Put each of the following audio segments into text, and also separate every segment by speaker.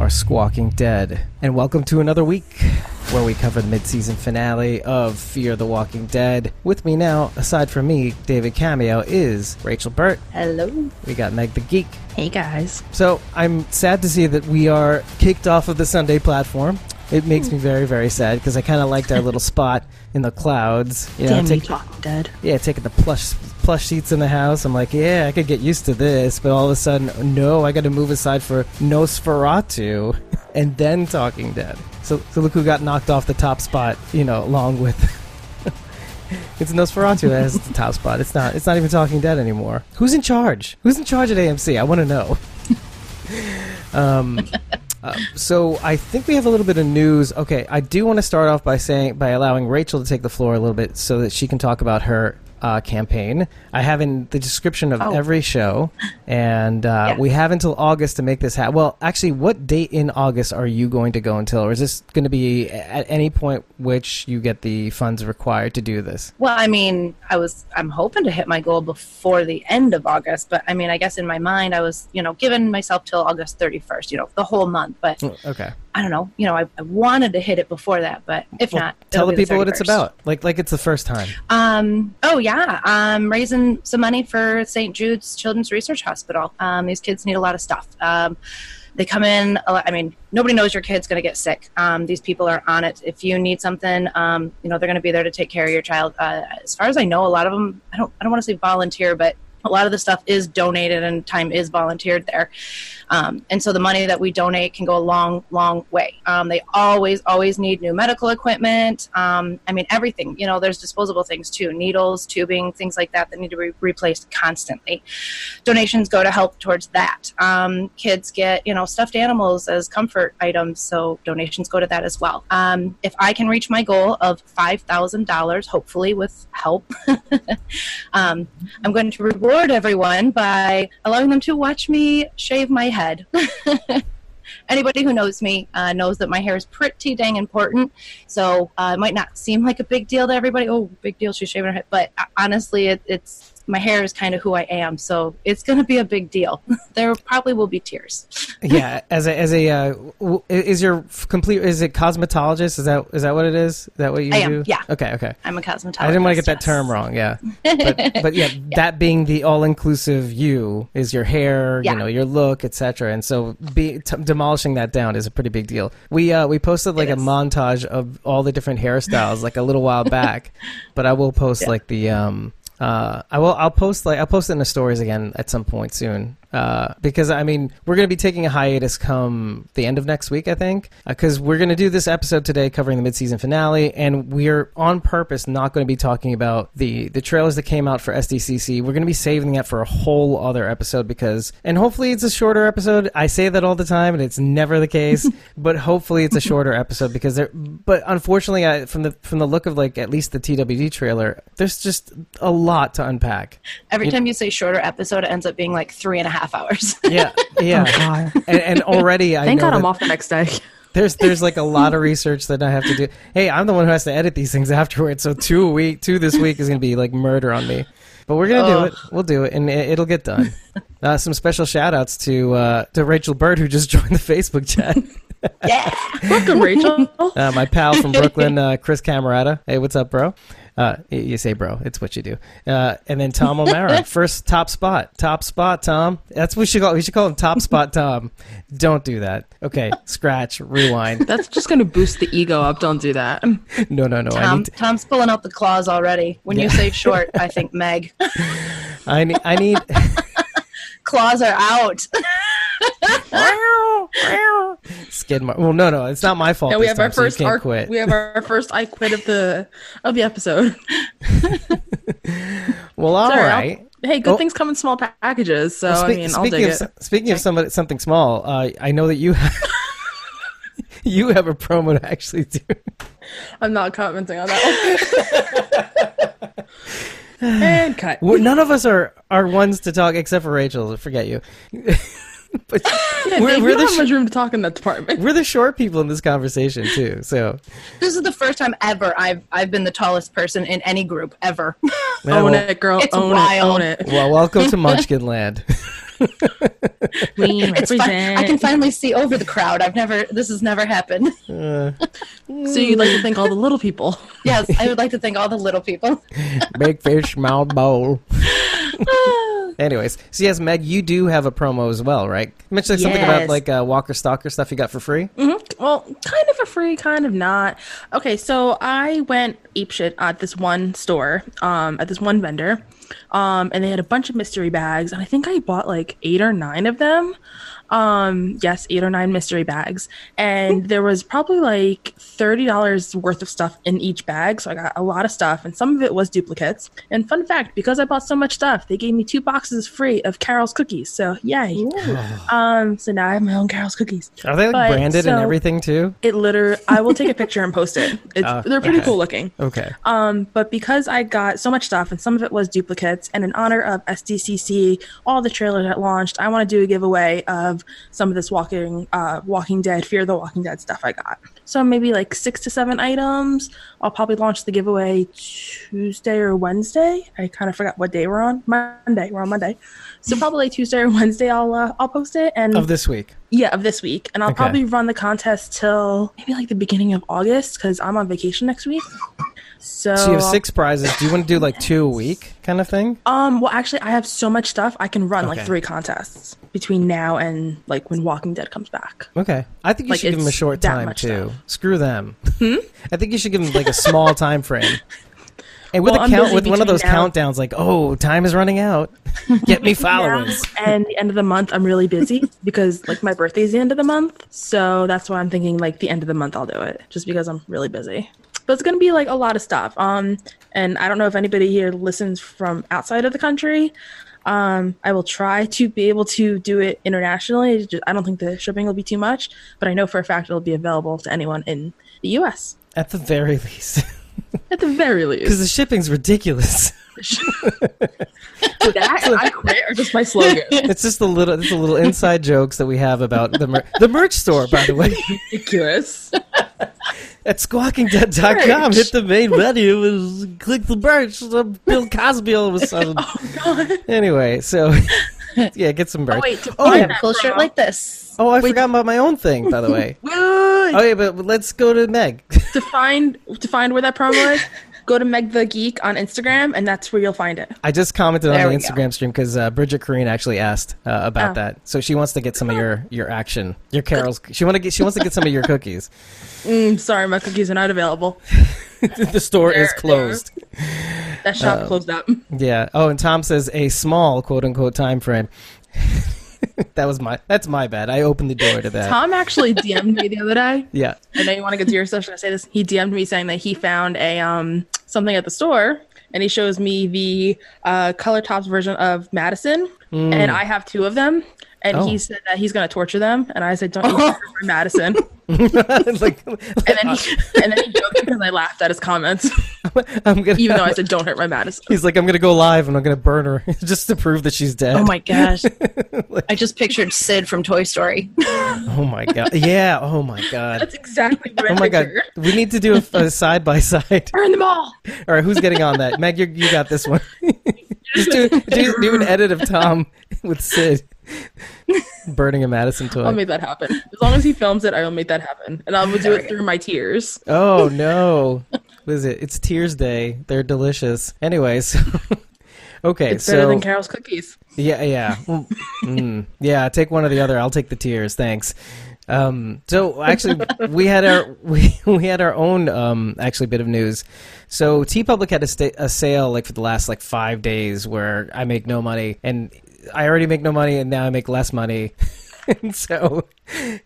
Speaker 1: are Squawking Dead, and welcome to another week where we cover the mid-season finale of Fear the Walking Dead. With me now, aside from me, David Cameo is Rachel Burt.
Speaker 2: Hello.
Speaker 1: We got Meg the Geek.
Speaker 2: Hey guys.
Speaker 1: So I'm sad to see that we are kicked off of the Sunday platform. It makes me very, very sad because I kind of liked our little spot in the clouds. You know,
Speaker 2: Damn you,
Speaker 1: take-
Speaker 2: Talking Dead.
Speaker 1: yeah, taking the plush plush seats in the house. I'm like, yeah, I could get used to this, but all of a sudden, no, I got to move aside for Nosferatu, and then Talking Dead. So, so look who got knocked off the top spot. You know, along with it's Nosferatu that has the top spot. It's not. It's not even Talking Dead anymore. Who's in charge? Who's in charge at AMC? I want to know. um. Uh, so I think we have a little bit of news. Okay, I do want to start off by saying by allowing Rachel to take the floor a little bit so that she can talk about her uh, campaign. I have in the description of
Speaker 2: Oh.
Speaker 1: every show, and uh,
Speaker 2: Yeah.
Speaker 1: we have until August to make this happen. Well, actually, what date in August are you going to go until, or is this going to be at any point which you get the funds required to do this?
Speaker 2: Well, I mean, I was I'm hoping to hit my goal before the end of August, but I mean, I guess in my mind I was, you know, giving myself till August 31st, you know, the whole month, but
Speaker 1: Okay.
Speaker 2: I don't know, you know, I, I wanted to hit it before that, but if
Speaker 1: Well,
Speaker 2: not, it'll
Speaker 1: tell the
Speaker 2: be the
Speaker 1: people what it's
Speaker 2: 31st.
Speaker 1: about. Like, like it's the first time.
Speaker 2: Um, oh yeah, um, raising some money for St. Jude's Children's Research Hospital. Um, these kids need a lot of stuff. Um, they come in. a lot- I mean, nobody knows your kid's going to get sick. Um, these people are on it. If you need something, um, you know they're going to be there to take care of your child. Uh, as far as I know, a lot of them. I don't. I don't want to say volunteer, but a lot of the stuff is donated and time is volunteered there. Um, and so the money that we donate can go a long, long way. Um, they always, always need new medical equipment. Um, I mean, everything. You know, there's disposable things too needles, tubing, things like that that need to be replaced constantly. Donations go to help towards that. Um, kids get, you know, stuffed animals as comfort items. So donations go to that as well. Um, if I can reach my goal of $5,000, hopefully with help, um, I'm going to reward everyone by allowing them to watch me shave my head. Anybody who knows me uh, knows that my hair is pretty dang important. So uh, it might not seem like a big deal to everybody. Oh, big deal, she's shaving her head. But uh, honestly, it, it's my hair is kind of who I am. So it's going to be a big deal. there probably will be tears.
Speaker 1: yeah as a as a uh, w- is your f- complete is it cosmetologist is that is that what it is is that what you
Speaker 2: I
Speaker 1: do
Speaker 2: am, yeah.
Speaker 1: okay okay
Speaker 2: I'm a cosmetologist.
Speaker 1: i didn't want to get that
Speaker 2: yes.
Speaker 1: term wrong yeah but, but yeah, that being the all-inclusive you is your hair
Speaker 2: Yeah.
Speaker 1: you know your look etc and so be, t- demolishing that down is a pretty big deal we uh we posted like a
Speaker 2: is.
Speaker 1: montage of all the different hairstyles like a little while back but i will post like the um uh, I will. I'll post like I'll post it in the stories again at some point soon. Uh, because I mean, we're going to be taking a hiatus come the end of next week, I think, because we're going to do this episode today covering the midseason finale, and we're on purpose not going to be talking about the the trailers that came out for SDCC. We're going to be saving that for a whole other episode because, and hopefully, it's a shorter episode. I say that all the time, and it's never the case, but hopefully, it's a shorter episode because there. But unfortunately, I, from the from the look of like at least the TWD trailer, there's just a lot to unpack.
Speaker 2: Every time you say shorter episode, it ends up being like three and a half hours.
Speaker 1: Yeah, yeah,
Speaker 3: Oh, God.
Speaker 1: and, and already I
Speaker 3: Thank
Speaker 1: know
Speaker 3: God I'm
Speaker 1: that-
Speaker 3: off the next day.
Speaker 1: There's there's like a lot of research that I have to do. Hey, I'm the one who has to edit these things afterwards, so two a week, two this week is gonna be like murder on me. But we're gonna do
Speaker 2: Ugh.
Speaker 1: it. We'll do it, and it, it'll get done. Uh, some special shout outs to uh, to Rachel Bird who just joined the Facebook chat.
Speaker 2: yeah.
Speaker 3: Welcome, Rachel.
Speaker 1: Uh, my pal from Brooklyn, uh, Chris Camerata. Hey, what's up, bro? Uh, y- you say bro, it's what you do. Uh, and then Tom O'Mara, first top spot, top spot, Tom. That's what we should call. We should call him top spot, Tom. Don't do that. Okay, scratch, rewind.
Speaker 3: That's just going to boost the ego up. Don't do that.
Speaker 1: No, no, no. I
Speaker 2: Tom,
Speaker 1: need to,
Speaker 2: Um, Tom's pulling out the claws already. When
Speaker 1: Yeah.
Speaker 2: you say short, I think Meg.
Speaker 1: I need. I need.
Speaker 2: claws are out.
Speaker 1: Skid mark. Well, no, no, it's not my fault.
Speaker 3: we
Speaker 1: this
Speaker 3: have
Speaker 1: time,
Speaker 3: our first
Speaker 1: so you can't
Speaker 3: arc-
Speaker 1: quit.
Speaker 3: We have our first I quit of the of the episode.
Speaker 1: well, all right.
Speaker 3: Sorry, I'll- Hey, good
Speaker 1: Oh.
Speaker 3: things come in small pa- packages, so
Speaker 1: Well,
Speaker 3: I
Speaker 1: speak-
Speaker 3: mean, I'll
Speaker 1: speaking
Speaker 3: dig
Speaker 1: of
Speaker 3: it.
Speaker 1: so- speaking of somebody, something small, uh, I know that you have, you have a promo to actually do.
Speaker 3: I'm not commenting on that. one. and cut.
Speaker 1: Well, none of us are are ones to talk except for Rachel. Forget you. but
Speaker 3: Yeah,
Speaker 1: we're,
Speaker 3: Dave,
Speaker 1: we're
Speaker 3: we don't
Speaker 1: the
Speaker 3: have
Speaker 1: sh-
Speaker 3: much room to talk in that department.
Speaker 1: we're the short people in this conversation too. So
Speaker 2: This is the first time ever I've I've been the tallest person in any group ever.
Speaker 1: well,
Speaker 3: own it, girl.
Speaker 2: It's
Speaker 3: own it.
Speaker 2: wild.
Speaker 3: Own it.
Speaker 1: well, welcome to Munchkin Land.
Speaker 3: We
Speaker 2: It's fun. I can finally see over the crowd. I've never. This has never happened.
Speaker 1: Uh,
Speaker 3: so you'd like to thank all the little people.
Speaker 2: yes, I would like to thank all the little people.
Speaker 1: big fish, small bowl. Anyways, so yes, Meg, you do have a promo as well, right? You mentioned like, something about
Speaker 3: Yes. Mm-hmm.
Speaker 1: like uh, Walker Stalker stuff you got for free.
Speaker 3: Well, kind of for free, kind of not. Okay, so I went apeshit at this one store, um, at this one vendor, um, and they had a bunch of mystery bags, and I think I bought like eight or nine of them. Um, yes, eight or nine mystery bags, and there was probably like thirty dollars worth of stuff in each bag, so I got a lot of stuff, and some of it was duplicates. And fun fact, because I bought so much stuff, they gave me two boxes free of Carol's cookies. So yay! Um, so now I have my own Carol's cookies.
Speaker 1: Are they like
Speaker 3: But,
Speaker 1: branded and
Speaker 3: so-
Speaker 1: everything too?
Speaker 3: It literally, I will take a picture and post it. It's,
Speaker 1: Oh,
Speaker 3: they're pretty
Speaker 1: okay.
Speaker 3: cool looking.
Speaker 1: Okay.
Speaker 3: Um, but because I got so much stuff and some of it was duplicates, and in honor of SDCC, all the trailers that launched, I want to do a giveaway of some of this Walking uh, Walking Dead, Fear the Walking Dead stuff I got. So maybe like six to seven items. I'll probably launch the giveaway Tuesday or Wednesday. I kind of forgot what day we're on. Monday. We're on Monday. So probably Tuesday or Wednesday, I'll uh, I'll post it and
Speaker 1: of this week.
Speaker 3: yeah, of this week, and I'll
Speaker 1: Okay.
Speaker 3: probably run the contest till maybe like the beginning of August because I'm on vacation next week. So,
Speaker 1: So you have six prizes. Do you want to do like two a week kind of thing?
Speaker 3: Um, well, actually, I have so much stuff I can run
Speaker 1: Okay.
Speaker 3: like three contests between now and like when Walking Dead comes back.
Speaker 1: Okay. I think you
Speaker 3: Like,
Speaker 1: should give them a
Speaker 3: it's
Speaker 1: short
Speaker 3: that
Speaker 1: time
Speaker 3: much Hmm?
Speaker 1: too. Screw them. I think you should give them like a small time frame. And with
Speaker 3: Well,
Speaker 1: a
Speaker 3: I'm
Speaker 1: count
Speaker 3: busy
Speaker 1: with one of
Speaker 3: between
Speaker 1: those
Speaker 3: now-
Speaker 1: countdowns like, "Oh, time is running out. Get me followers."
Speaker 3: Now and the end of the month, I'm really busy because like my birthday's the end of the month, so that's why I'm thinking like the end of the month I'll do it, just because I'm really busy. But it's gonna be like a lot of stuff. Um, and I don't know if anybody here listens from outside of the country. Um, I will try to be able to do it internationally. It's just- I don't think the shipping will be too much, but I know for a fact it'll be available to anyone in the U.S.
Speaker 1: At the very least.
Speaker 3: at the very
Speaker 1: Cuz
Speaker 3: least.
Speaker 1: the shipping's ridiculous.
Speaker 3: that and I quit or just my slogan.
Speaker 1: It's just the little it's the little inside jokes that we have about the mer- the merch store by the way.
Speaker 3: Ridiculous.
Speaker 1: At squawkingdead.com,
Speaker 3: Merch.
Speaker 1: hit the main menu and click the merch. Uh, Bill Cosby all of a sudden. Anyway, so yeah, get some merch.
Speaker 3: Oh, wait, to
Speaker 1: Oh,
Speaker 3: find
Speaker 1: yeah.
Speaker 2: a cool shirt like this.
Speaker 1: Oh, I forgot about my own thing, by the way.
Speaker 3: Woo!
Speaker 1: oh yeah, but let's go to Meg.
Speaker 3: to find to find where that promo is, go to Meg the Geek on Instagram, and that's where you'll find it.
Speaker 1: I just commented
Speaker 2: There
Speaker 1: on the
Speaker 2: we go.
Speaker 1: Instagram stream because uh, Bridget Corrine actually asked uh, about
Speaker 3: Oh.
Speaker 1: that, so she wants to get some of your your action, your Carol's. She want to get she wants to get some of your cookies.
Speaker 3: Mm, sorry, my cookies are not available.
Speaker 1: the store is
Speaker 3: There, there.
Speaker 1: closed.
Speaker 3: That shop closed up.
Speaker 1: Oh. Yeah. Oh, and Tom says a small quote unquote time frame. that was my that's my bad. I opened the door to that.
Speaker 3: Tom actually DM'd me the other day.
Speaker 1: yeah.
Speaker 3: I know you want to get to your session. I say this. He DM'd me saying that he found a um something at the store, and he shows me the uh, color tops version of Madison, and I have two of them. And
Speaker 1: Hmm. Oh.
Speaker 3: he said that he's going to torture them, and I said, "Don't you torture my Madison."
Speaker 1: like,
Speaker 3: And then he, and then he joked because I laughed at his comments,
Speaker 1: I'm gonna.
Speaker 3: even though I said, "Don't hurt my Madison."
Speaker 1: he's like, I'm gonna go live and I'm gonna burn her just to prove that she's dead.
Speaker 2: Oh my gosh! I just pictured Sid from Toy Story.
Speaker 1: Oh my god. Yeah. Oh my god.
Speaker 3: That's exactly what I
Speaker 1: Oh my god.
Speaker 3: picture.
Speaker 1: We need to do a- a side by side.
Speaker 3: Burn them all.
Speaker 1: All right, who's getting on that? Meg, you you got this one. Just do, do, do an edit of Tom with Sid burning a Madison
Speaker 3: I'll
Speaker 1: toy.
Speaker 3: make that happen. As long as he films it, I will make that happen, and I will do it through my tears.
Speaker 1: Oh no, what is it? It's Tears Day. They're delicious. Anyways, okay,
Speaker 3: It's better
Speaker 1: so
Speaker 3: than Carol's cookies.
Speaker 1: yeah, yeah, mm, yeah. Take one or the other. I'll take the tears. Thanks. Um, so actually, we had our we, we had our own um, actually bit of news. So T Public had a, sta- a sale like for the last like five days where I make no money, and I already make no money, and now I make less money. and so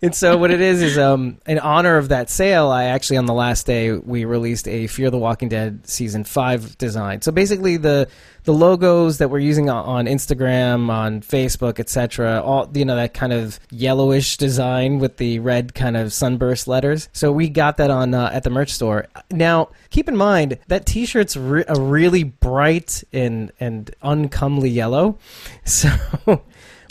Speaker 1: and so what it is is um in honor of that sale i actually on the last day we released a fear the walking dead season 5 design so basically the the logos that we're using on, on instagram on facebook etc all you know that kind of yellowish design with the red kind of sunburst letters so we got that on uh, at the merch store now keep in mind that t-shirt's re- a really bright and and uncomely yellow so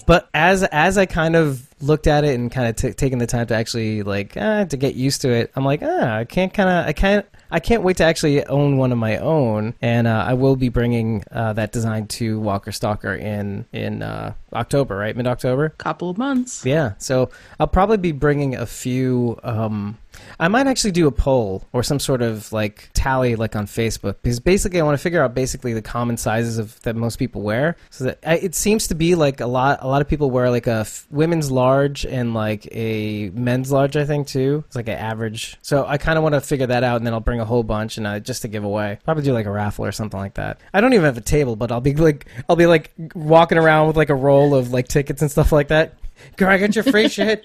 Speaker 1: but as as I kind of looked at it and kind of t- taken the time to actually like uh, to get used to it, I'm like, ah, I can't kind of, I can't, I can't wait to actually own one of my own. And uh, I will be bringing uh, that design to Walker Stalker in in uh, October, right, mid October.
Speaker 3: Couple of months.
Speaker 1: Yeah, so I'll probably be bringing a few. Um, I might actually do a poll or some sort of like tally, like on Facebook, because basically I want to figure out basically the common sizes of that most people wear. So that I, it seems to be like a lot. A lot of people wear like a f- women's large and like a men's large. I think too. It's like an average. So I kind of want to figure that out, and then I'll bring a whole bunch and uh, just to give away. Probably do like a raffle or something like that. I don't even have a table, but I'll be like I'll be like walking around with like a roll of like tickets and stuff like that. Girl, I got your free shit.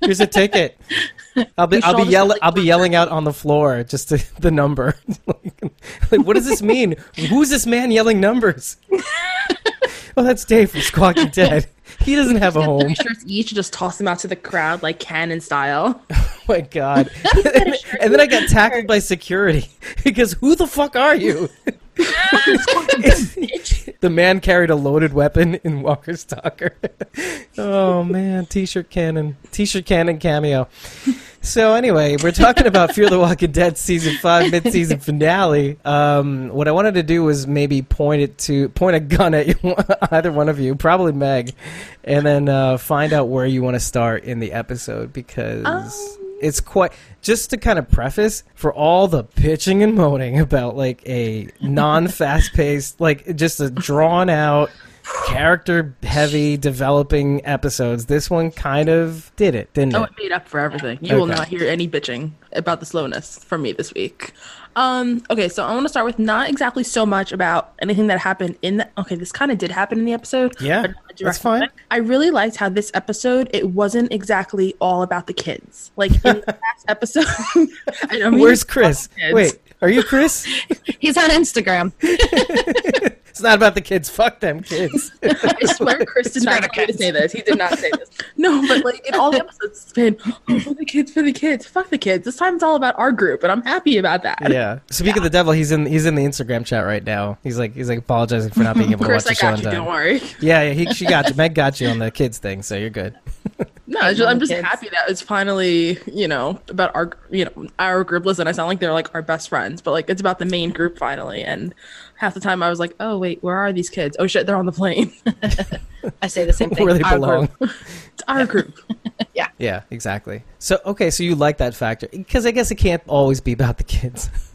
Speaker 1: Here's a ticket. I'll be
Speaker 3: You
Speaker 1: I'll be
Speaker 3: shoulders
Speaker 1: yelling
Speaker 3: like
Speaker 1: I'll be yelling out on the floor just to, the number. like, like, what does this mean? Who's this man yelling numbers? well, that's Dave from Squawking Dead. He doesn't have a
Speaker 3: Three
Speaker 1: home.
Speaker 3: shirts each, just toss them out to the crowd like cannon style.
Speaker 1: Oh my god! and, and then I got tackled by security because who the fuck are you? the man carried a loaded weapon in Walker Stalker. oh man, T-shirt cannon, T-shirt cannon cameo. So anyway, we're talking about Fear the Walking Dead season five mid-season finale. Um, what I wanted to do was maybe point it to point a gun at you, either one of you, probably Meg, and then uh, find out where you want to start in the episode because it's quite just to kind of preface for all the pitching and moaning about like a non-fast paced like just a drawn out character heavy developing episodes this one kind of did it didn't
Speaker 3: Oh,
Speaker 1: it
Speaker 3: it made up for everything. You will
Speaker 1: Okay.
Speaker 3: not hear any bitching about the slowness from me this week. Um, okay, so I want to start with not exactly so much about anything that happened in the. Okay, this kind of did happen in the episode.
Speaker 1: Yeah,
Speaker 3: but not
Speaker 1: that's
Speaker 3: directly.
Speaker 1: fine.
Speaker 3: I really liked how this episode it wasn't exactly all about the kids. Like in the last episode, I know, I mean,
Speaker 1: where's chris
Speaker 3: kids.
Speaker 1: wait are you chris
Speaker 2: He's on Instagram.
Speaker 1: it's not about the kids fuck them kids
Speaker 3: I swear, Chris did not tell me to say this. He did not say this. No, but like in all the episodes, it's been "Oh, for the kids, for the kids, fuck the kids. This time it's all about our group, and I'm happy about that.
Speaker 1: yeah speak of the devil he's in he's in the instagram chat right now he's like he's like apologizing for not being able to watch
Speaker 3: Chris,
Speaker 1: the show
Speaker 3: I
Speaker 1: on
Speaker 3: got you.
Speaker 1: time
Speaker 3: Don't worry.
Speaker 1: yeah yeah he, she got you meg got you on the kids thing so you're good
Speaker 3: No, it's just, I'm just
Speaker 2: kids.
Speaker 3: happy that it's finally, you know, about our, you know, our group. Listen, I sound like they're like our best friends, but like it's about the main group finally. And half the time I was like, oh wait, where are these kids? Oh shit, they're on the plane.
Speaker 2: I say the same thing.
Speaker 1: where they
Speaker 2: Our
Speaker 1: belong
Speaker 2: group.
Speaker 3: it's our group.
Speaker 1: Yeah, exactly. So okay, so you like that factor because I guess it can't always be about the kids.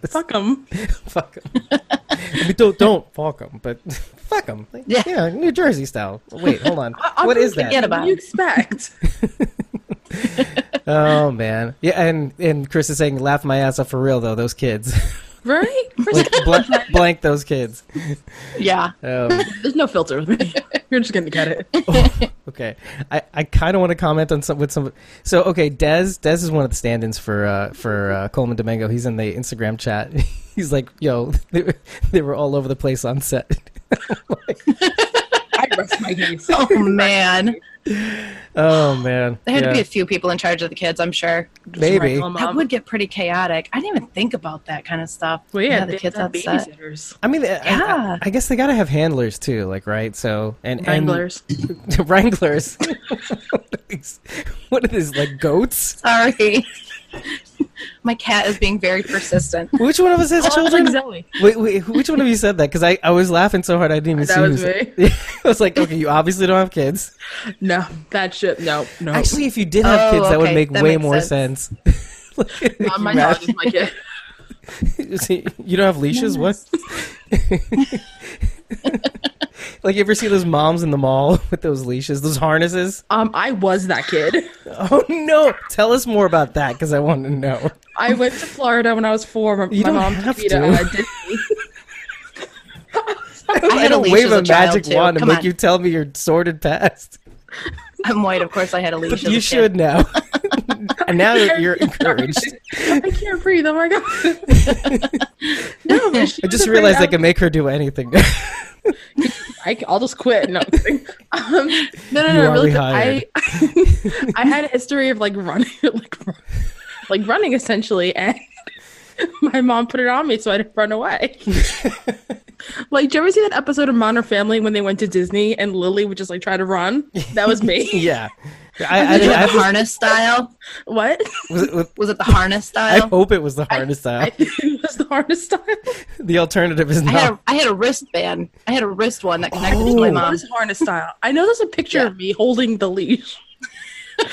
Speaker 1: 'Cause
Speaker 3: Fuck them.
Speaker 1: fuck 'em. I mean, don't don't fuck them, but fuck them.
Speaker 2: Yeah.
Speaker 1: New Jersey style. Wait, hold on. what is that?
Speaker 2: forget
Speaker 3: What
Speaker 2: about
Speaker 3: do you
Speaker 2: it.
Speaker 3: expect?
Speaker 1: Oh man, yeah, and and Chris is saying, laugh my ass off for real though. Those kids,
Speaker 3: right? Chris,
Speaker 1: like blank, blank those kids.
Speaker 2: Yeah.
Speaker 1: Um,
Speaker 3: There's no filter with me. You're just gonna get it.
Speaker 1: okay, I, I kind of want to comment on some with some. So okay, Dez Dez is one of the stand-ins for uh, for uh, Coleman Domingo. He's in the Instagram chat. He's like, yo, they, were- they were all over the place on set.
Speaker 3: I rest my case.
Speaker 2: Oh man,
Speaker 1: oh man,
Speaker 2: there had
Speaker 1: Yeah.
Speaker 2: to be a few people in charge of the kids. I'm sure
Speaker 1: maybe.
Speaker 3: Mom.
Speaker 2: that would get pretty chaotic. I didn't even think about that kind of stuff.
Speaker 3: Well, yeah,
Speaker 2: the
Speaker 3: they
Speaker 2: kids
Speaker 3: have
Speaker 2: on set.
Speaker 3: babysitters,
Speaker 1: I mean, I- I,
Speaker 2: Yeah.
Speaker 1: I guess they gotta have handlers too, like right. So and and-
Speaker 3: wranglers.
Speaker 1: wranglers. What are these- what are these like goats?
Speaker 2: Sorry, my cat is being very persistent.
Speaker 1: Which one of us
Speaker 2: Oh,
Speaker 1: has children?
Speaker 3: Zoe.
Speaker 1: Wait, wait, who- which one of you said that? Because I, I was laughing so hard I didn't even
Speaker 3: That
Speaker 1: see who
Speaker 3: was
Speaker 1: said- I was like, okay, you obviously don't have kids.
Speaker 3: No, that shit. No, no.
Speaker 1: Actually, if you did have
Speaker 2: Oh,
Speaker 1: kids, that would
Speaker 2: okay.
Speaker 1: make
Speaker 2: That
Speaker 1: way
Speaker 2: makes
Speaker 1: more sense.
Speaker 2: sense. Um,
Speaker 1: Like,
Speaker 3: Not Um, my
Speaker 1: you
Speaker 3: dog
Speaker 1: have-
Speaker 3: is my kid.
Speaker 1: you see- you don't have leashes? What? like, you ever see those moms in the mall with those leashes, those harnesses?
Speaker 3: Um, I was that kid.
Speaker 1: Oh no! Tell us more about that because I want to know.
Speaker 3: I went to Florida when I was four. My,
Speaker 1: You
Speaker 3: my
Speaker 1: don't
Speaker 3: mom
Speaker 1: have
Speaker 3: took me
Speaker 1: to.
Speaker 3: to uh, Disney.
Speaker 2: I had a leash
Speaker 1: wave
Speaker 2: as a,
Speaker 1: a
Speaker 2: child,
Speaker 1: magic
Speaker 2: too.
Speaker 1: wand and
Speaker 2: Come
Speaker 1: make
Speaker 2: on.
Speaker 1: you tell me your sordid past.
Speaker 2: I'm white, of course. I had a leash. as a
Speaker 1: you
Speaker 2: kid.
Speaker 1: should now. and now you're, you're encouraged.
Speaker 3: I can't breathe. Oh my god. no, but she
Speaker 1: I
Speaker 3: was
Speaker 1: just
Speaker 3: afraid
Speaker 1: realized I
Speaker 3: of-
Speaker 1: can make her do anything.
Speaker 3: I, will just quit. No, I'm kidding. um, no, no,
Speaker 1: You
Speaker 3: no.
Speaker 1: are
Speaker 3: really,
Speaker 1: rehired.
Speaker 3: I, I had a history of like running, like, run- like running essentially, and my mom put it on me so I didn't run away. Like, did you ever see that episode of Modern Family when they went to Disney and Lily would just like try to run? That was me.
Speaker 1: yeah. I, I,
Speaker 2: Was it
Speaker 1: didn't-
Speaker 2: the
Speaker 1: I,
Speaker 2: harness style?
Speaker 3: what?
Speaker 1: was it- was-
Speaker 2: Was it the harness
Speaker 1: I
Speaker 2: style?
Speaker 1: hope it was the harness style.
Speaker 3: I think it was the hardest style.
Speaker 1: the alternative is
Speaker 2: I
Speaker 1: not.
Speaker 2: had a, I had a wristband. I had a wrist one that connected to my
Speaker 1: Oh.
Speaker 3: What
Speaker 2: mom.
Speaker 3: is harness style? I know there's a picture
Speaker 2: Yeah.
Speaker 3: of me holding the leash.
Speaker 1: oh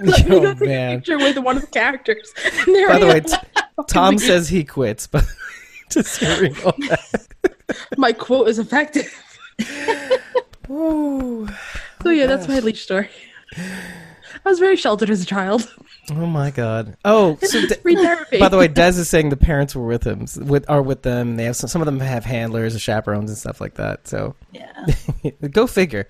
Speaker 3: That's like a
Speaker 1: man!
Speaker 3: picture with one of the characters. And there
Speaker 1: By
Speaker 3: I
Speaker 1: the
Speaker 3: am.
Speaker 1: way, t- Tom says he quits, but just hearing all that.
Speaker 3: my quote is effective.
Speaker 1: Ooh.
Speaker 3: So yeah, that's my leash story. I was very sheltered as a child.
Speaker 1: Oh my god! Oh, so De-
Speaker 3: Free therapy.
Speaker 1: by the way, Des is saying the parents were with him, with are with them. They have some, some of them have handlers or chaperones and stuff like that. So
Speaker 2: Yeah.
Speaker 1: go figure.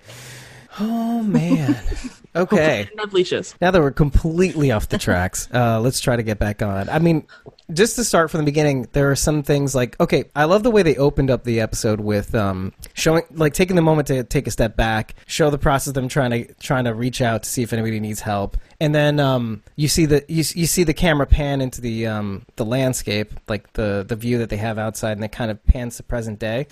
Speaker 1: Oh man. Okay.
Speaker 3: didn't have leashes.
Speaker 1: Now that we're completely off the tracks, uh, let's try to get back on. I mean, just to start from the beginning, there are some things like okay, I love the way they opened up the episode with um, showing, like taking the moment to take a step back, show the process of them trying to trying to reach out to see if anybody needs help, and then um, you see the you, you see the camera pan into the um, the landscape, like the the view that they have outside, and it kind of pans to present day,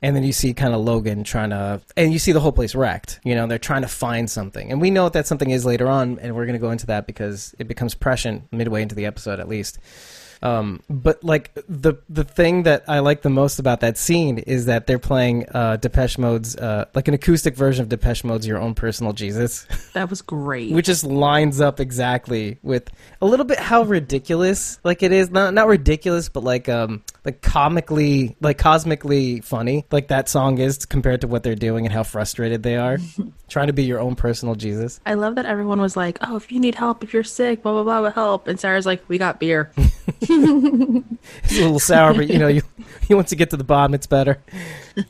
Speaker 1: and then you see kind of Logan trying to, and you see the whole place wrecked. You know, they're trying to find something, and we know what that something is later on, and we're going to go into that because it becomes prescient midway into the episode, at least. Um, but like the the thing that I like the most about that scene is that they're playing uh, Depeche Mode's uh, like an acoustic version of Depeche Mode's "Your Own Personal Jesus,"
Speaker 3: That was great.
Speaker 1: which just lines up exactly with a little bit how ridiculous like it is not not ridiculous, but like um like comically like cosmically funny like that song is compared to what they're doing and how frustrated they are trying to be your own personal Jesus.
Speaker 3: I love that everyone was like, "Oh, if you need help, if you're sick, blah blah blah, we'll help." And Sarah's like, "We got beer."
Speaker 1: It's a little sour, but you know, you, you once you get to the bottom, it's better.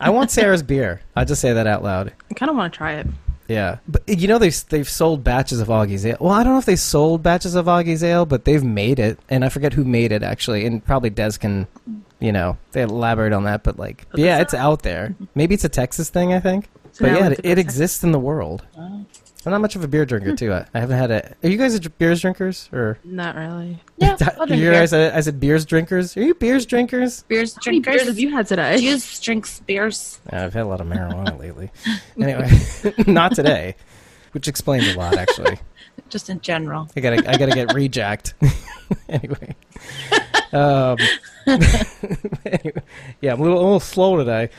Speaker 1: I want Sarah's beer. I'll just say that out loud.
Speaker 3: I kind of want to try it.
Speaker 1: Yeah, but you know they've they've sold batches of Augie's ale. Well, I don't know if they sold batches of Augie's ale, but they've made it, and I forget who made it actually, and probably Des can, you know, they elaborate on that. But like, yeah, it's out there. Maybe it's a Texas thing, I think.
Speaker 3: So
Speaker 1: but
Speaker 3: now we
Speaker 1: yeah,
Speaker 3: have
Speaker 1: it,
Speaker 3: to go
Speaker 1: it
Speaker 3: check.
Speaker 1: exists in the world.
Speaker 2: Oh.
Speaker 1: I'm not much of a beer drinker too. I, I haven't had a. Are you guys a dr- beers drinkers or?
Speaker 3: Not really.
Speaker 2: Yeah, I'll drink
Speaker 1: you
Speaker 2: beer.
Speaker 1: guys, I, I said beers drinkers. Are you beers drinkers?
Speaker 2: Beers,
Speaker 3: How many beers
Speaker 2: drinkers.
Speaker 3: have you had today?
Speaker 2: Juice, drinks, beers.
Speaker 1: Yeah, I've had a lot of marijuana lately. Anyway, not today, which explains a lot. Actually,
Speaker 2: Just in general.
Speaker 1: I gotta I gotta get rejacked. anyway, um, anyway, yeah, I'm a little, a little slow today.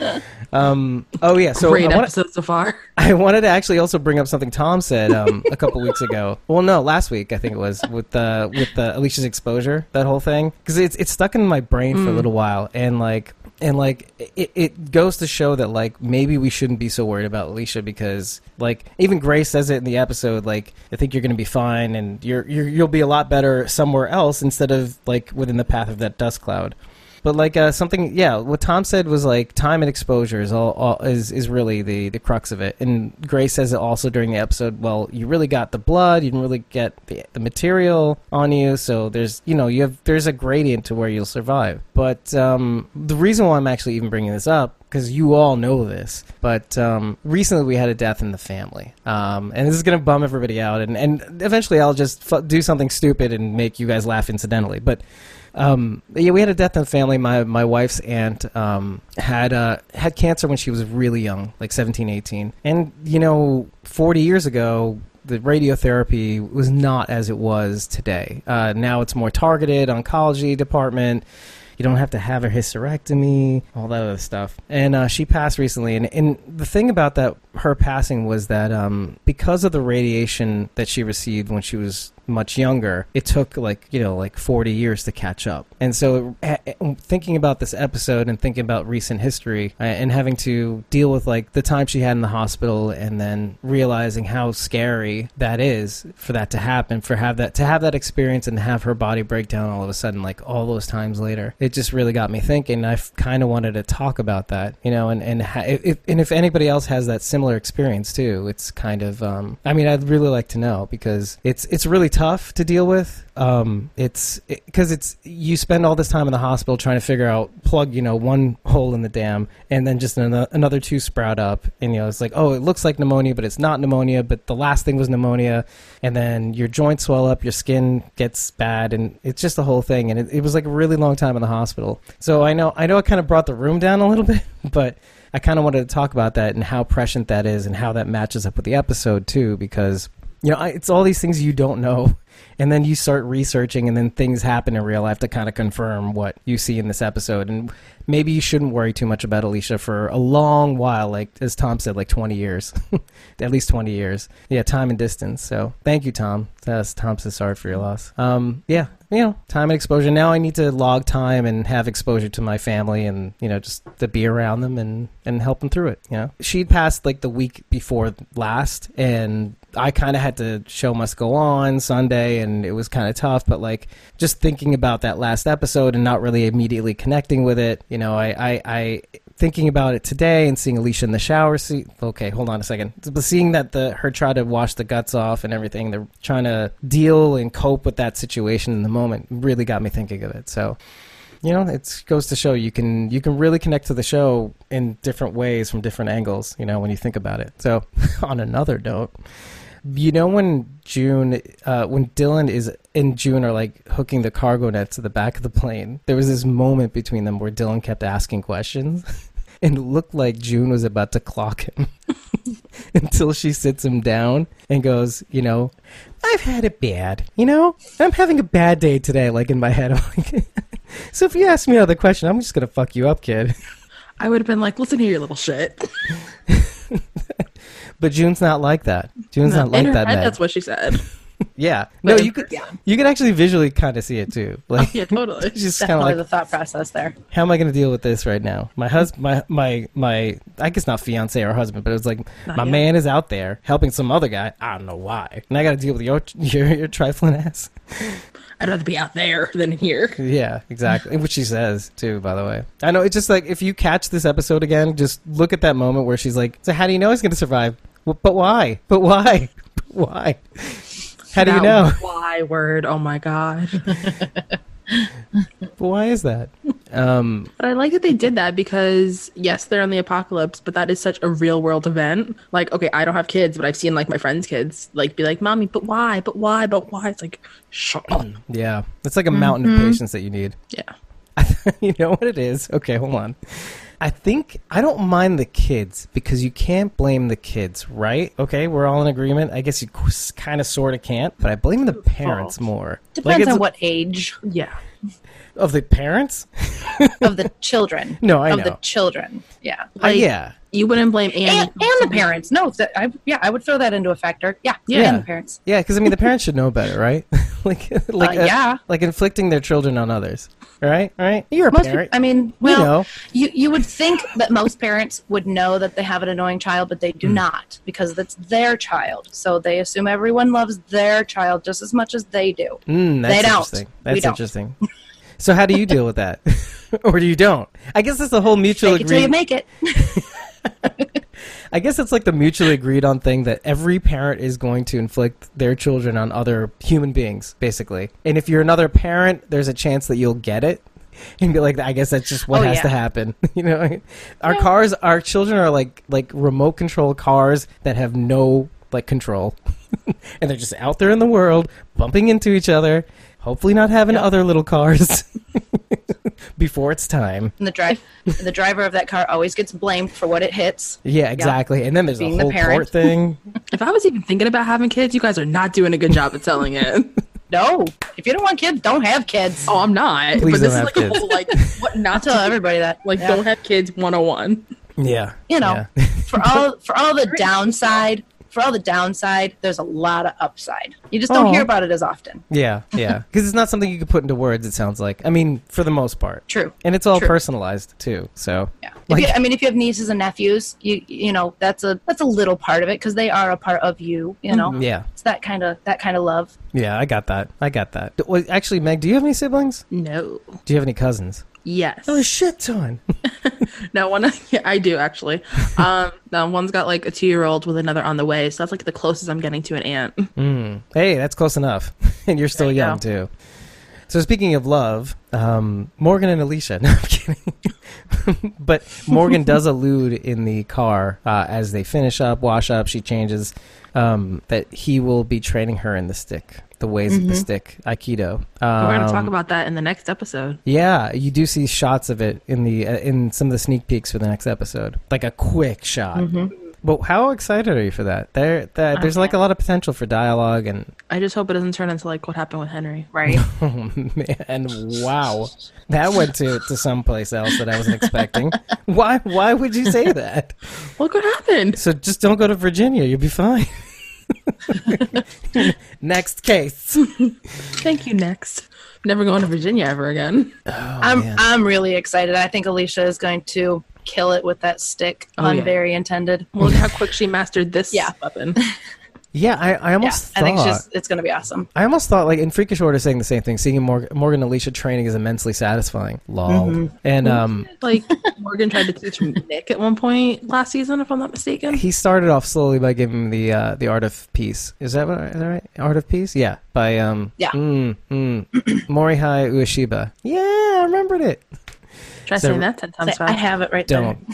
Speaker 1: Um, oh yeah, so
Speaker 3: Great
Speaker 1: I wanna,
Speaker 3: episode so far.
Speaker 1: I wanted to actually also bring up something Tom said um, a couple weeks ago. Well, no, last week I think it was with the with the Alicia's exposure, that whole thing, because it's it's stuck in my brain for a little while, and like and like it, it goes to show that like maybe we shouldn't be so worried about Alicia because like even Grace says it in the episode, like I think you're going to be fine, and you're, you're you'll be a lot better somewhere else instead of like within the path of that dust cloud. But like uh, something, yeah. What Tom said was like time and exposure is all, all is is really the the crux of it. And Gray says it also during the episode. Well, you really got the blood. You didn't really get the, the material on you. So there's you know you have there's a gradient to where you'll survive. But um, the reason why I'm actually even bringing this up because you all know this. But um, recently we had a death in the family, um, and this is gonna bum everybody out. And and eventually I'll just f- do something stupid and make you guys laugh incidentally. But um, yeah, we had a death in the family. My my wife's aunt um, had uh, had cancer when she was really young, like 17, 18. and you know, forty years ago. The radiotherapy was not as it was today. Uh, now it's more targeted, oncology department. You don't have to have a hysterectomy, all that other stuff. And uh, she passed recently. And, and the thing about that, her passing was that um, because of the radiation that she received when she was much younger, it took like, you know, like 40 years to catch up. And so eh, eh, thinking about this episode and thinking about recent history uh, and having to deal with like the time she had in the hospital and then realizing how scary that is for that to happen, for have that to have that experience and have her body break down all of a sudden, like all those times later, it just really got me thinking. I kind of wanted to talk about that, you know, and and ha- if, and if anybody else has that similar experience too, it's kind of, um, I mean, I'd really like to know because it's it's really tough to deal with. Um, it's because it's you spend all this time in the hospital trying to figure out plug you know one hole in the dam and then just another, another two sprout up and you know it's like oh it looks like pneumonia but it's not pneumonia but the last thing was pneumonia and then your joints swell up your skin gets bad and it's just the whole thing and it, it was like a really long time in the hospital. So I know I know I kind of brought the room down a little bit but. I kind of wanted to talk about that and how prescient that is and how that matches up with the episode too, because you know I, it's all these things you don't know, and then you start researching, and then things happen in real life to kind of confirm what you see in this episode. And maybe you shouldn't worry too much about Alicia for a long while, like as Tom said, like twenty years, at least twenty years. Yeah, time and distance. So thank you, Tom. That's Tom Cesar for your loss. Um, yeah, you know, time and exposure. Now I need to log time and have exposure to my family and, you know, just to be around them and, and help them through it. You know, she'd passed like the week before last and I kind of had to show must go on Sunday and it was kind of tough, but like just thinking about that last episode and not really immediately connecting with it, you know, I, I, I thinking about it today and seeing Alicia in the shower seat. Okay, hold on a second. But seeing that the her try to wash the guts off and everything, they're trying to deal and cope with that situation in the moment really got me thinking of it. So, you know, it goes to show you can you can really connect to the show in different ways from different angles. You know, when you think about it. So, on another note you know when June, uh, when Dylan is in June, are like hooking the cargo net to the back of the plane. There was this moment between them where Dylan kept asking questions, and it looked like June was about to clock him until she sits him down and goes, you know, I've had it bad. You know, I'm having a bad day today. Like in my head, I'm like, so if you ask me another question, I'm just gonna fuck you up, kid.
Speaker 3: I would have been like, listen here, you little shit.
Speaker 1: but June's not like that. June's not, like
Speaker 3: In her
Speaker 1: that.
Speaker 3: head,
Speaker 1: Meg.
Speaker 3: that's what she said.
Speaker 1: yeah. No,
Speaker 3: in Oh,
Speaker 1: you could
Speaker 2: person.
Speaker 1: you could actually visually kind of see it too. Like
Speaker 3: Yeah, totally.
Speaker 1: it's just kind of like,
Speaker 2: Definitely the thought process there.
Speaker 1: how am I going to deal with this right now? My husband, my my my, I guess not fiance or husband, but it was like my
Speaker 3: yet.
Speaker 1: man is out there helping some other guy. I don't know why, and I got to deal with your your, your trifling ass.
Speaker 3: I'd rather be out there than in here.
Speaker 1: Yeah, exactly. Which she says too, by the way. I know it's just like if you catch this episode again, just look at that moment where she's like, "So how do you know he's going to survive? Well, but why? But why? But why? How do you
Speaker 3: That
Speaker 1: know?
Speaker 3: Why word? Oh my god.
Speaker 1: But why is that?" Um,
Speaker 3: But I like that they did that because yes, they're on the apocalypse, but that is such a real world event. Like, okay, I don't have kids, but I've seen like my friends' kids like be like, "Mommy, but why? But why? But why?" It's like, shut up.
Speaker 1: yeah, it's like a mountain
Speaker 2: Mm-hmm.
Speaker 1: of patience that you need.
Speaker 3: Yeah.
Speaker 1: you know what it is? Okay, hold on. I think I don't mind the kids because you can't blame the kids, right? Okay, we're all in agreement. I guess you kind of sort of can't, but I blame the parents more. Like,
Speaker 2: Depends
Speaker 1: it's-
Speaker 2: on what age
Speaker 3: Yeah.
Speaker 1: of the parents. Uh,
Speaker 2: of the children.
Speaker 1: No, I
Speaker 2: of
Speaker 1: know.
Speaker 2: the children. Yeah.
Speaker 1: Uh, yeah,
Speaker 3: You wouldn't blame Annie.
Speaker 2: and,
Speaker 1: Eh,
Speaker 2: and the parents. No, that I, yeah, I would throw that into a factor. Yeah, yeah,
Speaker 1: Yeah.
Speaker 2: and the parents.
Speaker 1: yeah, because I mean the parents should know better, right? like, like,
Speaker 2: Uh,
Speaker 1: uh,
Speaker 2: yeah.
Speaker 1: like inflicting their children on others. All right, all right. You're a
Speaker 2: Most,
Speaker 1: parent.
Speaker 2: I mean,
Speaker 1: We
Speaker 2: well,
Speaker 1: know.
Speaker 2: you you would think that most parents would know that they have an annoying child, but they do
Speaker 1: Hmm.
Speaker 2: not because that's their child. So they assume everyone loves their child just as much as they do.
Speaker 1: Mm, that's
Speaker 2: They don't.
Speaker 1: interesting. That's
Speaker 2: We don't.
Speaker 1: interesting. So how do you deal with that, or do you don't? I guess that's the whole mutual
Speaker 2: Fake it till you
Speaker 1: agreement.
Speaker 2: make it.
Speaker 1: I guess it's like the mutually agreed on thing that every parent is going to inflict their children on other human beings, basically. And if you're another parent, there's a chance that you'll get it. And be like, I guess that's just what
Speaker 2: Oh,
Speaker 1: has
Speaker 2: yeah.
Speaker 1: to happen. You know, our cars, our children are like like remote control cars that have no like control, and they're just out there in the world bumping into each other. Hopefully, not having other little cars before it's time.
Speaker 2: And the drive, the driver of that car always gets blamed for what it hits.
Speaker 1: Yeah, exactly. And then there's
Speaker 2: Being
Speaker 1: a
Speaker 2: the
Speaker 1: whole
Speaker 2: parent.
Speaker 1: court thing.
Speaker 3: if I was even thinking about having kids, you guys are not doing a good job at selling it.
Speaker 2: No, if you don't want kids, don't have kids.
Speaker 3: oh, I'm not.
Speaker 1: Please
Speaker 3: but
Speaker 1: don't
Speaker 3: this is
Speaker 1: have
Speaker 3: like
Speaker 1: kids.
Speaker 3: a whole like what not
Speaker 2: Tell
Speaker 3: to
Speaker 2: everybody that.
Speaker 3: like
Speaker 2: Yeah.
Speaker 3: don't have kids 101.
Speaker 1: Yeah,
Speaker 2: you know,
Speaker 1: Yeah.
Speaker 2: for all for all the downside, for all the downside, there's a lot of upside. You just don't
Speaker 1: Aw.
Speaker 2: hear about it as often.
Speaker 1: Yeah, yeah. Because it's not something you can put into words. It sounds like. I mean, for the most part.
Speaker 2: True.
Speaker 1: And it's all
Speaker 2: True.
Speaker 1: personalized too. So.
Speaker 2: Yeah. If
Speaker 1: Like-
Speaker 2: you, I mean, if you have nieces and nephews, you you know that's a that's a little part of it because they are a part of you. You know,
Speaker 1: Mm-hmm. Yeah.
Speaker 2: it's that kind of that kind of love.
Speaker 1: Yeah, I got that. I got that. D- Well, actually, Meg, do you have any siblings?
Speaker 3: No.
Speaker 1: Do you have any cousins?
Speaker 3: Yes.
Speaker 1: Oh, a shit ton.
Speaker 3: No one. Yeah, I do actually. Um, no, one's got like a two-year-old with another on the way, so that's like the closest I'm getting to an aunt.
Speaker 1: Hey, that's close enough. and you're still
Speaker 3: There you
Speaker 1: young,
Speaker 3: go.
Speaker 1: too. So, speaking of love, um, Morgan and Alicia. No, I'm kidding. but Morgan does allude in the car uh, as they finish up, wash up, she changes, um, that he will be training her in the stick, the ways of the stick, Aikido. Um,
Speaker 3: Mm-hmm. We're gonna talk about that in the next episode.
Speaker 1: Yeah, you do see shots of it in the uh, in some of the sneak peeks for the next episode, like a quick shot.
Speaker 3: Mm-hmm.
Speaker 2: Mm-hmm.
Speaker 1: But how excited are you for that? There, that there's like a lot of potential for dialogue and
Speaker 3: I just hope it doesn't turn into like what happened with Henry.
Speaker 2: Right.
Speaker 1: Oh, and wow, that went to to someplace else that I wasn't expecting. why? Why would you say that?
Speaker 3: Look what happened.
Speaker 1: So just don't go to Virginia. You'll be fine. Next case.
Speaker 3: Thank you. Next. Never going to Virginia ever again.
Speaker 2: I'm I'm really excited. I think Alicia is going to kill it with that stick.
Speaker 3: Oh,
Speaker 2: Pun
Speaker 3: yeah.
Speaker 2: very intended.
Speaker 3: Well, Look how quick she mastered this
Speaker 2: Yeah.
Speaker 3: weapon.
Speaker 1: Yeah, I, I
Speaker 2: Yeah,
Speaker 1: almost
Speaker 2: I
Speaker 1: thought.
Speaker 2: think it's just it's going to be awesome.
Speaker 1: I almost thought like in freakish order saying the same thing. Seeing Morgan, Morgan and Alicia training is immensely satisfying. Lol.
Speaker 2: Mm-hmm.
Speaker 1: And um,
Speaker 3: Like Morgan tried to teach Nick at one point last season, if I'm not mistaken.
Speaker 1: he started off slowly by giving him the uh, the art of peace. Is that what, is that right? Art of peace? Yeah. By um.
Speaker 2: Yeah.
Speaker 1: Mm, mm, Morihei Ueshiba. Yeah, I remembered it.
Speaker 3: Try
Speaker 1: So-
Speaker 3: saying that ten times
Speaker 2: I
Speaker 3: fast.
Speaker 2: have it right there.
Speaker 1: Don't.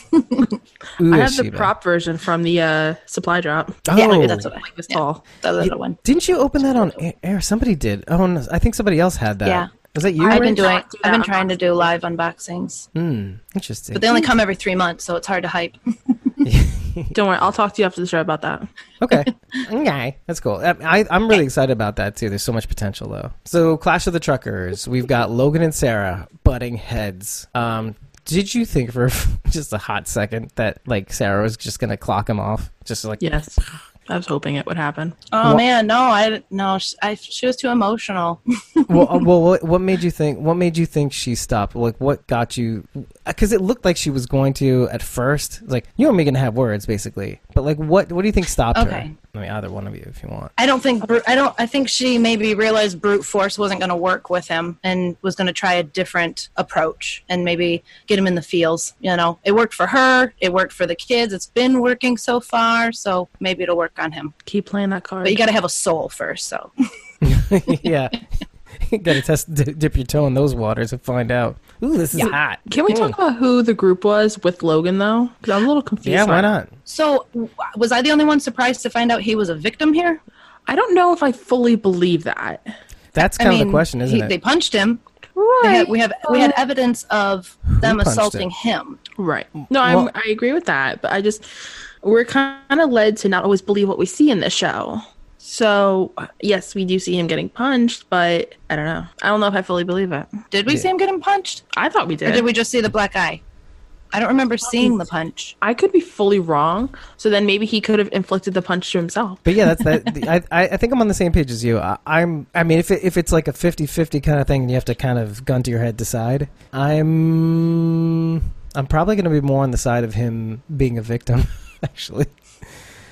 Speaker 3: I have the
Speaker 1: Ueshiba.
Speaker 3: prop version from the uh, supply drop.
Speaker 1: Oh.
Speaker 2: Yeah, that's what I
Speaker 3: Like, It was
Speaker 2: yeah,
Speaker 3: tall.
Speaker 2: The little one.
Speaker 1: Didn't you open that on a- air? Somebody did. Oh, no, I think somebody else had that.
Speaker 2: Yeah.
Speaker 1: Was that you?
Speaker 2: I've
Speaker 1: Rick?
Speaker 2: been doing.
Speaker 3: not do
Speaker 2: I've been
Speaker 3: that
Speaker 2: trying to do live unboxings,
Speaker 1: Hmm. Interesting.
Speaker 2: but they only come every three months, so it's hard to hype.
Speaker 3: Don't worry, I'll talk to you after the show about that.
Speaker 1: okay. Okay. That's cool. I, I, I'm really excited about that too. There's so much potential though. So Clash of the Truckers, we've got Logan and Sarah butting heads. Um, did you think for just a hot second that like Sarah was just gonna clock him off? Just like
Speaker 3: Yes. I was hoping it would happen.
Speaker 2: Oh man, no, I didn't- no, sh I she was too emotional.
Speaker 1: well, uh, well, what, what made you think? What made you think she stopped? Like, what got you? Because it looked like she was going to at first. Like, you and me can have words, basically. But like, what? What do you think stopped her?
Speaker 2: Okay.
Speaker 1: I mean, either one of you, if you want.
Speaker 2: I don't think bru- I don't. I think she maybe realized brute force wasn't going to work with him and was going to try a different approach and maybe get him in the feels. You know, it worked for her. It worked for the kids. It's been working so far, so maybe it'll work on him.
Speaker 3: Keep playing that card.
Speaker 2: But you got to have a soul first. So
Speaker 1: yeah, got to test di- dip your toe in those waters and find out. Ooh, this is hot.
Speaker 3: Can we talk about who the group was with Logan though? 'Cause I'm a little confused.
Speaker 1: Yeah, why
Speaker 3: by-
Speaker 1: not?
Speaker 2: So, w- was I the only one surprised to find out he was a victim here?
Speaker 3: I don't know if I fully believe that.
Speaker 1: That's
Speaker 2: I
Speaker 1: kind of
Speaker 2: mean,
Speaker 1: the question, isn't
Speaker 2: he-
Speaker 1: it?
Speaker 2: They punched him. They
Speaker 3: Right.
Speaker 2: had, we have we had evidence of them
Speaker 1: punched
Speaker 2: assaulting
Speaker 1: him?
Speaker 2: him.
Speaker 3: Right. No, I'm,
Speaker 1: Well-
Speaker 3: I agree with that, but I just we're kind of led to not always believe what we see in the show. So yes, we do see him getting punched, but I don't know. I don't know if I fully believe it.
Speaker 2: Did we see him getting punched,
Speaker 3: I thought we did.
Speaker 2: or did we just see the black eye? I don't remember seeing the punch.
Speaker 3: I could be fully wrong. So then maybe he could have inflicted the punch to himself.
Speaker 1: But yeah, that's that. the- I I I think I'm on the same page as you. I, I'm. I mean, if it, if it's like a 50-50 kind of thing, and you have to kind of gun to your head decide. I'm. I'm probably going to be more on the side of him being a victim, actually.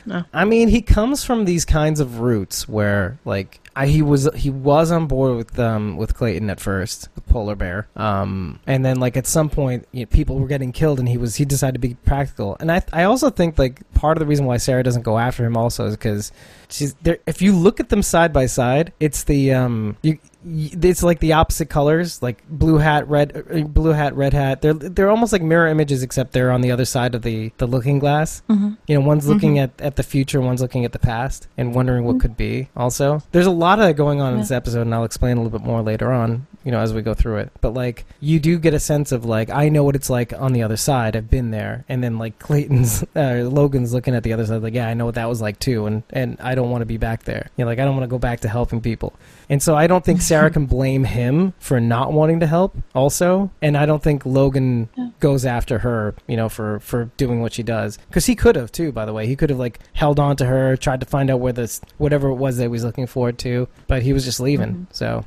Speaker 3: No.
Speaker 1: I mean, he comes from these kinds of roots where, like, I, he was he was on board with um with Clayton at first, with Polar Bear, um, and then like at some point, you know, people were getting killed, and he was he decided to be practical. And I I also think like part of the reason why Sarah doesn't go after him also is because she's there. If you look at them side by side, it's the um you. y- It's like the opposite colors, like blue hat, red, uh, blue hat, red hat. They're they're almost like mirror images, except they're on the other side of the the looking glass.
Speaker 2: Mm-hmm.
Speaker 1: You know, one's looking at, at the future, one's looking at the past, and wondering what could be. Also, there's a lot of that going on in this episode, and I'll explain a little bit more later on. You know, as we go through it, but like you do get a sense of like I know what it's like on the other side. I've been there, and then like Clayton's, uh, Logan's looking at the other side, like yeah, I know what that was like too, and and I don't want to be back there. You know, like I don't want to go back to helping people, and so I don't think Sarah can blame him for not wanting to help. Also, and I don't think Logan goes after her, you know, for for doing what she does because he could have too. By the way, he could have like held on to her, tried to find out where this whatever it was that he was looking forward to, but he was just leaving. So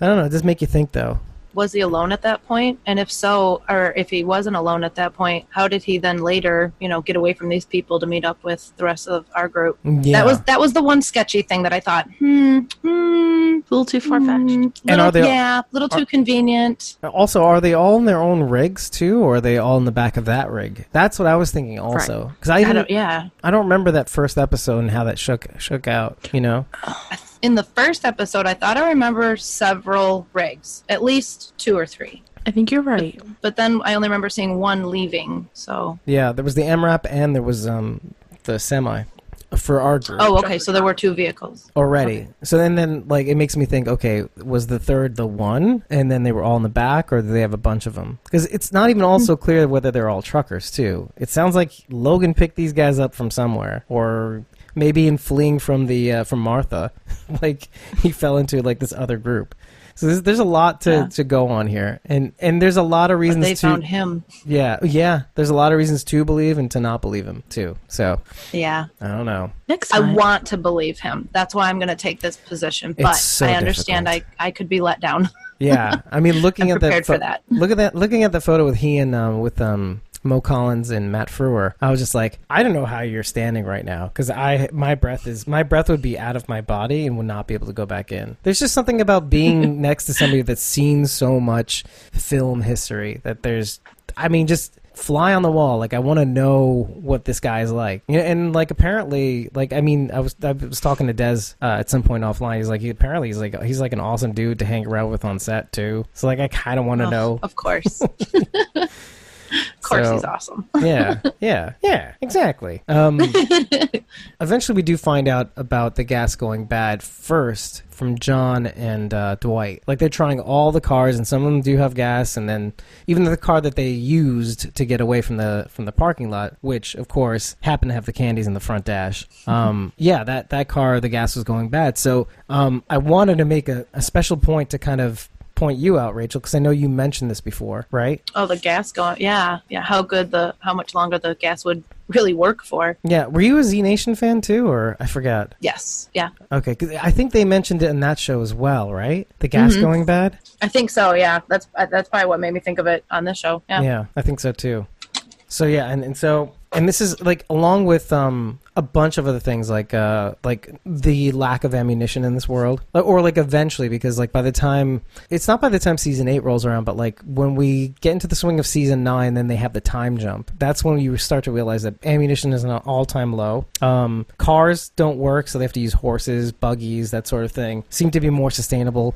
Speaker 1: I don't know. It does make you think though.
Speaker 2: Was he alone at that point? And if so, or if he wasn't alone at that point, how did he then later, you know, get away from these people to meet up with the rest of our group?
Speaker 1: Yeah.
Speaker 2: That was that was the one sketchy thing that I thought, hmm, hmm,
Speaker 3: little too far fetched.
Speaker 1: And
Speaker 2: Little-
Speaker 1: are they-
Speaker 2: yeah, a little too convenient.
Speaker 1: Also, are they all in their own rigs too, or are they all in the back of that rig? That's what I was thinking also, because I,
Speaker 2: I
Speaker 1: didn't,
Speaker 2: don't, yeah.
Speaker 1: I don't remember that first episode and how that shook shook out. You know,
Speaker 2: In the first episode, I thought I remember several rigs, at least two or three.
Speaker 3: I think you're right.
Speaker 2: But then I only remember seeing one leaving. So,
Speaker 1: yeah, there was the MRAP and there was um the semi for our group
Speaker 2: oh, okay. So there were two vehicles.
Speaker 1: already. So then, then like it makes me think, okay, was the third the one, and then they were all in the back, or do they have a bunch of them? Because it's not even also
Speaker 2: Hmm.
Speaker 1: clear whether they're all truckers too. It sounds like Logan picked these guys up from somewhere, or maybe in fleeing from the uh, from Martha, like he fell into like this other group. So there's, there's a lot to,
Speaker 2: Yeah.
Speaker 1: to go on here, and and there's a lot of reasons
Speaker 2: They
Speaker 1: to
Speaker 2: found him.
Speaker 1: yeah yeah. There's a lot of reasons to believe and to not believe him too. So
Speaker 2: Yeah.
Speaker 1: I don't know.
Speaker 3: Next
Speaker 2: I
Speaker 3: time.
Speaker 2: want to believe him. That's why I'm going to take this position. But
Speaker 1: so
Speaker 2: I understand
Speaker 1: difficult.
Speaker 2: I, I could be let down.
Speaker 1: Yeah, I mean, looking
Speaker 2: I'm
Speaker 1: at that,
Speaker 2: prepared for
Speaker 1: pho-
Speaker 2: that.
Speaker 1: look at that, looking at the photo with he and um, with um, Mo Collins and Matt Frewer, I was just like, I don't know how you're standing right now because I my breath is my breath would be out of my body and would not be able to go back in. There's just something about being next to somebody that's seen so much film history that there's, I mean, just fly on the wall like i want to know what this guy's like you know, and like apparently like i mean i was i was talking to dez uh, at some point offline he's like he apparently he's like he's like an awesome dude to hang around with on set too so like i kind of want to know
Speaker 2: Oh, Of course. of course,
Speaker 1: So-
Speaker 2: he's awesome.
Speaker 1: yeah yeah yeah exactly um eventually we do find out about the gas going bad first from john and uh, dwight like they're trying all the cars and some of them do have gas and then even the car that they used to get away from the from the parking lot which of course happened to have the candies in the front dash um yeah that that car the gas was going bad so um i wanted to make a, a special point to kind of point you out rachel because i know you mentioned this before right
Speaker 2: Oh, the gas going. Yeah. Yeah. How good the, how much longer the gas would really work for.
Speaker 1: Yeah, were you a Z Nation fan too, or I forgot?
Speaker 2: Yes. Yeah.
Speaker 1: Okay, 'cause I think they mentioned it in that show as well, right? The gas going bad.
Speaker 2: I think so. Yeah. That's, uh, that's probably what made me think of it on this show. Yeah.
Speaker 1: Yeah, I think so too. So yeah, and, and so and this is like along with um a bunch of other things like uh like the lack of ammunition in this world or, or like eventually because like by the time it's not by the time season 8 rolls around but like when we get into the swing of season 9 then they have the time jump that's when you start to realize that ammunition is an all-time low um cars don't work so they have to use horses buggies that sort of thing seem to be more sustainable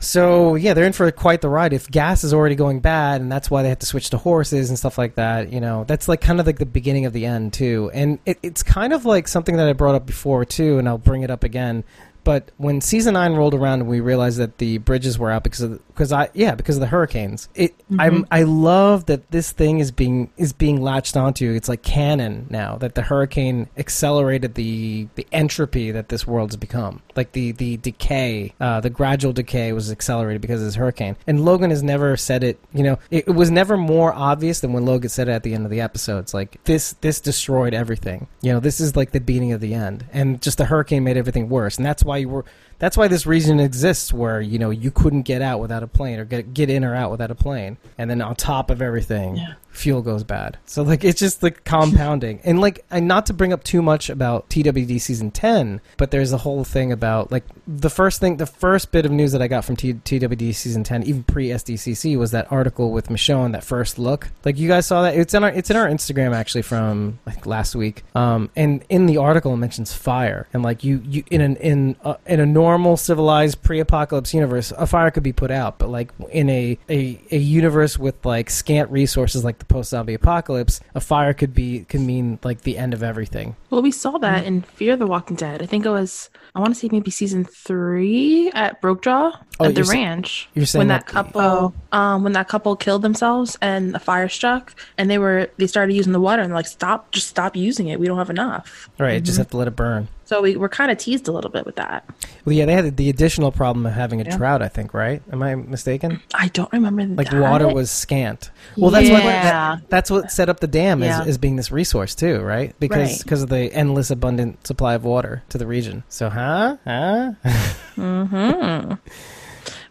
Speaker 1: so yeah, they're in for quite the ride. If gas is already going bad, and that's why they have to switch to horses and stuff like that, you know, that's like kind of like the beginning of the end too. And it, it's kind of like something that I brought up before too, and I'll bring it up again. But when season nine rolled around and we realized that the bridges were out because of because I yeah because of the hurricanes, it I'm I love that this thing is being is being latched onto. It's like canon now that the hurricane accelerated the the entropy that this world's become. Like the the decay, uh, the gradual decay was accelerated because of this hurricane. And Logan has never said it. You know, it, it was never more obvious than when Logan said it at the end of the episode. It's like this this destroyed everything. You know, this is like the beating of the end, and just the hurricane made everything worse. And that's why you were. That's why this region exists, where you know you couldn't get out without a plane, or get get in or out without a plane. And then on top of everything, fuel goes bad. So like it's just like compounding. and like and not to bring up too much about TWD season 10, but there's a whole thing about like the first thing the first bit of news that I got from T- TWD season 10 even pre SDCC was that article with Michonne that first look. Like you guys saw that it's in our it's in our Instagram actually from like last week. Um and in the article it mentions fire and like you you in an in a, in a normal civilized pre-apocalypse universe a fire could be put out but like in a a, a universe with like scant resources like the post-zombie apocalypse a fire could be could mean like the end of everything
Speaker 3: Well, we saw that in Fear the Walking Dead. I think it was, I want to say maybe season three at Brokejaw
Speaker 1: Oh,
Speaker 3: at the
Speaker 1: you're sa-
Speaker 3: ranch.
Speaker 1: you're saying
Speaker 3: when that,
Speaker 1: that- Oh.
Speaker 3: couple, um, when that couple killed themselves and the fire struck, and they were they started using the water and like stop, just stop using it. We don't have enough.
Speaker 1: right just have to let it burn
Speaker 3: So we were kind of teased a little bit with that.
Speaker 1: well yeah they had the additional problem of having a drought i think right am i mistaken
Speaker 3: I don't remember
Speaker 1: like
Speaker 3: that.
Speaker 1: water was scant well that's what
Speaker 2: Yeah.
Speaker 1: that- that's what set up the dam
Speaker 2: Yeah.
Speaker 1: as, as being this resource too right because
Speaker 3: Right.
Speaker 1: because of the endless abundant supply of water to the region so huh huh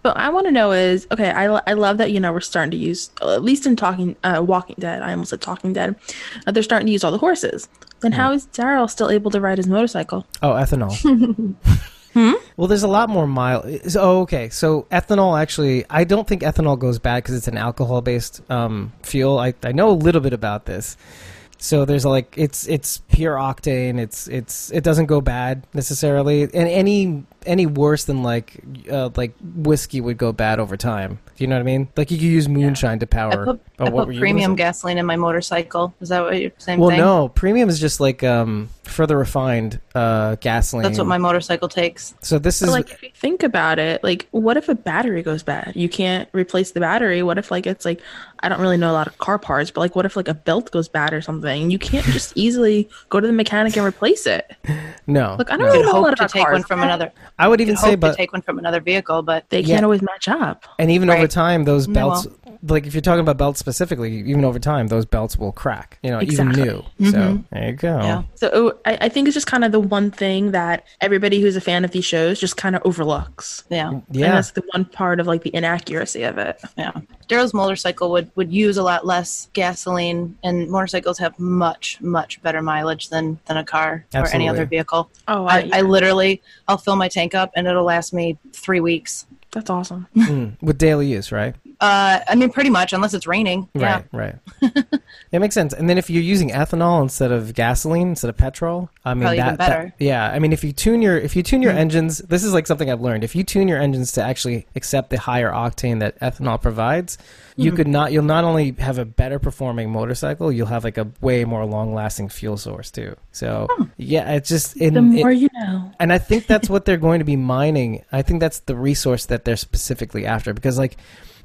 Speaker 3: But I want to know is okay. I, lo- I love that you know we're starting to use at least in talking uh, Walking Dead. I almost said Talking Dead. Uh, they're starting to
Speaker 1: Hmm.
Speaker 3: use all the horses. Then how is Daryl still able to ride his motorcycle?
Speaker 1: oh ethanol
Speaker 2: Hmm?
Speaker 1: Well, there's a lot more mild. is- Oh, okay. So ethanol actually, I don't think ethanol goes bad because it's an alcohol-based um, fuel. I, I know a little bit about this. So there's like it's it's pure octane. It's it's it doesn't go bad necessarily, and any any worse than like uh, like whiskey would go bad over time. Do you know what I mean? Like you could use moonshine to
Speaker 2: I
Speaker 1: power.
Speaker 2: put,
Speaker 1: oh,
Speaker 2: I
Speaker 1: what were
Speaker 2: put
Speaker 1: you-
Speaker 2: premium
Speaker 1: what was it?
Speaker 2: gasoline in my motorcycle. Is that what you're same
Speaker 1: Well,
Speaker 2: thing?
Speaker 1: no, premium is just like um, further refined uh, gasoline.
Speaker 2: That's what my motorcycle takes.
Speaker 1: So this is
Speaker 3: But like if you think about it, like what if a battery goes bad? You can't replace the battery. What if like it's like I don't really know a lot of car parts, but like what if like a belt goes bad or something? You can't just easily go to the mechanic and replace it.
Speaker 1: no.
Speaker 3: Look, I
Speaker 1: no.
Speaker 3: don't
Speaker 2: Could
Speaker 3: know a lot
Speaker 2: hope to
Speaker 3: about
Speaker 2: take
Speaker 3: cars.
Speaker 2: one from another.
Speaker 1: I would even
Speaker 2: Could
Speaker 1: say,
Speaker 2: hope to
Speaker 1: but
Speaker 2: take one from another vehicle, but
Speaker 3: They
Speaker 1: Yeah.
Speaker 3: can't always match up.
Speaker 1: and even over
Speaker 2: Right.
Speaker 1: time, those
Speaker 2: They
Speaker 1: belts, like if you're talking about belts specifically, even over time, those belts will crack. You know,
Speaker 3: Exactly.
Speaker 1: even new. So there you go.
Speaker 2: Mm-hmm. Yeah.
Speaker 3: So oh, I, I think it's just kind of the one thing that everybody who's a fan of these shows just kind of overlooks.
Speaker 2: yeah.
Speaker 3: And
Speaker 1: Yeah.
Speaker 3: that's the one part of like the inaccuracy of it.
Speaker 2: Yeah. Daryl's motorcycle would, would use a lot less gasoline, and motorcycles have much, much better mileage than, than a car or any
Speaker 1: Absolutely.
Speaker 2: other vehicle.
Speaker 3: Oh,
Speaker 2: I, I literally, I'll fill my tank up and it'll last me three weeks.
Speaker 3: that's awesome.
Speaker 1: Mm. With daily use, right?
Speaker 2: Uh, I mean, pretty much, unless it's raining. Yeah.
Speaker 1: Right, right. it makes sense. And then if you're using ethanol instead of gasoline, instead of petrol, I mean
Speaker 2: Probably even
Speaker 1: that, that-
Speaker 2: better. Mm-hmm.
Speaker 1: yeah, I mean if you tune your if you tune your engines, this is like something I've learned. If you tune your engines to actually accept the higher octane that ethanol provides,
Speaker 2: Mm-hmm.
Speaker 1: you could not you'll not only have a better performing motorcycle, you'll have like a way more long-lasting fuel source too. So, yeah, it's just in
Speaker 3: The more
Speaker 1: Mm, it-
Speaker 3: you know.
Speaker 1: and I think that's what they're going to be mining. I think that's the resource that they're specifically after because like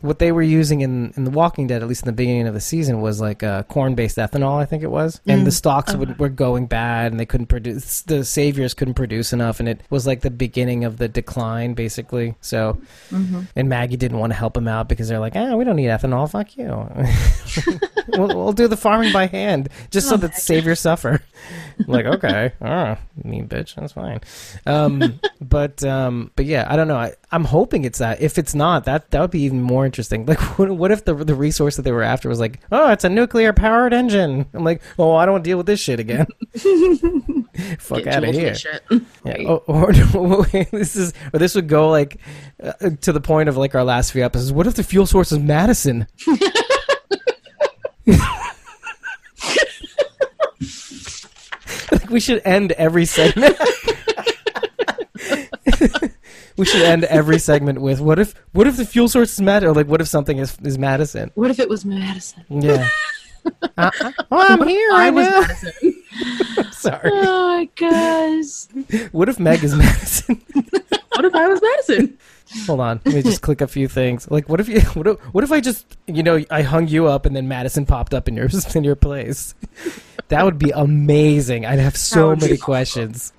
Speaker 1: what they were using in in The Walking Dead, at least in the beginning of the season, was like uh, corn based ethanol. I think it was, and the stocks would, were going bad, and they couldn't produce. The saviors couldn't produce enough, and it was like the beginning of the decline, basically. So, and Maggie didn't want to help them out because they're like, ah, we don't need ethanol. Fuck you. we'll, we'll do the farming by hand just so that the saviors suffer. like, okay, ah, mean bitch, that's fine. Um, but um, but yeah, I don't know. I, I'm hoping it's that. If it's not, that that would be even more interesting. Like, what, what if the the resource that they were after was like, oh, it's a nuclear powered engine? I'm like, oh, I don't want to deal with this shit again. Fuck out of here. Yeah. Oh, or, this is or this would go like uh, to the point of like our last few episodes. What if the fuel source is Madison? Like, we should end every segment. we should end every segment with what if what if the fuel source is Madison? Or like what if something is is Madison?
Speaker 2: What if it was Madison?
Speaker 1: Yeah. uh, uh, well, I'm here. I
Speaker 3: was
Speaker 1: know. Sorry.
Speaker 2: Oh, guys.
Speaker 1: What if Meg is Madison?
Speaker 3: What if I was Madison?
Speaker 1: Hold on, let me just click a few things. Like, what if you? What if, what if I just? You know, I hung you up, and then Madison popped up in your in your place. That would be amazing. I'd have so
Speaker 3: would be
Speaker 1: many
Speaker 3: awesome.
Speaker 1: questions.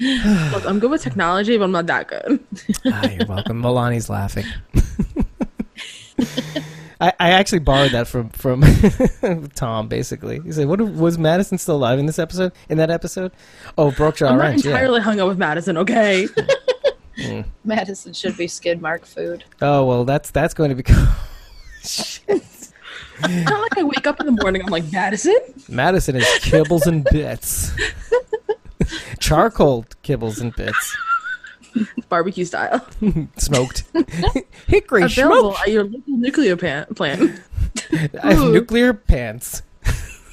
Speaker 3: Look, I'm good with technology, but I'm not that good.
Speaker 1: ah, you're welcome. Milani's laughing. I, I actually borrowed that from from Tom. Basically, he said, "What if- was Madison still alive in this episode? In that episode? Oh, Brookshaw
Speaker 3: I'm not
Speaker 1: Ranch. Yeah.
Speaker 3: entirely hung up with Madison, okay?
Speaker 2: Madison should be skid mark food.
Speaker 1: Oh well, that's that's going to become
Speaker 3: it's not like I wake up in the morning, I'm like, Madison?
Speaker 1: Madison is kibbles and bits. Charcoal kibbles and bits.
Speaker 3: Barbecue style.
Speaker 1: Smoked. Hickory
Speaker 3: Available
Speaker 1: smoked.
Speaker 3: at your local nuclear pan- plant.
Speaker 1: I have
Speaker 2: Ooh.
Speaker 1: nuclear pants.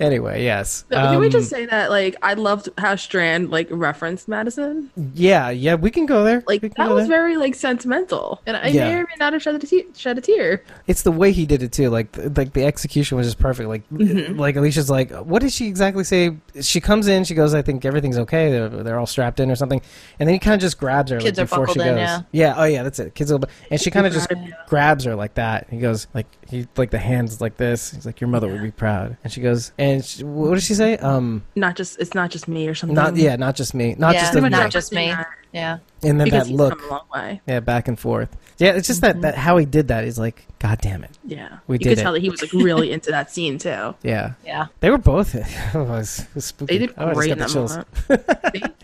Speaker 1: anyway, yes.
Speaker 3: So, can we
Speaker 1: Um,
Speaker 3: just say that, like, I loved how Strand, like, referenced Madison?
Speaker 1: Yeah, yeah, we can go there.
Speaker 3: Like,
Speaker 1: We can
Speaker 3: that
Speaker 1: go
Speaker 3: was
Speaker 1: there.
Speaker 3: very, like, sentimental. And I may
Speaker 1: Yeah.
Speaker 3: or may not have shed a, te- shed a tear.
Speaker 1: It's the way he did it too. Like, th- like the execution was just perfect. Like,
Speaker 2: Mm-hmm.
Speaker 1: like Alicia's like, what did she exactly say? She comes in, she goes, I think everything's okay. They're, they're all strapped in or something, and then he kind of just grabs her like,
Speaker 2: Kids are
Speaker 1: before she
Speaker 2: buckled
Speaker 1: goes.
Speaker 2: in, yeah.
Speaker 1: oh yeah, that's it. Kids, are, bu- and she kind of just
Speaker 3: grabbed her.
Speaker 1: grabs her like that. He goes like he like the hands like this. He's like, your mother would be proud. And she goes, and she, what does she say? Um,
Speaker 3: Not just, it's not just me or something.
Speaker 1: not yeah, not just me, not
Speaker 2: Mm-hmm. yeah,
Speaker 1: just the
Speaker 2: not
Speaker 1: look.
Speaker 2: just me. Yeah.
Speaker 1: and then
Speaker 3: Because
Speaker 1: that
Speaker 3: he's
Speaker 1: look.
Speaker 3: come a long way.
Speaker 1: Yeah, back and forth. Yeah, it's just
Speaker 2: Mm-hmm.
Speaker 1: that, that how he did that is like, god damn it.
Speaker 3: Yeah.
Speaker 1: We
Speaker 3: you
Speaker 1: did
Speaker 3: could
Speaker 1: it.
Speaker 3: tell that he was, like, really into that scene, too.
Speaker 1: Yeah,
Speaker 2: Yeah.
Speaker 1: they were both. it was, it was spooky.
Speaker 3: They did
Speaker 1: I just
Speaker 3: great
Speaker 1: got
Speaker 3: in
Speaker 1: the
Speaker 3: that
Speaker 1: chills.
Speaker 3: moment.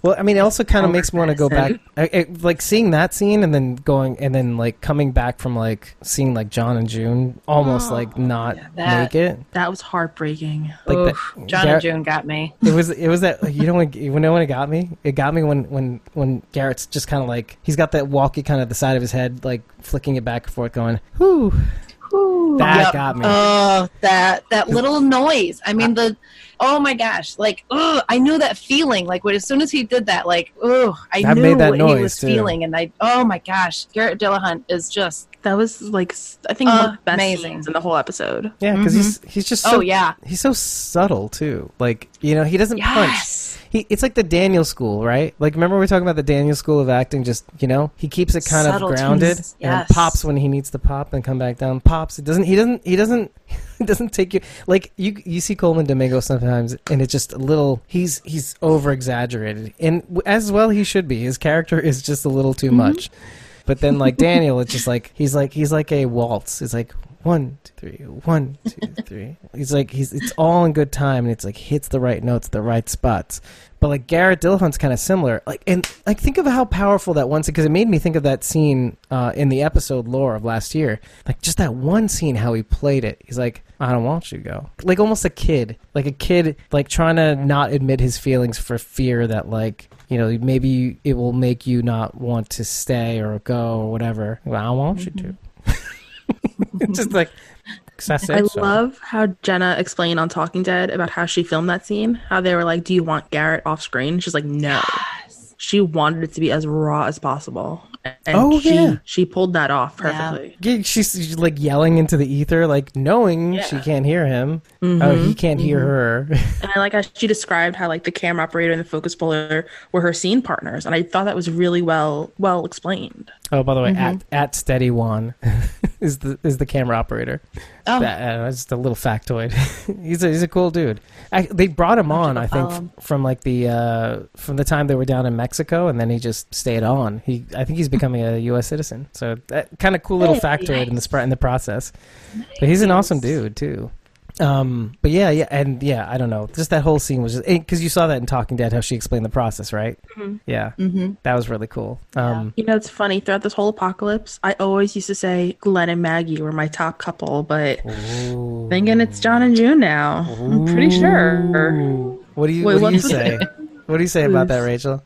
Speaker 1: Well, I mean, it also kind of
Speaker 3: Homework
Speaker 1: makes me want to go back,
Speaker 3: medicine.
Speaker 1: I, it, like seeing that scene and then going and then like coming back from like seeing like John and June almost
Speaker 3: Oh,
Speaker 1: like not
Speaker 2: yeah, that-
Speaker 1: make it.
Speaker 3: That was heartbreaking.
Speaker 1: Like
Speaker 2: Oof,
Speaker 1: that-
Speaker 2: John
Speaker 1: Gar-
Speaker 2: and June got me.
Speaker 1: It was it was that like, you know when you know when it got me. It got me when when when Garrett's just kind of like he's got that walkie kind of the side of his head like flicking it back and forth, going, "Whew, that
Speaker 2: Yep.
Speaker 1: got me."
Speaker 2: Oh, that that little noise. I mean, the oh my gosh, like oh, I knew that feeling. Like when as soon as he did that, like oh, I
Speaker 1: That
Speaker 2: knew
Speaker 1: made that
Speaker 2: what
Speaker 1: noise,
Speaker 2: he was
Speaker 1: too.
Speaker 2: feeling, and I oh my gosh, Garrett Dillahunt is just
Speaker 3: That was like s- I think one of the best
Speaker 2: Amazing.
Speaker 3: scenes in the whole episode.
Speaker 1: yeah, because he's he's just so
Speaker 2: oh yeah,
Speaker 1: he's so subtle too. Like you know he doesn't punch.
Speaker 2: yes,
Speaker 1: He, it's like the Daniel School, right? Like, remember we were talking about the Daniel School of acting? Just you know, he keeps it kind
Speaker 2: Subtle
Speaker 1: of grounded
Speaker 2: twist,
Speaker 1: and
Speaker 2: yes.
Speaker 1: pops when he needs to pop and come back down. Pops. It doesn't. He doesn't. He doesn't. It doesn't take you like you. You see Coleman Domingo sometimes, and it's just a little. He's he's over exaggerated, and w- as well he should be. His character is just a little too
Speaker 2: Mm-hmm.
Speaker 1: much. But then like Daniel, it's just like he's like he's like a waltz. It's like one, two, three, one, two, three. He's like he's it's all in good time and it's like hits the right notes, the right spots. But like Garrett Dillahunt's kind of similar. Like and like think of how powerful that one because it made me think of that scene uh, in the episode lore of last year. Like just that one scene, how he played it. He's like, I don't want you to go. Like almost a kid, like a kid, like trying to not admit his feelings for fear that like you know, maybe it will make you not want to stay or go or whatever. Well, I want you to. It's just like, 'cause I said
Speaker 3: I
Speaker 1: so.
Speaker 3: love how Jenna explained on Talking Dead about how she filmed that scene. How they were like, "Do you want Garrett off screen?" She's like, "No." She wanted it to be as raw as possible, and
Speaker 1: Oh,
Speaker 3: she
Speaker 1: yeah.
Speaker 3: she pulled that off perfectly.
Speaker 1: Yeah, she's, she's, like yelling into the ether, like knowing
Speaker 3: Yeah. Mm-hmm.
Speaker 1: she can't hear him. Oh, he can't hear her.
Speaker 3: And I like how she described how like the camera operator and the focus puller were her scene partners, and I thought that was really well well explained.
Speaker 1: oh, by the way, at at steady one is the is the camera operator.
Speaker 2: Oh.
Speaker 1: That- I don't know, just a little factoid. he's a, he's a cool dude. I, they brought him on, I think,
Speaker 3: follow him.
Speaker 1: f- from like the uh, from the time they were down in Mexico, and then he just stayed on. He, I think, he's becoming a U.S. citizen. So that kind of cool little
Speaker 3: Hey,
Speaker 1: factoid in the spr- in the process. But he's an awesome dude too. Um, but yeah, yeah, and yeah, I don't know. Just that whole scene was just because you saw that in Talking Dead how she explained the process, right? Yeah, mm-hmm. that was really cool. Um,
Speaker 3: You know, it's funny throughout this whole apocalypse, I always used to say Glenn and Maggie were my top couple, but thinking it's John and June now. I'm pretty sure.
Speaker 1: Ooh. What do you
Speaker 3: Wait,
Speaker 1: What do you
Speaker 3: what's the-
Speaker 1: say? What do you say about that, Rachel?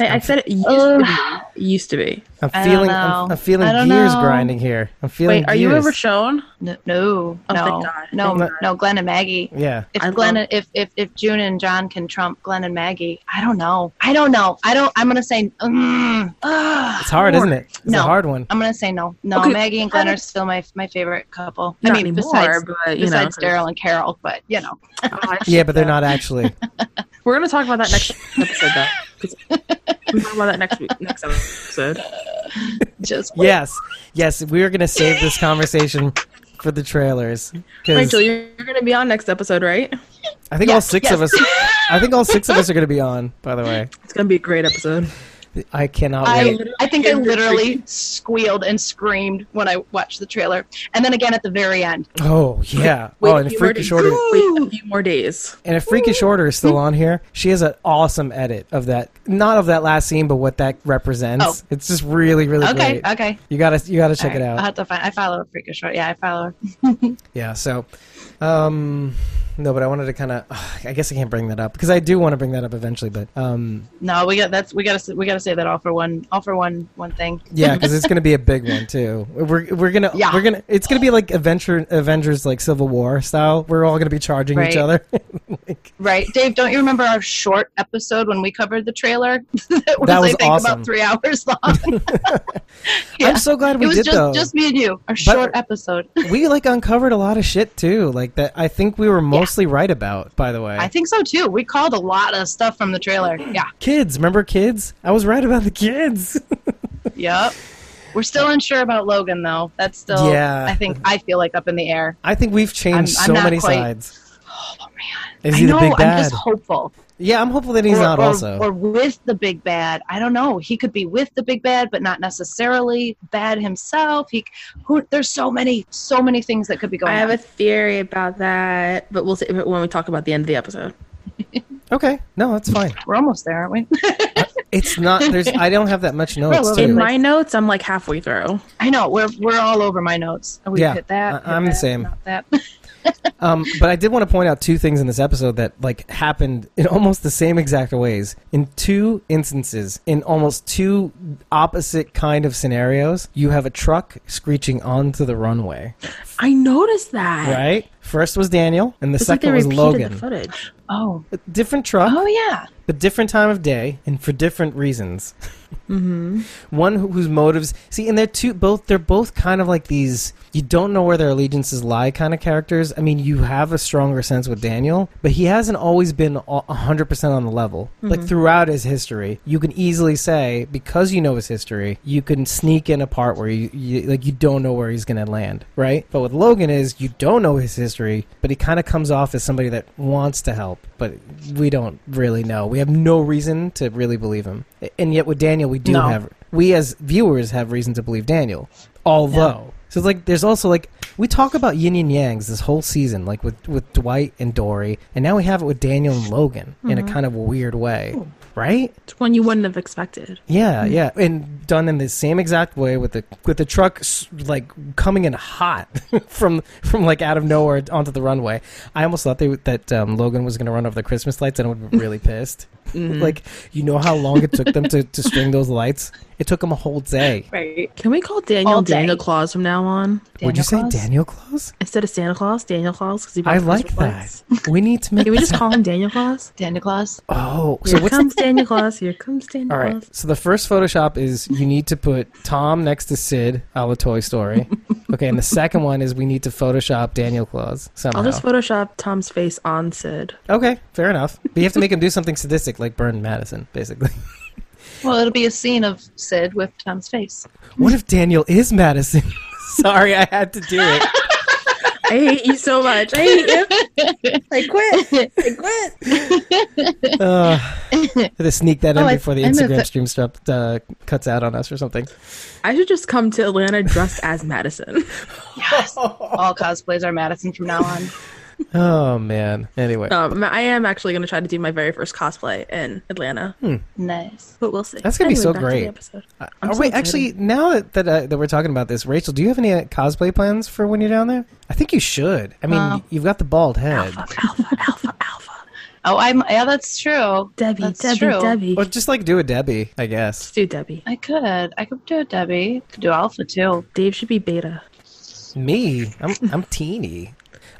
Speaker 3: I, I said it used to be. Used to be.
Speaker 1: I'm
Speaker 2: I don't
Speaker 1: feeling I'm,
Speaker 2: know.
Speaker 1: I'm feeling
Speaker 2: I don't
Speaker 1: gears
Speaker 2: know.
Speaker 1: grinding here. I'm feeling
Speaker 3: Wait, are you
Speaker 1: gears.
Speaker 3: ever shown?
Speaker 2: no, no,
Speaker 3: Oh,
Speaker 2: no,
Speaker 3: thank God. Thank
Speaker 2: no,
Speaker 3: God.
Speaker 2: no, Glenn and Maggie.
Speaker 1: Yeah.
Speaker 2: If
Speaker 3: I
Speaker 2: Glenn,
Speaker 3: love-
Speaker 2: if, if if June and John can trump Glenn and Maggie, I don't know. I don't know. I don't. I'm gonna say. Mm, ah.
Speaker 1: It's hard, isn't it? It's a
Speaker 2: No.
Speaker 1: hard one.
Speaker 2: I'm gonna say no. No,
Speaker 3: Okay.
Speaker 2: Maggie and Glenn are still my my favorite couple.
Speaker 3: Not
Speaker 2: I mean,
Speaker 3: anymore,
Speaker 2: besides
Speaker 3: but you
Speaker 2: besides
Speaker 3: know, oh, 'cause-
Speaker 2: Daryl and Carol, but you know,
Speaker 1: Yeah, but they're not actually.
Speaker 3: We're gonna talk about that next episode, though. 'Cause- We'll talk about that next week, next episode.
Speaker 2: just wait.
Speaker 1: yes, yes. We are going to save this conversation for the trailers. 'cause
Speaker 3: Rachel, you're, you're gonna be on next episode, right?
Speaker 1: I think
Speaker 2: Yeah,
Speaker 1: all six of us. I think all six of us are going to be on. By the way,
Speaker 3: It's gonna be a great
Speaker 1: Oh,
Speaker 3: episode.
Speaker 1: I cannot
Speaker 2: I,
Speaker 1: wait.
Speaker 2: I think I literally squealed and screamed when I watched the trailer, and then again at the very end.
Speaker 1: Oh yeah.
Speaker 3: Wait
Speaker 1: oh,
Speaker 3: a
Speaker 1: and
Speaker 3: few more
Speaker 1: freakish
Speaker 3: days.
Speaker 1: order.
Speaker 3: Wait a few more days.
Speaker 1: And if Freakish Order is
Speaker 2: Mm.
Speaker 1: still on here, she has an awesome edit of that. Not of that last scene, but what that represents.
Speaker 2: Oh.
Speaker 1: It's just really, really
Speaker 2: Okay,
Speaker 1: great.
Speaker 2: okay.
Speaker 1: You gotta, you gotta check
Speaker 2: All
Speaker 1: it
Speaker 2: right,
Speaker 1: out.
Speaker 2: I'll have to find. I follow Freakish Short. Yeah, I follow her.
Speaker 1: Yeah. So, um, no, but I wanted to kind of. I guess I can't bring that up because I do want to bring that up eventually. But um,
Speaker 2: No, we got that's we got to we got to say that all for one all for one one thing.
Speaker 1: yeah, because it's gonna be a big one too. We're we're gonna
Speaker 2: Yeah.
Speaker 1: we're gonna it's gonna be like Avenger, Avengers like Civil War style. We're all gonna be charging each
Speaker 2: Right.
Speaker 1: other.
Speaker 2: Right, Dave? Don't you remember our short episode when we covered the trailer? that was,
Speaker 1: That was
Speaker 2: I think,
Speaker 1: awesome.
Speaker 2: about three hours long. Yeah.
Speaker 1: I'm so glad we
Speaker 2: it was
Speaker 1: did
Speaker 2: just
Speaker 1: though.
Speaker 2: just me and you. Our short episode.
Speaker 1: we like uncovered a lot of shit too. Like that, I think we were mostly right about. By the way,
Speaker 2: I think so too. We called a lot of stuff from the trailer. Yeah.
Speaker 1: kids. Remember kids? I was right about the kids.
Speaker 2: Yep. We're still unsure about Logan though. That's still
Speaker 1: Yeah.
Speaker 2: I think I feel like up in the air.
Speaker 1: I think we've changed
Speaker 2: I'm- I'm
Speaker 1: so
Speaker 2: not
Speaker 1: many
Speaker 2: quite- Oh,
Speaker 1: sides. Is
Speaker 2: I
Speaker 1: he
Speaker 2: know,
Speaker 1: the big
Speaker 2: I'm
Speaker 1: bad?
Speaker 2: just hopeful.
Speaker 1: yeah, I'm hopeful that he's
Speaker 2: or,
Speaker 1: not
Speaker 2: or-
Speaker 1: also.
Speaker 2: or with the big bad. I don't know. He could be with the big bad, but not necessarily bad himself. He who there's so many, so many things that could be going
Speaker 3: I have
Speaker 2: on.
Speaker 3: a theory about that, but we'll see when we talk about the end of the episode.
Speaker 1: Okay, no, that's fine.
Speaker 2: We're almost there, aren't we?
Speaker 1: It's not. There's. I don't have that much notes.
Speaker 2: Relevant.
Speaker 1: Too.
Speaker 3: In
Speaker 2: Like-
Speaker 3: my notes, I'm like halfway through.
Speaker 2: I know we're we're all over my notes. We
Speaker 1: Yeah,
Speaker 2: hit
Speaker 1: I-
Speaker 2: that. hit
Speaker 1: I'm the
Speaker 2: that,
Speaker 1: same.
Speaker 2: Not that.
Speaker 1: Um, but I did want to point out two things in this episode that like happened in almost the same exact ways in two instances in almost two opposite kind of scenarios. You have a truck screeching onto the runway,
Speaker 3: I noticed that.
Speaker 1: right? First was Daniel, and the
Speaker 3: It's like
Speaker 1: second
Speaker 3: they
Speaker 1: was
Speaker 3: repeated
Speaker 1: Logan.
Speaker 3: the footage.
Speaker 2: oh,
Speaker 1: different truck,
Speaker 2: oh yeah.
Speaker 1: but different time of day and for different reasons. Mm-hmm. One who- whose motives see, and they're two both. They're both kind of like these. You don't know where their allegiances lie, kind of characters. I mean, you have a stronger sense with Daniel, but he hasn't always been hundred percent on the level. Like throughout his history, you can easily say because you know his history, you can sneak in a part where you, you like you don't know where he's going to land, right? But with Logan is you don't know his history, but he kind of comes off as somebody that wants to help, but we don't really know. We have no reason to really believe him. And yet with Daniel, we do
Speaker 2: No.
Speaker 1: have we as viewers have reason to believe Daniel, although. So it's like there's also like we talk about yin and yangs this whole season, like with with Dwight and Dory, and now we have it with Daniel and Logan in a kind of weird way, right?
Speaker 3: It's one you wouldn't have expected.
Speaker 1: Yeah, yeah, and done in the same exact way with the with the truck s- like coming in hot from from like out of nowhere onto the runway. I almost thought they, would- that um, Logan was going to run over the Christmas lights, and I would have been really pissed. Like you know how long it took them to to string those lights? It took them a whole day.
Speaker 2: Right.
Speaker 3: Can we call Daniel
Speaker 2: All day.
Speaker 3: Daniel Claus from now on?
Speaker 1: Would you say
Speaker 2: Claus?
Speaker 1: Daniel Claus?
Speaker 3: Instead of Santa Claus, Daniel Claus? Because he brought
Speaker 1: I
Speaker 3: the
Speaker 1: like
Speaker 3: Christmas
Speaker 1: that.
Speaker 3: lights.
Speaker 1: We need to make.
Speaker 3: Can we just
Speaker 1: that-
Speaker 3: call him Daniel Claus?
Speaker 2: Daniel Claus.
Speaker 1: Oh, so
Speaker 3: Here
Speaker 1: what's
Speaker 3: comes Daniel Claus. Here comes Daniel
Speaker 1: all right?
Speaker 3: Claus.
Speaker 1: So the first Photoshop is you need to put Tom next to Sid, a la Toy Story. Okay, and the second one is we need to Photoshop Daniel Claus somehow.
Speaker 3: I'll just Photoshop Tom's face on Sid.
Speaker 1: okay, fair enough. But you have to make him do something sadistic, like burn Madison, basically.
Speaker 2: Well, it'll be a scene of Sid with Tom's face.
Speaker 1: What if Daniel is Madison? Sorry, I had to do it.
Speaker 3: I hate you so much. I hate you. I quit. I quit.
Speaker 1: Uh, to sneak that in
Speaker 2: Oh, I-
Speaker 1: before the
Speaker 2: I know
Speaker 1: Instagram
Speaker 2: that-
Speaker 1: stream stuff uh, cuts out on us or something.
Speaker 3: I should just come to Atlanta dressed as Madison.
Speaker 2: Yes. All cosplays are Madison from now on.
Speaker 1: Oh man. Anyway,
Speaker 3: Um, I am actually going to try to do my very first cosplay in Atlanta,
Speaker 2: Nice.
Speaker 3: but we'll see.
Speaker 1: That's gonna be so
Speaker 3: back to the
Speaker 1: great.
Speaker 3: episode.
Speaker 1: oh,
Speaker 3: I'm so
Speaker 1: wait,
Speaker 3: excited.
Speaker 1: actually, now that that, uh, that we're talking about this, Rachel, do you have any uh, cosplay plans for when you're down there? I think you should. I mean, y- you've got the bald head,
Speaker 3: Alpha, alpha, alpha.
Speaker 2: Oh, I'm. Yeah, that's true.
Speaker 3: Debbie,
Speaker 2: that's
Speaker 3: Debbie,
Speaker 2: true.
Speaker 3: Debbie.
Speaker 1: or just like do a Debbie, I guess.
Speaker 3: Let's do Debbie.
Speaker 2: I could. I could do a Debbie. Could do Alpha too.
Speaker 3: Dave should be beta.
Speaker 1: Me, I'm I'm teeny.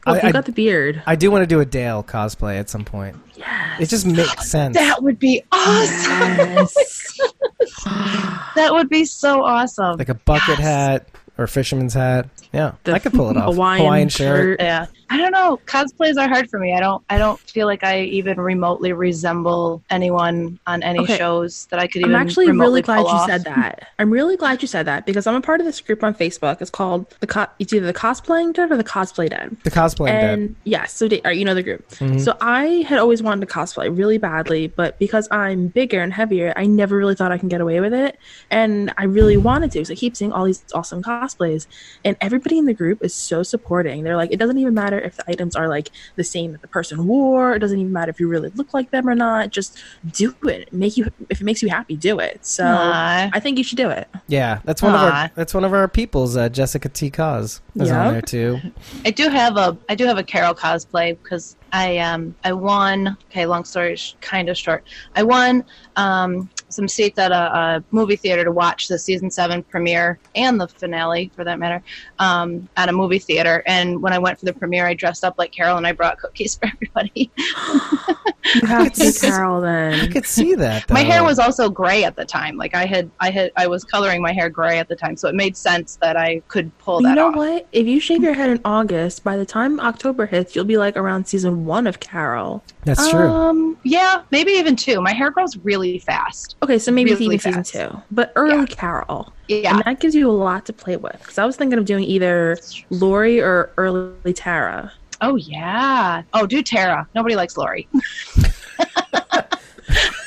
Speaker 3: Well,
Speaker 1: I,
Speaker 3: you
Speaker 1: I,
Speaker 3: Oh, got the beard.
Speaker 1: I do want to do a Dale cosplay at some point.
Speaker 3: Yes.
Speaker 1: It just makes sense.
Speaker 2: That would be awesome.
Speaker 3: Yes.
Speaker 2: That would be so awesome.
Speaker 1: Like a bucket hat or fisherman's hat. Yeah,
Speaker 3: The
Speaker 1: I could pull it off.
Speaker 3: Hawaiian shirt.
Speaker 2: yeah. I don't know. Cosplays are hard for me. I don't. I don't feel like I even remotely resemble anyone on any
Speaker 3: Okay.
Speaker 2: shows that I could
Speaker 3: I'm
Speaker 2: even.
Speaker 3: actually really
Speaker 2: remotely
Speaker 3: glad
Speaker 2: pull
Speaker 3: you
Speaker 2: off.
Speaker 3: said that. I'm really glad you said that because I'm a part of this group on Facebook. It's called the co- it's either the cosplaying dead or the cosplay dead.
Speaker 1: The cosplay Mm-hmm.
Speaker 3: and yeah, so da- or, you know the group.
Speaker 1: Mm.
Speaker 3: So I had always wanted to cosplay really badly, but because I'm bigger and heavier, I never really thought I can get away with it, and I really wanted to. So I keep seeing all these awesome cosplays, and everybody in the group is so supporting. They're like, it doesn't even matter if the items are like the same that the person wore. It doesn't even matter if you really look like them or not. Just do it. Make you if it makes you happy, do it. So
Speaker 2: Aw.
Speaker 3: I think you should do it.
Speaker 1: Yeah, that's one of our
Speaker 2: Aw.
Speaker 1: that's one of our people's uh, Jessica T. Cause is
Speaker 3: Yeah.
Speaker 1: on there too.
Speaker 2: I do have a I do have a Carol cosplay because I um I won okay long story sh- kind of short I won um some seats at a, a movie theater to watch the season seven premiere and the finale for that matter um at a movie theater and when I went for the premiere I dressed up like Carol and I brought cookies for everybody
Speaker 3: You have to be
Speaker 1: It's-
Speaker 3: Carol
Speaker 1: I
Speaker 3: then.
Speaker 1: could see that.
Speaker 2: my hair
Speaker 1: though.
Speaker 2: was also gray at the time like I had I had I was coloring my hair gray at the time so it made sense that I could pull that
Speaker 3: But you know
Speaker 2: off
Speaker 3: what? If you shave your head in August, by the time October hits, you'll be like around season one of Carol.
Speaker 1: That's true.
Speaker 2: um yeah maybe even two my hair grows really fast
Speaker 3: Okay, so maybe it's
Speaker 2: Really
Speaker 3: even season
Speaker 2: fast.
Speaker 3: two, but early Carol.
Speaker 2: yeah
Speaker 3: And that gives you a lot to play with. Because I was thinking of doing either Lori or early Tara.
Speaker 2: Oh yeah. Oh, do Tara. Nobody likes Lori.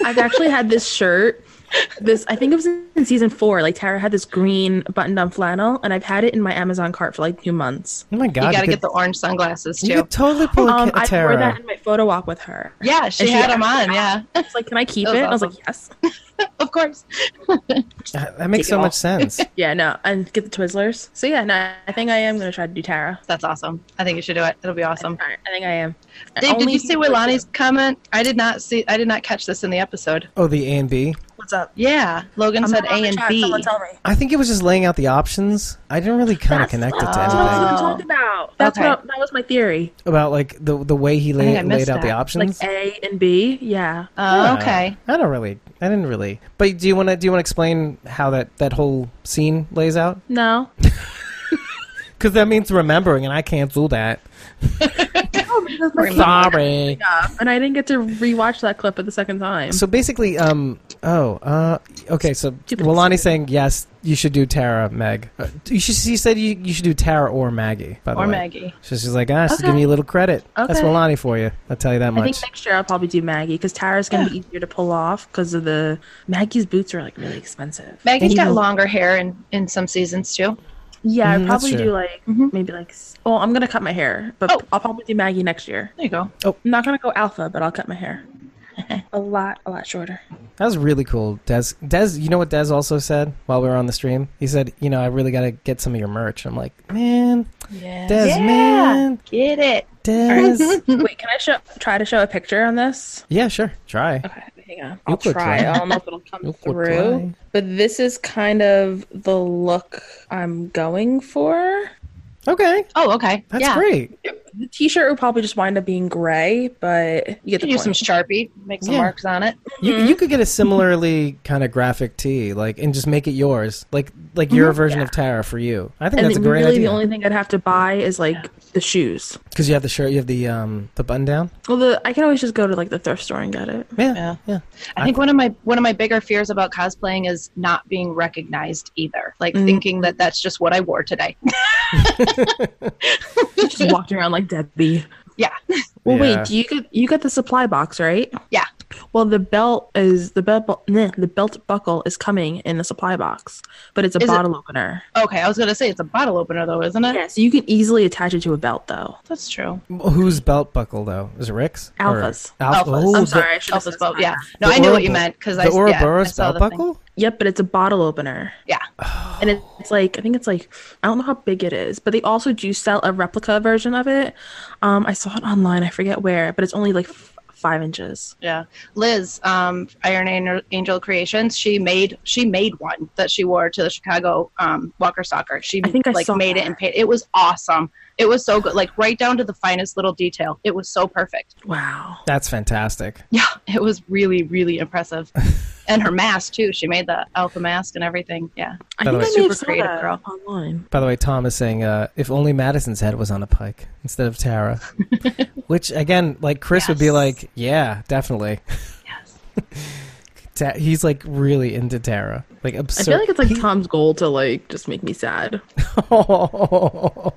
Speaker 3: I've actually had this shirt this I think it was in season four. Like Tara had this green button-down flannel, and I've had it in my Amazon cart for like two months.
Speaker 1: Oh my god!
Speaker 2: you got to
Speaker 1: could-
Speaker 2: get the orange sunglasses
Speaker 1: you
Speaker 2: too.
Speaker 1: could totally pull a
Speaker 3: Um,
Speaker 1: ca-
Speaker 3: I
Speaker 1: Tara.
Speaker 3: wore that in my photo op with her.
Speaker 2: Yeah, she
Speaker 3: And she
Speaker 2: had them on. Yeah,
Speaker 3: It's like, can I keep it?
Speaker 2: That was
Speaker 3: I was
Speaker 2: awesome.
Speaker 3: like, yes.
Speaker 2: of course.
Speaker 1: that, that makes
Speaker 2: Take it
Speaker 1: so
Speaker 2: off.
Speaker 1: much sense.
Speaker 3: Yeah, no, and get the Twizzlers. So yeah, no, I think I am gonna try to do Tara.
Speaker 2: That's awesome. I think you should do it. It'll be awesome.
Speaker 3: I I think I am.
Speaker 2: Dave, did
Speaker 3: Only
Speaker 2: you see
Speaker 3: because-
Speaker 2: Wilani's comment? I did not see. I did not catch this in the episode.
Speaker 1: Oh, the A and B.
Speaker 3: What's up?
Speaker 2: Yeah, Logan
Speaker 3: I'm
Speaker 2: said
Speaker 3: not
Speaker 2: A
Speaker 3: on the
Speaker 2: and
Speaker 3: chat,
Speaker 2: B.
Speaker 3: Someone tell me.
Speaker 1: I think it was just laying out the options. I didn't really kind of
Speaker 3: That's-
Speaker 1: connect it to
Speaker 3: That's what I was
Speaker 1: anything
Speaker 3: gonna
Speaker 2: Oh.
Speaker 3: talk about. That's
Speaker 2: Okay.
Speaker 3: what that was my theory.
Speaker 1: about like the the way he
Speaker 2: think
Speaker 1: lay,
Speaker 2: I missed
Speaker 1: laid out the
Speaker 2: that. Like, eh,
Speaker 1: options. Uh,
Speaker 3: Like A and B. Yeah.
Speaker 2: Oh, okay.
Speaker 1: I don't really. I didn't really. But do you want to? Do you want to explain how that that whole scene lays out?
Speaker 3: No.
Speaker 1: Because that means remembering, and I can't do that. Sorry.
Speaker 3: Yeah, and I didn't get to rewatch that clip at the second time.
Speaker 1: So basically, um, oh, uh, okay. So
Speaker 3: Stupid,
Speaker 1: Milani's
Speaker 3: stupid.
Speaker 1: saying yes. You should do Tara, Meg. Uh, you should. She said you, you should do Tara or Maggie. By the
Speaker 2: Or
Speaker 1: way.
Speaker 2: Maggie.
Speaker 1: So she's like, ah, she's
Speaker 3: Okay.
Speaker 1: giving you a little credit. That's
Speaker 3: Okay.
Speaker 1: Milani for you. I'll tell you that
Speaker 3: I
Speaker 1: much.
Speaker 3: think next year I'll probably do Maggie because Tara's gonna be easier to pull off because of the Maggie's boots are like really expensive.
Speaker 2: Maggie's got
Speaker 1: Anyway.
Speaker 2: longer hair in in some seasons too.
Speaker 1: Mm,
Speaker 3: Yeah, I'd
Speaker 1: that's
Speaker 3: probably
Speaker 1: true.
Speaker 3: do like maybe like. s- Well, I'm gonna cut my hair, but
Speaker 2: Oh.
Speaker 3: I'll probably do Maggie next year.
Speaker 2: There you go.
Speaker 3: I'm not gonna go alpha, but I'll cut my hair. a lot, a lot shorter.
Speaker 1: That was really cool, Des. Des, you know what Des also said while we were on the stream? He said, "You know, I really got to get some of your merch." I'm like, man,
Speaker 3: Yeah.
Speaker 1: Des,
Speaker 2: Yeah.
Speaker 1: man,
Speaker 2: Get it.
Speaker 1: Des.
Speaker 3: Wait, can I show try to show a picture on this?
Speaker 1: yeah, sure, try.
Speaker 3: Okay, hang on. I'll
Speaker 1: could
Speaker 3: try.
Speaker 1: try.
Speaker 3: I don't know if it'll come
Speaker 1: You could
Speaker 3: through.
Speaker 1: try.
Speaker 3: But this is kind of the look I'm going for.
Speaker 1: Okay,
Speaker 2: Oh, okay.
Speaker 1: that's
Speaker 2: yeah.
Speaker 1: great.
Speaker 3: The t-shirt would probably just wind up being gray, but you
Speaker 2: You
Speaker 3: get
Speaker 2: could
Speaker 3: the
Speaker 2: use some
Speaker 3: point.
Speaker 2: Sharpie, make some
Speaker 1: Yeah.
Speaker 2: marks on it.
Speaker 1: You,
Speaker 3: Mm-hmm.
Speaker 1: you could get a similarly kind of graphic tee, like, and just make it yours, like like your version of Tara for you. I think
Speaker 3: Mm-hmm. and
Speaker 1: that's a
Speaker 3: then
Speaker 1: great
Speaker 3: really the
Speaker 1: idea
Speaker 3: only thing I'd have to buy is like the shoes.
Speaker 1: because you have the shirt, you have the um the button down.
Speaker 3: Well, the I can always just go to like the thrift store and get it.
Speaker 1: Yeah, yeah.
Speaker 2: Yeah. I think one of my one of my bigger fears about cosplaying is not being recognized either. Like
Speaker 3: Mm.
Speaker 2: thinking that that's just what I wore today.
Speaker 3: Just walking around like Debbie.
Speaker 2: Yeah.
Speaker 3: Well,
Speaker 1: Yeah.
Speaker 3: wait. Do you get you get the supply box right?
Speaker 2: Yeah.
Speaker 3: Well, the belt is the belt bu- meh, the belt buckle is coming in the supply box, but it's a
Speaker 2: Is it-
Speaker 3: bottle opener.
Speaker 2: Okay, I was gonna say it's a bottle opener though, isn't it?
Speaker 3: Yeah, so you can easily attach it to a belt though.
Speaker 2: That's true.
Speaker 1: Whose belt buckle though? Is it Rick's? Or-
Speaker 3: Alpha's.
Speaker 1: Alpha-
Speaker 2: Alpha's.
Speaker 1: Oh,
Speaker 2: I'm
Speaker 1: the-
Speaker 3: I'm sorry, I should have
Speaker 2: Elsa's
Speaker 3: specified.
Speaker 2: boat. Yeah. No,
Speaker 1: the
Speaker 2: I knew what
Speaker 1: Ourobo-
Speaker 2: you meant because
Speaker 1: The
Speaker 2: I yeah, I
Speaker 1: Ouroboros
Speaker 2: saw
Speaker 1: belt
Speaker 2: the thing.
Speaker 1: buckle.
Speaker 3: Yep, but it's a bottle opener.
Speaker 2: Yeah.
Speaker 3: and it- it's like I think it's like I don't know how big it is, but they also do sell a replica version of it. Um, I saw it online, I forget where, but it's only like f- five inches.
Speaker 2: Yeah, Liz, um, Iron An- Angel Creations. She made she made one that she wore to the Chicago um, Walker Soccer. She
Speaker 3: I think I
Speaker 2: like
Speaker 3: saw
Speaker 2: made it
Speaker 3: that.
Speaker 2: and paid. It was awesome. It was so good, like right down to the finest little detail. It was so perfect.
Speaker 3: Wow.
Speaker 1: That's fantastic.
Speaker 2: Yeah, it was really really impressive. and her mask too. She made the alpha mask and everything. Yeah,
Speaker 3: I
Speaker 1: By the
Speaker 3: think I
Speaker 1: way-
Speaker 3: may have
Speaker 2: Super
Speaker 3: saw
Speaker 2: creative
Speaker 3: that
Speaker 2: girl.
Speaker 3: online.
Speaker 1: By the way, Tom is saying, uh, if only Madison's head was on a pike instead of Tara. Which, again, like Chris would be
Speaker 2: Yes.
Speaker 1: like, yeah, definitely.
Speaker 2: yes,
Speaker 1: Ta- he's like really into Tara. Like,
Speaker 3: I
Speaker 1: absurd.
Speaker 3: feel like it's like Tom's goal to like just make me sad.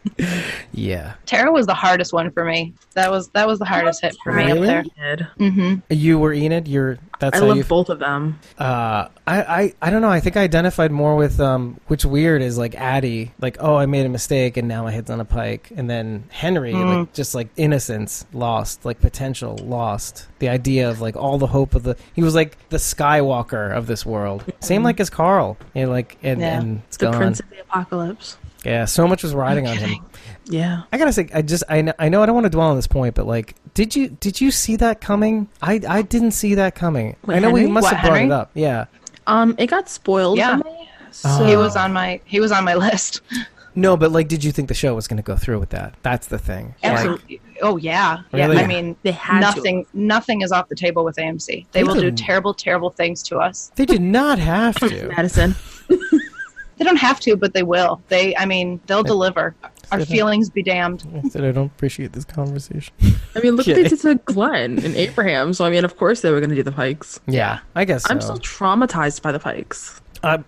Speaker 1: yeah.
Speaker 2: Tara was the hardest one for me. That was that was the hardest hit for me
Speaker 1: Really?
Speaker 2: up there. hmm
Speaker 1: You were Enid? You're, that's
Speaker 3: I
Speaker 1: how
Speaker 3: love
Speaker 1: you.
Speaker 3: both of them.
Speaker 1: uh, I, I, I don't know. I think I identified more with, um, which weird is like Addie, like, oh, I made a mistake and now my head's on a pike. And then Henry,
Speaker 3: Mm-hmm.
Speaker 1: like, just like innocence lost, like potential lost. The idea of like all the hope of the, he was like the Skywalker of this world. Same like as Carl. And like, and,
Speaker 2: Yeah.
Speaker 1: and it's
Speaker 3: Mm-hmm. The
Speaker 1: gone.
Speaker 3: Prince of the Apocalypse.
Speaker 1: Yeah, so much was riding on him.
Speaker 3: Yeah.
Speaker 1: I gotta say, I just I know, I know I don't want to dwell on this point, but like, did you did you see that coming? I I didn't see that coming.
Speaker 3: Wait,
Speaker 1: I know we
Speaker 3: Henry?
Speaker 1: must
Speaker 2: What,
Speaker 1: have brought
Speaker 2: Henry?
Speaker 1: it up. Yeah,
Speaker 3: Um, it got spoiled
Speaker 2: Yeah.
Speaker 3: for me. So
Speaker 1: Oh.
Speaker 2: He was on my he was on my list.
Speaker 1: no, but like, did you think the show was going to go through with that? That's the thing. Like,
Speaker 2: Absolutely. oh yeah.
Speaker 1: Really?
Speaker 2: Yeah. I mean,
Speaker 3: They had to.
Speaker 2: nothing. Nothing is off the table with AMC. They will do
Speaker 1: Really?
Speaker 2: terrible, terrible things to us.
Speaker 1: they did not have to.
Speaker 3: Madison.
Speaker 2: They don't have to, but they will. They. I mean, they'll deliver. Our
Speaker 1: Yeah.
Speaker 2: feelings be damned.
Speaker 1: I said I don't appreciate this conversation.
Speaker 3: I mean, look what
Speaker 1: Okay.
Speaker 3: they did to Glenn and Abraham. So I mean, of course they were going to do the Pikes.
Speaker 1: Yeah, I guess so.
Speaker 3: I'm still traumatized by the Pikes.
Speaker 1: Uh,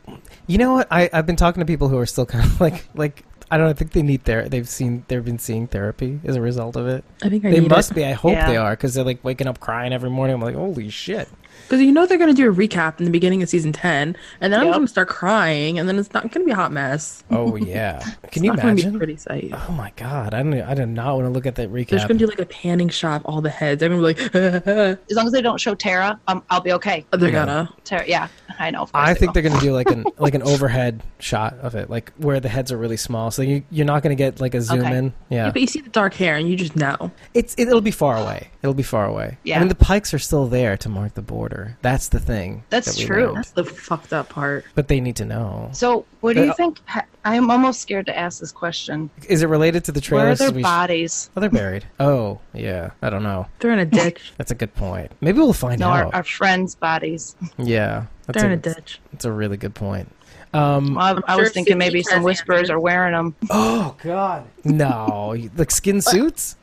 Speaker 1: you know what? I I've been talking to people who are still kind of like like. I don't know, I think they need their. They've seen. They've been seeing therapy as a result of it.
Speaker 3: I think I
Speaker 1: They
Speaker 3: need
Speaker 1: must
Speaker 3: it.
Speaker 1: be. I hope
Speaker 2: Yeah.
Speaker 1: they are because they're like waking up crying every morning. I'm like, holy shit.
Speaker 3: Because you know they're gonna do a recap in the beginning of season ten, and then I'm
Speaker 2: Yep.
Speaker 3: gonna start crying, and then it's not gonna be a hot mess.
Speaker 1: Oh yeah. Can
Speaker 3: It's
Speaker 1: you
Speaker 3: not gonna be
Speaker 1: imagine?
Speaker 3: a pretty sight.
Speaker 1: Oh my god. I don't. I do not want to look at that
Speaker 3: They're just gonna
Speaker 1: recap.
Speaker 3: do like a panning shot of all the heads. I'm gonna be like, they're
Speaker 2: As long as they don't show Tara, um, I'll be okay.
Speaker 3: gonna.
Speaker 2: Tara, yeah, I know. Of course
Speaker 1: I
Speaker 2: they
Speaker 1: think
Speaker 2: will.
Speaker 1: they're gonna do like an like an overhead shot of it, like where the heads are really small, so you you're not gonna get like a zoom
Speaker 2: Okay.
Speaker 1: in. Yeah,
Speaker 3: But you e see the dark hair, and you just know.
Speaker 1: it's it, it'll be far away. It'll be far away. I
Speaker 2: Yeah.
Speaker 1: mean the pikes are still there to mark the border. That's the thing.
Speaker 2: That's
Speaker 1: we
Speaker 2: true.
Speaker 1: learned.
Speaker 3: That's the fucked up part.
Speaker 1: But they need to know.
Speaker 2: So, what do
Speaker 1: Yeah.
Speaker 2: you think? ha- I'm almost scared to ask this question.
Speaker 1: Is it related to the
Speaker 2: Where are
Speaker 1: trailers?
Speaker 2: their
Speaker 1: We sh-
Speaker 2: bodies?
Speaker 1: oh, they're buried. Oh yeah, I don't know.
Speaker 3: They're in a ditch.
Speaker 1: That's a good point. Maybe we'll find
Speaker 2: No, our,
Speaker 1: out.
Speaker 2: our friends' bodies.
Speaker 1: yeah, that's
Speaker 3: They're in a
Speaker 1: that's-
Speaker 3: ditch.
Speaker 1: That's a really good point. Um,
Speaker 2: Well, I, I was
Speaker 3: sure
Speaker 2: thinking
Speaker 3: Sydney
Speaker 2: maybe some
Speaker 3: has
Speaker 2: whisperers
Speaker 3: answers.
Speaker 2: are wearing them.
Speaker 1: oh God, no, you- like skin suits.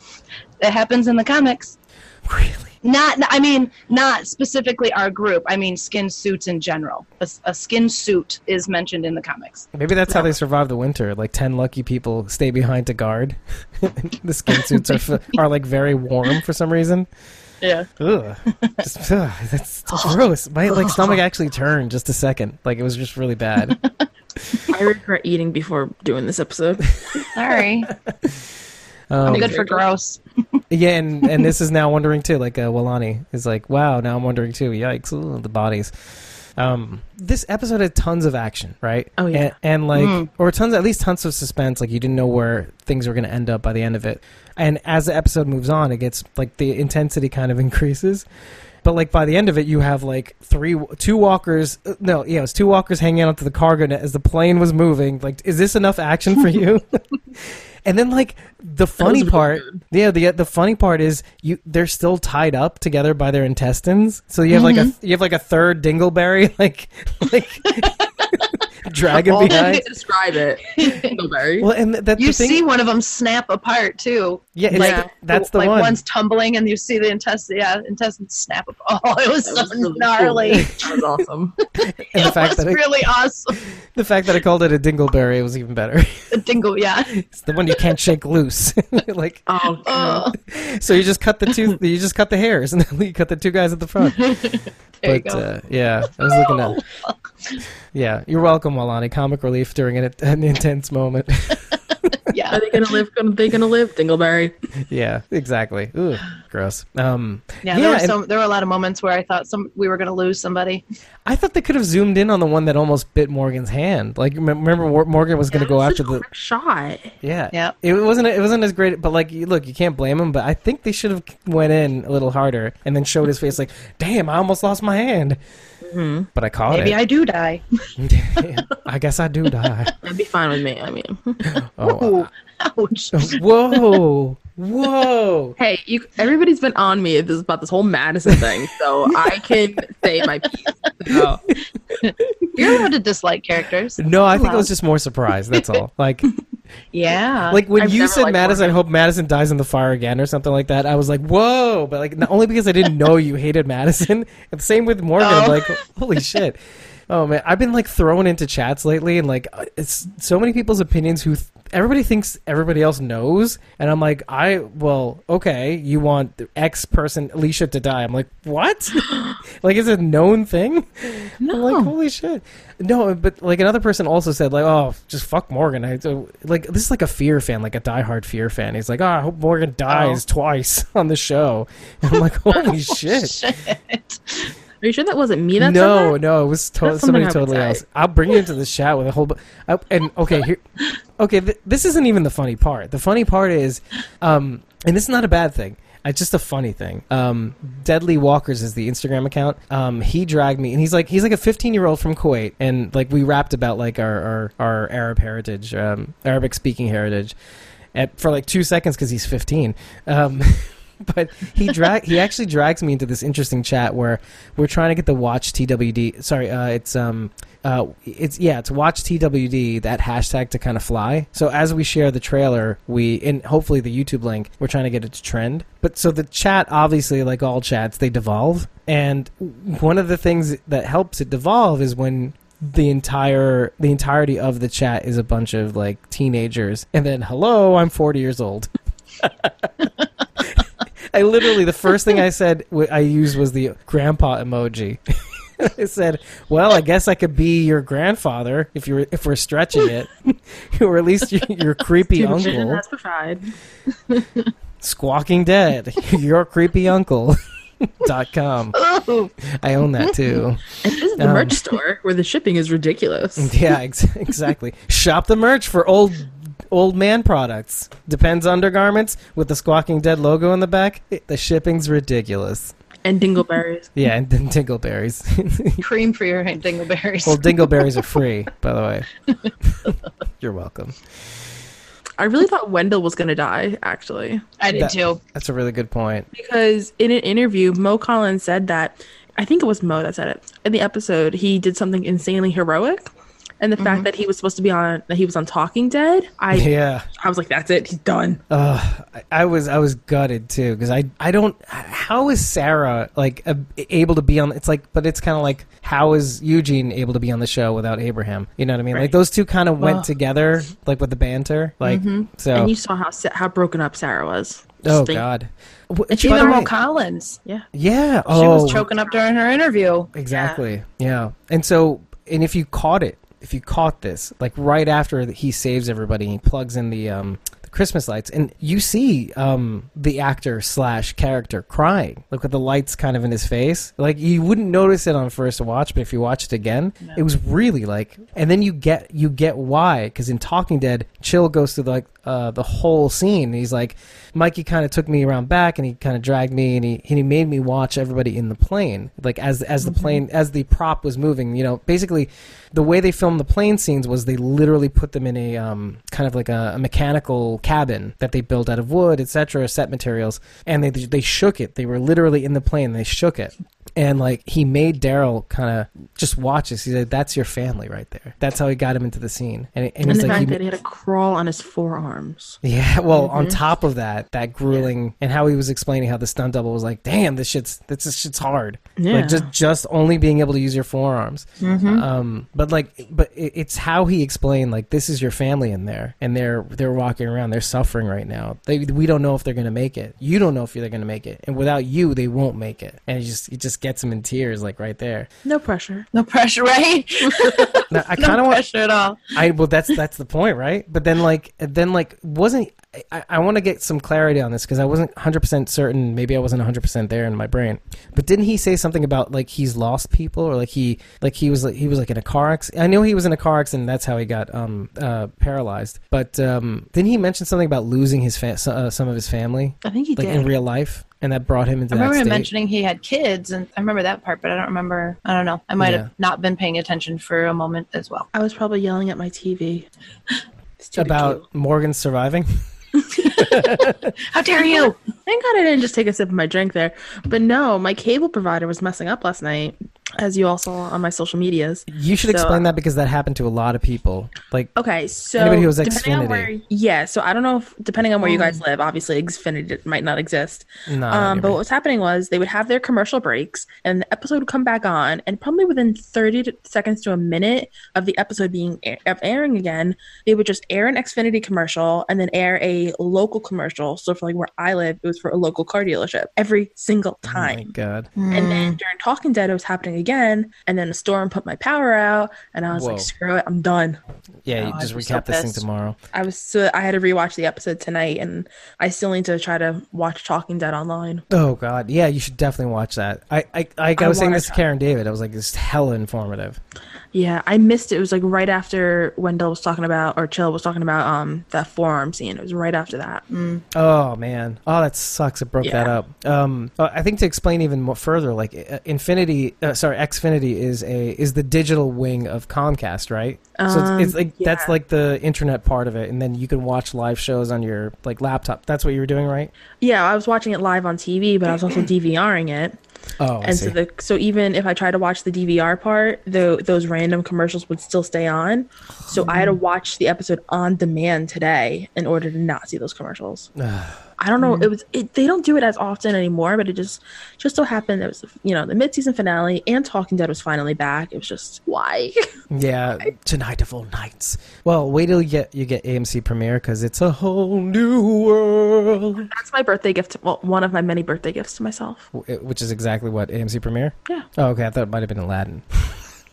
Speaker 2: It happens in the comics.
Speaker 1: Really?
Speaker 2: Not, I mean, not specifically our group. I mean, skin suits in general. A, s- a skin suit is mentioned in the comics.
Speaker 1: Maybe that's how they survive the winter. Like ten lucky people stay behind to guard. the skin suits are f- are like very warm for some reason.
Speaker 2: Yeah.
Speaker 1: Ugh, just, ugh, that's that's gross. My like stomach actually turned just a second. Like it was just really bad.
Speaker 3: I regret eating before doing this episode.
Speaker 2: Sorry.
Speaker 1: Um,
Speaker 2: I'm good for gross.
Speaker 1: yeah, and and this is now wondering too. Like uh, Walani is like, wow, now I'm wondering too. Yikes, ooh, the bodies. Um, this episode had tons of action, right?
Speaker 3: Oh, yeah.
Speaker 1: and, and, like, or tons, at least tons of suspense. Like you didn't know where things were going to end up by the end of it. And as the episode moves on, it gets like the intensity kind of increases. But like by the end of it, you have like three, two walkers. uh, No, yeah, it was two walkers hanging onto the cargo net as the plane was moving. Like, is this enough action for you? and then like the funny
Speaker 3: really
Speaker 1: part,
Speaker 3: good.
Speaker 1: yeah, the the funny part is you they're still tied up together by their intestines. So you have like
Speaker 2: Mm-hmm.
Speaker 1: a you have like a third dingleberry like like dragging
Speaker 3: All that
Speaker 1: behind.
Speaker 3: to describe it. Dingleberry.
Speaker 1: Well, and th- that's
Speaker 2: You
Speaker 1: the thing.
Speaker 2: see one of them snap apart too.
Speaker 1: yeah, it's,
Speaker 3: like,
Speaker 1: that's the
Speaker 2: like
Speaker 1: one.
Speaker 2: one's tumbling, and you see the intestines. Yeah, intestines snap. Up. Oh, it was
Speaker 3: That
Speaker 2: so
Speaker 3: was really cool.
Speaker 2: gnarly.
Speaker 3: That was awesome.
Speaker 1: and the
Speaker 2: It
Speaker 1: fact
Speaker 2: was
Speaker 1: that I,
Speaker 2: really awesome.
Speaker 1: the fact that I called it a dingleberry was even better.
Speaker 2: The dingle, yeah.
Speaker 1: it's the one you can't shake loose. like
Speaker 3: Oh, God.
Speaker 2: Oh,
Speaker 1: so you just cut the two you just cut the hairs and then you cut the two guys at the front
Speaker 2: There you
Speaker 1: but
Speaker 2: go.
Speaker 1: Uh, yeah i was looking at yeah you're welcome walani comic relief during an, an intense moment
Speaker 2: yeah.
Speaker 3: are they gonna live? Are they gonna live? Dingleberry.
Speaker 1: yeah exactly Ooh, gross um
Speaker 2: Yeah, there were
Speaker 1: and
Speaker 2: some. There were a lot of moments where I thought some we were going to lose somebody.
Speaker 1: i thought they could have zoomed in on the one that almost bit morgan's hand like remem- remember Wor- morgan was going to go
Speaker 3: Such a
Speaker 1: after the
Speaker 3: quick shot.
Speaker 1: yeah
Speaker 2: Yeah.
Speaker 1: it wasn't it wasn't as great but like you- look you can't blame him but i think they should have went in a little harder and then showed his face like damn i almost lost my hand but i caught
Speaker 2: Mm-hmm. Maybe
Speaker 1: it
Speaker 2: I do die.
Speaker 1: I guess I do die.
Speaker 3: That'd be fine with me. I mean,
Speaker 1: Oh,
Speaker 2: Ouch.
Speaker 1: uh, whoa, whoa.
Speaker 3: hey, you. Everybody's been on me this about this whole Madison thing, so I can say my piece. So,
Speaker 2: You're allowed to dislike characters.
Speaker 1: No, I think I
Speaker 2: Hello.
Speaker 1: was just more surprised. That's all. Like,
Speaker 2: Yeah.
Speaker 1: like when
Speaker 3: I've
Speaker 1: you
Speaker 3: never
Speaker 1: said
Speaker 3: liked
Speaker 1: Madison, I hope Madison dies in the fire again or something like that. I was like, whoa, but like not only because I didn't know you hated Madison. And same with Morgan. I'm
Speaker 2: Oh.
Speaker 1: like, holy shit. Oh man, I've been like thrown into chats lately, and like uh, it's so many people's opinions who th- everybody thinks everybody else knows, and I'm like, I well, okay, you want the X person Alicia to die? I'm like, what? like, it's a known thing. I'm like, holy shit. No, but like another person also said, like, oh, just fuck Morgan. I, so, like, this is like a Fear fan, like a diehard Fear fan. He's like, oh, I hope Morgan dies twice on the show. And I'm like, holy shit.
Speaker 2: Shit.
Speaker 3: are you sure that wasn't me? That said
Speaker 1: No,
Speaker 3: that?
Speaker 1: no, it was to-
Speaker 3: That's
Speaker 1: somebody
Speaker 3: something I would
Speaker 1: totally
Speaker 3: say.
Speaker 1: else. I'll bring you into the chat with a whole. Bu- I, and okay, here, okay, th- this isn't even the funny part. The funny part is, um, and this is not a bad thing. It's just a funny thing. Um, Deadly Walkers is the Instagram account. Um, he dragged me, and he's like, he's like a 15 year old from Kuwait, and like we rapped about like our our, our Arab heritage, um, Arabic speaking heritage, at, for like two seconds because he's 15. Um, but he drag he actually drags me into this interesting chat where we're trying to get the watch TWD. Sorry, uh, it's um uh it's yeah it's watch TWD that hashtag to kind of fly. So as we share the trailer, we and hopefully the YouTube link, we're trying to get it to trend. But so the chat obviously like all chats they devolve, and one of the things that helps it devolve is when the entire the entirety of the chat is a bunch of like teenagers and then hello i'm 40 years old I literally the first thing I said wh- I used was the grandpa emoji. I said, "Well, I guess I could be your grandfather if you're if we're stretching it, or at least your, your creepy
Speaker 3: Vision
Speaker 1: uncle,
Speaker 3: has provide.
Speaker 1: Squawking Dead, your creepy uncle." dot com.
Speaker 3: Oh,
Speaker 1: I own that too.
Speaker 3: and this is the
Speaker 1: Um,
Speaker 3: merch store where the shipping is ridiculous.
Speaker 1: Yeah, ex- exactly. Shop the merch for old old man products. Depends undergarments with the Squawking Dead logo in the back. The shipping's ridiculous.
Speaker 3: And dingleberries.
Speaker 1: Yeah, and then dingleberries.
Speaker 2: Cream for your dingleberries.
Speaker 1: Well, dingleberries are free, by the way. You're welcome.
Speaker 3: I really thought Wendell was gonna die, actually.
Speaker 2: I did
Speaker 1: that-
Speaker 2: too.
Speaker 1: That's a really good point.
Speaker 3: because in an interview, Mo Collins said that I think it was Mo that said it in the episode. He did something insanely heroic, and the
Speaker 1: Mm-hmm.
Speaker 3: fact that he was supposed to be on that he was on Talking Dead, I
Speaker 1: Yeah,
Speaker 3: I was like, that's it, he's done.
Speaker 1: Ugh. I, I was I was gutted too because I I don't how is Sarah like a, able to be on? It's like, but it's kind of like how is Eugene able to be on the show without Abraham? You know what I mean? Like
Speaker 3: Right.
Speaker 1: those two kind of went
Speaker 3: Ugh.
Speaker 1: together, like with the banter, like so.
Speaker 3: And you saw how sa- how broken up Sarah was.
Speaker 1: oh
Speaker 3: Just think-
Speaker 1: God.
Speaker 2: And
Speaker 1: Which,
Speaker 2: she
Speaker 1: by
Speaker 2: was
Speaker 1: the
Speaker 2: Mo
Speaker 1: way-
Speaker 2: Collins.
Speaker 3: Yeah,
Speaker 1: yeah.
Speaker 2: She
Speaker 1: Oh,
Speaker 2: was choking up during her interview.
Speaker 1: Exactly. Yeah. And so, and if you caught it, if you caught this, like right after that he saves everybody, he plugs in the um, the Christmas lights, and you see um, the actor slash character crying, like with the lights kind of in his face. Like you wouldn't notice it on first watch, but if you watch it again, it was really like. And then you get you get why, because in Talking Dead, Chill goes through like uh, the whole scene. and He's like, Mikey kind of took me around back, and he kind of dragged me, and he and he made me watch everybody in the plane, like as as the
Speaker 3: Mm-hmm.
Speaker 1: plane as the prop was moving. You know, basically, the way they filmed the plane scenes was they literally put them in a um, kind of like a, a mechanical cabin that they built out of wood, etc., set materials, and they they shook it. They were literally in the plane. They shook it. And like he made Daryl kind of just watch this. He said, "That's your family right there." That's how he got him into the scene. And, and,
Speaker 3: and
Speaker 1: he's
Speaker 3: the
Speaker 1: like,
Speaker 3: fact
Speaker 1: he-
Speaker 3: that he had to crawl on his forearms.
Speaker 1: yeah, well, on top of that, that grueling and how he was explaining how the stunt double was like, "Damn, this shit's this, this shit's hard."
Speaker 3: Yeah.
Speaker 1: Like just just only being able to use your forearms. Um, but like, but it, it's how he explained like this is your family in there, and they're they're walking around, they're suffering right now. They we don't know if they're gonna make it. You don't know if they're gonna make it, and without you, they won't make it. And it just it just gets him in tears, like right there.
Speaker 3: No pressure.
Speaker 2: No pressure, right?
Speaker 1: Now, I
Speaker 2: no
Speaker 1: kind of want
Speaker 2: pressure at all.
Speaker 1: I well, that's that's the point, right? But then like then like wasn't I- I, I want to get some clarity on this because I wasn't 100 percent certain. Maybe I wasn't 100 percent there in my brain. But didn't he say something about like he's lost people or like he like he was like he was like in a car accident? I know he was in a car accident. That's how he got um uh paralyzed. But um didn't he mention something about losing his fa- so- uh, some of his family
Speaker 3: I think he
Speaker 1: like
Speaker 3: did.
Speaker 1: in real life, and that brought him into
Speaker 2: I remember
Speaker 1: that
Speaker 2: him
Speaker 1: state?
Speaker 2: mentioning he had kids, and I remember that part, but I don't remember. I don't know. I might
Speaker 1: Yeah.
Speaker 2: have not been paying attention for a moment as well.
Speaker 3: I was probably yelling at my TV. It's too
Speaker 1: about Morgan surviving.
Speaker 2: How dare you?
Speaker 3: Thank God I didn't just take a sip of my drink there. But no, my cable provider was messing up last night, as you all saw on my social medias.
Speaker 1: You should
Speaker 3: So,
Speaker 1: explain that because that happened to a lot of people. Like
Speaker 3: Okay, so
Speaker 1: Anybody who Oh. has
Speaker 3: depending on
Speaker 1: Xfinity.
Speaker 3: where, yeah, so I don't know if depending on where you guys live, obviously Xfinity might not exist.
Speaker 1: no,
Speaker 3: Um, but what was happening was they would have their commercial breaks, and the episode would come back on, and probably within thirty to- seconds to a minute of the episode being air- of airing again, they would just air an Xfinity commercial and then air a local commercial. So for like where I live, it was for a local car dealership every single
Speaker 1: oh my
Speaker 3: time.
Speaker 1: god.
Speaker 2: Mm.
Speaker 3: And then during Talking Dead, it was happening again. And then a storm put my power out, and I was
Speaker 1: Whoa.
Speaker 3: like, "Screw it, I'm done."
Speaker 1: Yeah,
Speaker 3: Oh,
Speaker 1: you
Speaker 2: God,
Speaker 1: just
Speaker 2: I'm so
Speaker 1: recap this thing
Speaker 2: pissed.
Speaker 1: tomorrow.
Speaker 3: I was so I had to rewatch the episode tonight, and I still need to try to watch Talking Dead online.
Speaker 1: Oh God, yeah, you should definitely watch that. I I, I, I
Speaker 3: I
Speaker 1: was saying
Speaker 3: wanna
Speaker 1: this to
Speaker 3: try.
Speaker 1: Karen David. I was like, this is hella informative.
Speaker 3: Yeah, I missed it. It was like right after Wendell was talking about, or Chill was talking about, um, that forearm scene. It was right after that.
Speaker 1: Oh man, oh that sucks. It broke that
Speaker 3: Yeah.
Speaker 1: up. Um, uh, I think to explain even more further, like uh, Infinity, uh, sorry, Xfinity is a is the digital wing of Comcast, right? so
Speaker 3: Um,
Speaker 1: it's, it's like that's
Speaker 3: yeah.
Speaker 1: like the internet part of it, and then you can watch live shows on your like laptop. That's what you were doing, right?
Speaker 3: Yeah, I was watching it live on TV, but I was also DVRing it,
Speaker 1: Oh, I
Speaker 3: and
Speaker 1: see.
Speaker 3: so the so even if I tried to watch the DVR part, though those random commercials would still stay on.
Speaker 1: Oh.
Speaker 3: So I had to watch the episode on demand today in order to not see those commercials. I don't
Speaker 1: Mm-hmm.
Speaker 3: know. It was it, they don't do it as often anymore, but it just just so happened there was you know the mid season finale and Talking Dead was finally back. It was just why
Speaker 1: Yeah, tonight of all nights. Well, wait till you get you get AMC premiere because it's a whole new world,
Speaker 3: that's my birthday gift. Well, one of my many birthday gifts to myself.
Speaker 1: Wh- which is exactly what AMC premiere.
Speaker 3: Yeah.
Speaker 1: Oh, okay. I thought it might have been Aladdin.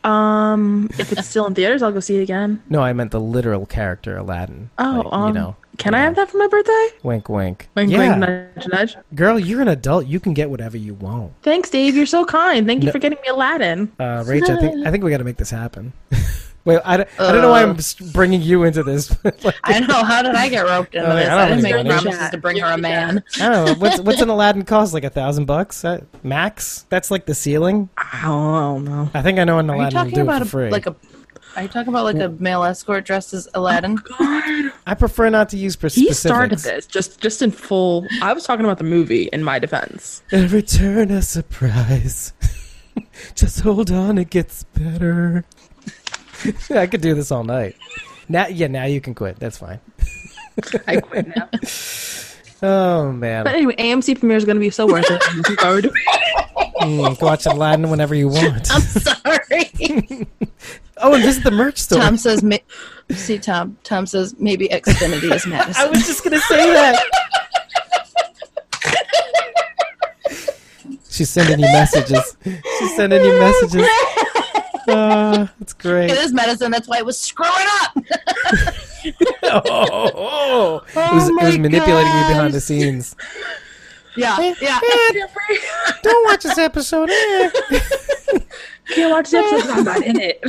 Speaker 3: Um, if it's still in theaters, I'll go see it again.
Speaker 1: No, I meant the literal character Aladdin.
Speaker 3: Oh,
Speaker 1: Like,
Speaker 3: um,
Speaker 1: you know,
Speaker 3: can I have that for my birthday?
Speaker 1: wink, wink.
Speaker 3: Wink,
Speaker 1: yeah,
Speaker 3: wink, nudge, nudge.
Speaker 1: girl, you're an adult. You can get whatever you want.
Speaker 3: Thanks, Dave. You're so kind. Thank you
Speaker 1: No.
Speaker 3: for getting me Aladdin.
Speaker 1: Uh, Rach, I think I think we got to make this happen. Wait, I, don't- I don't know
Speaker 2: Uh.
Speaker 1: why I'm s- bringing you into this. but, like,
Speaker 2: I know. How did I get roped into
Speaker 1: Oh, yeah,
Speaker 2: this?
Speaker 1: I don't
Speaker 2: I didn't
Speaker 1: really
Speaker 2: make
Speaker 1: know.
Speaker 2: promises to bring her a man.
Speaker 1: I don't know what's what's an Aladdin cost? Like a thousand bucks Uh, max? That's like the ceiling.
Speaker 3: I don't know.
Speaker 1: I think I know an
Speaker 2: Are you
Speaker 1: Aladdin will
Speaker 2: talking
Speaker 1: do it
Speaker 2: about
Speaker 1: for
Speaker 2: a,
Speaker 1: free.
Speaker 2: like a? Are you talking about like a male escort dressed as Aladdin?
Speaker 3: God,
Speaker 1: I prefer not to use pers-
Speaker 3: he
Speaker 1: specifics.
Speaker 3: started this just just in full. I was talking about the movie in my defense.
Speaker 1: And return a surprise. Just hold on, it gets better. I could do this all night. Now, yeah, now you can quit. That's fine.
Speaker 3: I quit now.
Speaker 1: Oh
Speaker 3: But
Speaker 1: man,
Speaker 3: anyway, AMC premiere is going to be so worth it. I'm looking forward to it.
Speaker 1: Mm, go watch Aladdin whenever you want.
Speaker 2: I'm
Speaker 3: Um,
Speaker 2: sorry.
Speaker 1: Oh, and visit the merch store.
Speaker 2: Tom says. ma- See Tom. Tom says maybe Xfinity is
Speaker 1: I
Speaker 2: medicine.
Speaker 1: was just gonna say that. She's sending you messages. She's sending you messages. Uh, that's great.
Speaker 2: It is medicine. That's why it was screwing up.
Speaker 1: Oh, oh, oh. It
Speaker 2: Oh
Speaker 1: was, it was
Speaker 2: my
Speaker 1: manipulating you behind
Speaker 2: gosh.
Speaker 1: the scenes.
Speaker 2: Yeah, yeah.
Speaker 1: Eh, don't watch this episode. eh.
Speaker 3: Can't watch this episode. 'cause I'm not in it.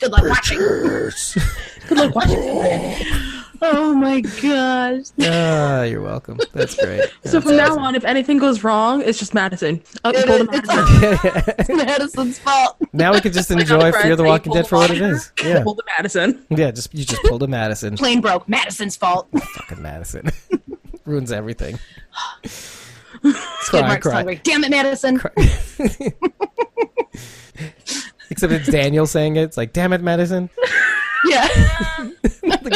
Speaker 2: Good luck watching.
Speaker 3: Good luck watching. it.
Speaker 2: Oh my gosh.
Speaker 1: Ah, you're welcome. That's great.
Speaker 3: So from now on, if anything goes wrong, it's just Madison. Oh, you
Speaker 2: It
Speaker 3: pulled
Speaker 2: is-
Speaker 3: a
Speaker 2: it's
Speaker 3: Madison.
Speaker 2: Madison's fault.
Speaker 1: now we can just
Speaker 3: Like on
Speaker 1: enjoy Fear
Speaker 3: Friends,
Speaker 1: the
Speaker 3: you
Speaker 1: Walking
Speaker 3: pull
Speaker 1: Dead for what it
Speaker 3: Monica,
Speaker 1: is. Yeah,
Speaker 3: Pull the Madison.
Speaker 1: yeah. Just you just pulled a Madison.
Speaker 2: Plane broke. Madison's fault.
Speaker 1: Fucking Madison ruins everything.
Speaker 2: Good
Speaker 1: Cry,
Speaker 2: Mark's
Speaker 1: cry.
Speaker 2: hungry. Damn it, Madison.
Speaker 1: Except it's Daniel saying it. It's like, damn it, Madison.
Speaker 2: Yeah.
Speaker 1: Can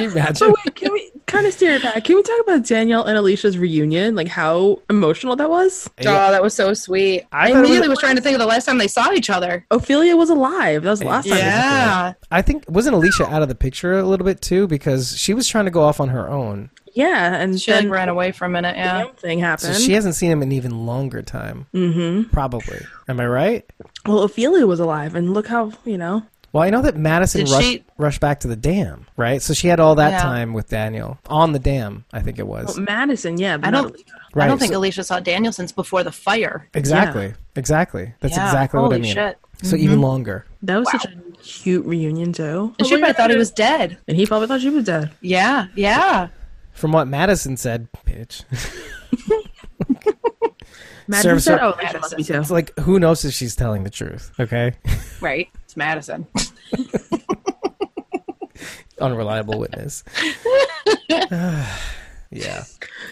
Speaker 1: you imagine?
Speaker 3: So wait, can we kind of steer it back? Can we talk about Danielle and Alicia's reunion? Like how emotional that was.
Speaker 1: Yeah.
Speaker 2: Oh, that was so sweet.
Speaker 1: I
Speaker 2: I,
Speaker 1: thought it was-
Speaker 2: immediately was, trying to think of the last time they saw each other.
Speaker 3: Ophelia was alive. That was the last time.
Speaker 2: Yeah.
Speaker 1: I think wasn't Alicia out of the picture a little bit too because she was trying to go off on her own.
Speaker 3: Yeah, and
Speaker 2: She like
Speaker 3: then
Speaker 2: ran away for a minute.
Speaker 3: the
Speaker 2: Yeah.
Speaker 3: damn thing
Speaker 1: So
Speaker 3: happened.
Speaker 1: she hasn't seen him in even longer time. Mm-hmm. Probably. Am I right?
Speaker 3: well, Ophelia was alive, and look how you know.
Speaker 1: Well, I know that Madison
Speaker 2: Did
Speaker 1: rushed,
Speaker 2: she-
Speaker 1: rushed back to the dam, right? So she had all that
Speaker 2: Yeah.
Speaker 1: time with Daniel on the dam, I think it was.
Speaker 3: Madison, yeah, but
Speaker 2: I
Speaker 3: not
Speaker 2: don't-
Speaker 3: Alicia.
Speaker 1: right.
Speaker 2: I don't think
Speaker 1: so-
Speaker 2: Alicia saw Daniel since before the fire.
Speaker 1: exactly. Exactly. That's
Speaker 2: Yeah,
Speaker 1: exactly what I
Speaker 2: holy
Speaker 1: mean.
Speaker 2: shit. Mm-hmm.
Speaker 1: So even longer.
Speaker 3: that was such a cute reunion too.
Speaker 2: And she probably thought he was dead.
Speaker 3: and he probably thought she was dead.
Speaker 2: Yeah. Yeah.
Speaker 1: From what Madison said, bitch.
Speaker 3: Madison
Speaker 1: Serves
Speaker 3: said,
Speaker 1: her-
Speaker 3: "Oh, Alicia must be too."
Speaker 1: It's like who knows if she's telling the truth, okay?
Speaker 2: Right. It's Madison.
Speaker 1: Unreliable witness. yeah.
Speaker 3: Keep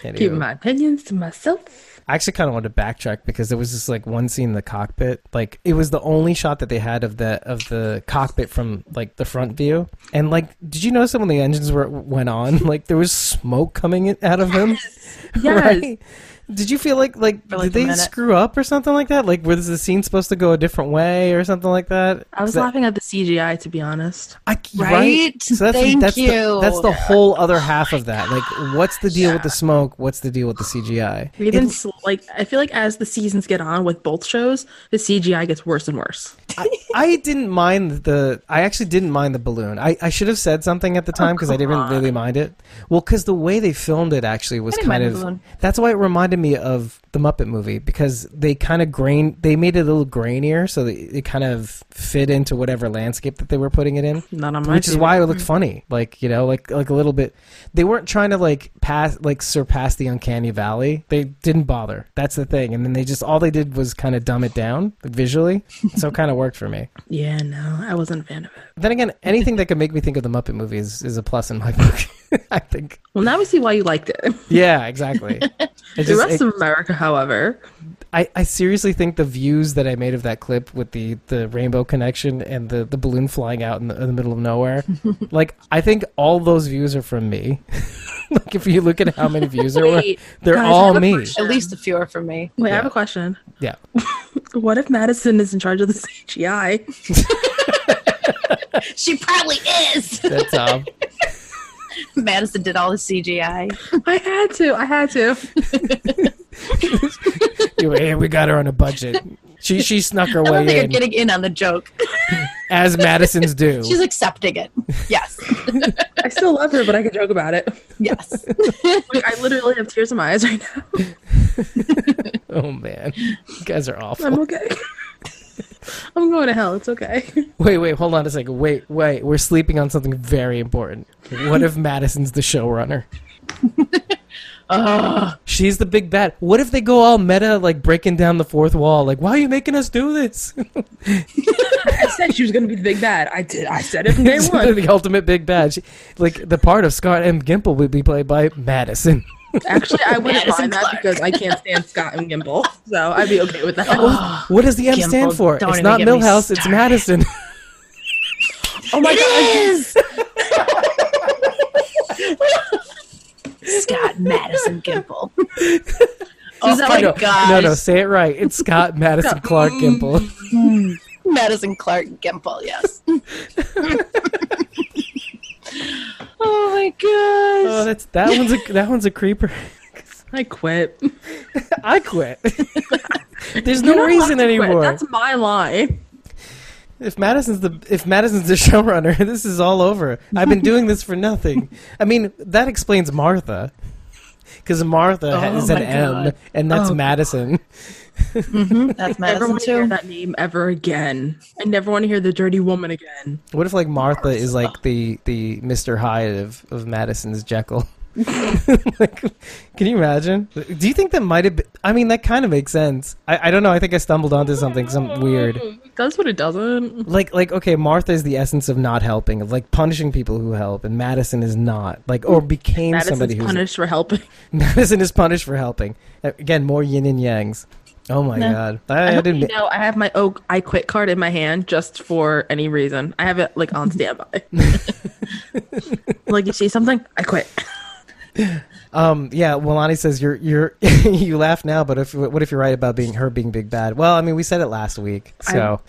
Speaker 1: Anywho.
Speaker 3: my opinions to myself.
Speaker 1: I actually kind of wanted to backtrack because there was this like one scene in the cockpit, like it was the only shot that they had of the of the cockpit from like the front view. And like, did you notice that when the engines were went on, like there was smoke coming in, out of them?
Speaker 3: Yes.
Speaker 1: Did you feel like like,
Speaker 2: For, like,
Speaker 1: did
Speaker 2: a
Speaker 1: they
Speaker 2: minute.
Speaker 1: screw up or something like that? Like, was the scene supposed to go a different way or something like that?
Speaker 3: I was
Speaker 1: Is that-
Speaker 3: laughing at the CGI, to be honest.
Speaker 1: I, right?
Speaker 2: Right?
Speaker 1: So that's
Speaker 2: Thank
Speaker 1: that's The,
Speaker 2: you. Oh
Speaker 1: that's the whole other half of that. Like, what's the deal with the smoke? What's the deal with the CGI?
Speaker 3: Even sl- like I feel like as the seasons get on with both shows, the CGI gets worse and worse.
Speaker 1: I, I didn't mind the. I actually didn't mind the balloon. I, I should have said something at the
Speaker 2: Oh,
Speaker 1: time because I didn't really mind it. Well, because the way they filmed it actually was
Speaker 2: I didn't
Speaker 1: kind
Speaker 2: mind the
Speaker 1: of.
Speaker 2: balloon.
Speaker 1: That's why it reminded me of the Muppet movie because they kind of grain. They made it a little grainier so that it kind of fit into whatever landscape that they were putting it in
Speaker 3: Not on my
Speaker 1: which is
Speaker 3: TV.
Speaker 1: why it looked funny like you know like like a little bit they weren't trying to like pass like surpass the uncanny valley they didn't bother that's the thing and then they just all they did was kind of dumb it down visually so it kind of worked for me
Speaker 3: Yeah, no, I wasn't a fan of it.
Speaker 1: then again anything that could make me think of the muppet movie is, is a plus in my book i think
Speaker 3: Well, now we see why you liked it.
Speaker 1: yeah exactly It
Speaker 3: the
Speaker 1: just-
Speaker 3: rest
Speaker 1: it-
Speaker 3: of America, however,
Speaker 1: I, I seriously think the views that I made of that clip with the, the rainbow connection and the, the balloon flying out in the, in the middle of nowhere, like I think all those views are from me. like if you look at how many views there were,
Speaker 3: Wait,
Speaker 1: they're
Speaker 3: guys, I
Speaker 1: all
Speaker 3: have a
Speaker 1: me.
Speaker 3: question.
Speaker 2: At least a few are from me.
Speaker 3: Wait, I have
Speaker 1: Yeah.
Speaker 3: a question.
Speaker 1: Yeah.
Speaker 3: What if Madison is in charge of the CGI?
Speaker 2: She probably is.
Speaker 1: That's um
Speaker 2: Madison did all the CGI.
Speaker 3: I had to. I had to.
Speaker 1: you were, hey, we got her on a budget. She she snuck her way
Speaker 2: I don't
Speaker 1: in
Speaker 2: think you're getting in on the joke.
Speaker 1: as Madison's do.
Speaker 2: She's accepting it. Yes.
Speaker 3: I still love her, but I could joke about it.
Speaker 2: yes.
Speaker 3: Like, I literally have tears in my eyes right now.
Speaker 1: oh man, you guys are awful.
Speaker 3: I'm okay. I'm going to hell. It's okay.
Speaker 1: Wait, wait, hold on a second. Wait, wait, we're sleeping on something very important. What if Madison's the showrunner?
Speaker 2: Ah.
Speaker 1: She's the big bad. What if they go all meta, like breaking down the fourth wall? Like, why are you making us do this?
Speaker 3: I said she was going to be the big bad. I did. I said it from day one.
Speaker 1: the ultimate big bad. She, like, the part of Scott M. Gimple would be played by Madison.
Speaker 3: Actually, I wouldn't
Speaker 2: Madison
Speaker 3: mind that
Speaker 2: Clark.
Speaker 3: because I can't stand Scott and Gimble, so I'd be okay with that.
Speaker 1: What does the M stand
Speaker 2: Gimple,
Speaker 1: for?
Speaker 2: don't
Speaker 1: It's
Speaker 2: even
Speaker 1: not
Speaker 2: get me
Speaker 1: Millhouse, it's
Speaker 2: started.
Speaker 1: Madison.
Speaker 3: oh my god!
Speaker 2: Scott Madison Gimple. Oh
Speaker 3: Is that
Speaker 2: my
Speaker 1: no,
Speaker 2: gosh.
Speaker 1: no, no, say it right. It's Scott Madison Clark Gimple.
Speaker 2: Madison Clark Gimple, yes. oh my
Speaker 1: Oh,
Speaker 2: gosh.
Speaker 1: that's that one's a that one's a creeper.
Speaker 3: I quit.
Speaker 1: I quit. There's
Speaker 3: You're
Speaker 1: no
Speaker 3: not
Speaker 1: reason
Speaker 3: allowed to quit.
Speaker 1: anymore.
Speaker 3: That's my line.
Speaker 1: If Madison's the if Madison's the showrunner, this is all over. I've been doing this for nothing. I mean, that explains Martha, because Martha
Speaker 2: Oh
Speaker 1: has an
Speaker 2: my God.
Speaker 1: M, and that's
Speaker 2: Oh,
Speaker 1: Madison.
Speaker 2: That's
Speaker 3: Never
Speaker 2: Madison
Speaker 3: want to hear
Speaker 2: too.
Speaker 3: that name ever again. I never want to hear the dirty woman again.
Speaker 1: What if like Martha is like the the Mister Hyde of of Madison's Jekyll? like, can you imagine? Do you think that might have? Been, I mean, that kind of makes sense. I, I don't know. I think I stumbled onto something some weird.
Speaker 3: It does what it doesn't.
Speaker 1: like like okay martha is the essence of not helping of like punishing people who help and madison is not like or became
Speaker 3: Mm. Madison's
Speaker 1: somebody who's
Speaker 3: punished for helping.
Speaker 1: madison is punished for helping Uh, again more yin and yangs oh my
Speaker 3: No.
Speaker 1: god i,
Speaker 3: I,
Speaker 1: I
Speaker 3: hope
Speaker 1: didn't
Speaker 3: you know, I have my oh, I quit card in my hand just for any reason. I have it like on standby. like you see something, I quit.
Speaker 1: um yeah Walani says you're you're you laugh now but if what if you're right about being her being big bad well i mean we said it last week so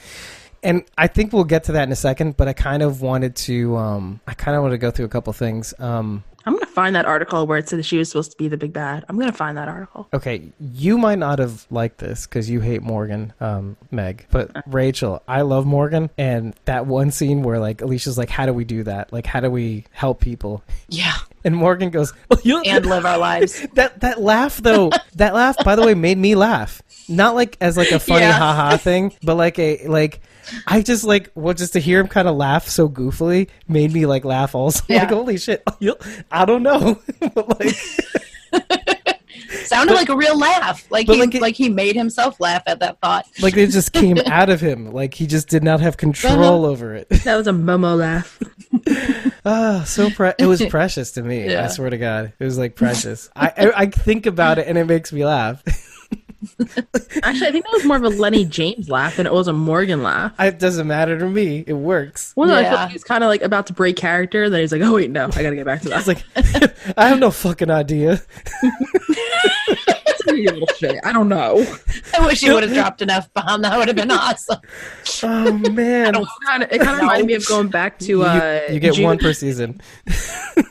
Speaker 1: and I think we'll get to that in a second, but I kind of wanted to, um, I kind of want to go through a couple things. Um,
Speaker 3: I'm gonna find that article where it said that she was supposed to be the big bad. I'm gonna find that article.
Speaker 1: Okay, you might not have liked this because you hate Morgan, um, Meg. But
Speaker 2: Uh-huh.
Speaker 1: Rachel, I love Morgan, and that one scene where like Alicia's like, "How do we do that? Like, how do we help people?"
Speaker 2: Yeah.
Speaker 1: And Morgan goes, well, you
Speaker 2: And live our lives.
Speaker 1: that that laugh though, that laugh by the way made me laugh. Not like as like a funny
Speaker 2: Yeah.
Speaker 1: ha ha thing, but like a like I just like well just to hear him kind of laugh so goofily made me like laugh also.
Speaker 2: Yeah.
Speaker 1: Like holy shit, you- I don't know, but like.
Speaker 2: Sounded like a real laugh. Like
Speaker 1: but
Speaker 2: he
Speaker 1: like
Speaker 2: like,
Speaker 1: it-
Speaker 2: he made himself laugh at that thought.
Speaker 1: like it just came out of him like he just did not have control over it
Speaker 3: That was a Momo laugh.
Speaker 1: ah so pre- it was precious to me i
Speaker 2: Yeah.
Speaker 1: swear to god it was like precious I, I i think about it and it makes me laugh
Speaker 3: Actually, I think that was more of a Lenny James laugh than it was a Morgan laugh.
Speaker 1: it doesn't matter to me it works
Speaker 3: Well, no, I feel
Speaker 2: Yeah.
Speaker 3: like he was kind of like about to break character. Then he's like, "Oh wait, no, I gotta get back to that."
Speaker 1: it's like i have no fucking idea
Speaker 3: "You little shit, I don't know.
Speaker 2: I wish he would have dropped an F bomb. That would have been awesome.
Speaker 1: oh man
Speaker 3: It kind of it kind of reminded me of going back to
Speaker 1: you,
Speaker 3: uh,
Speaker 1: you get
Speaker 3: June-
Speaker 1: one per season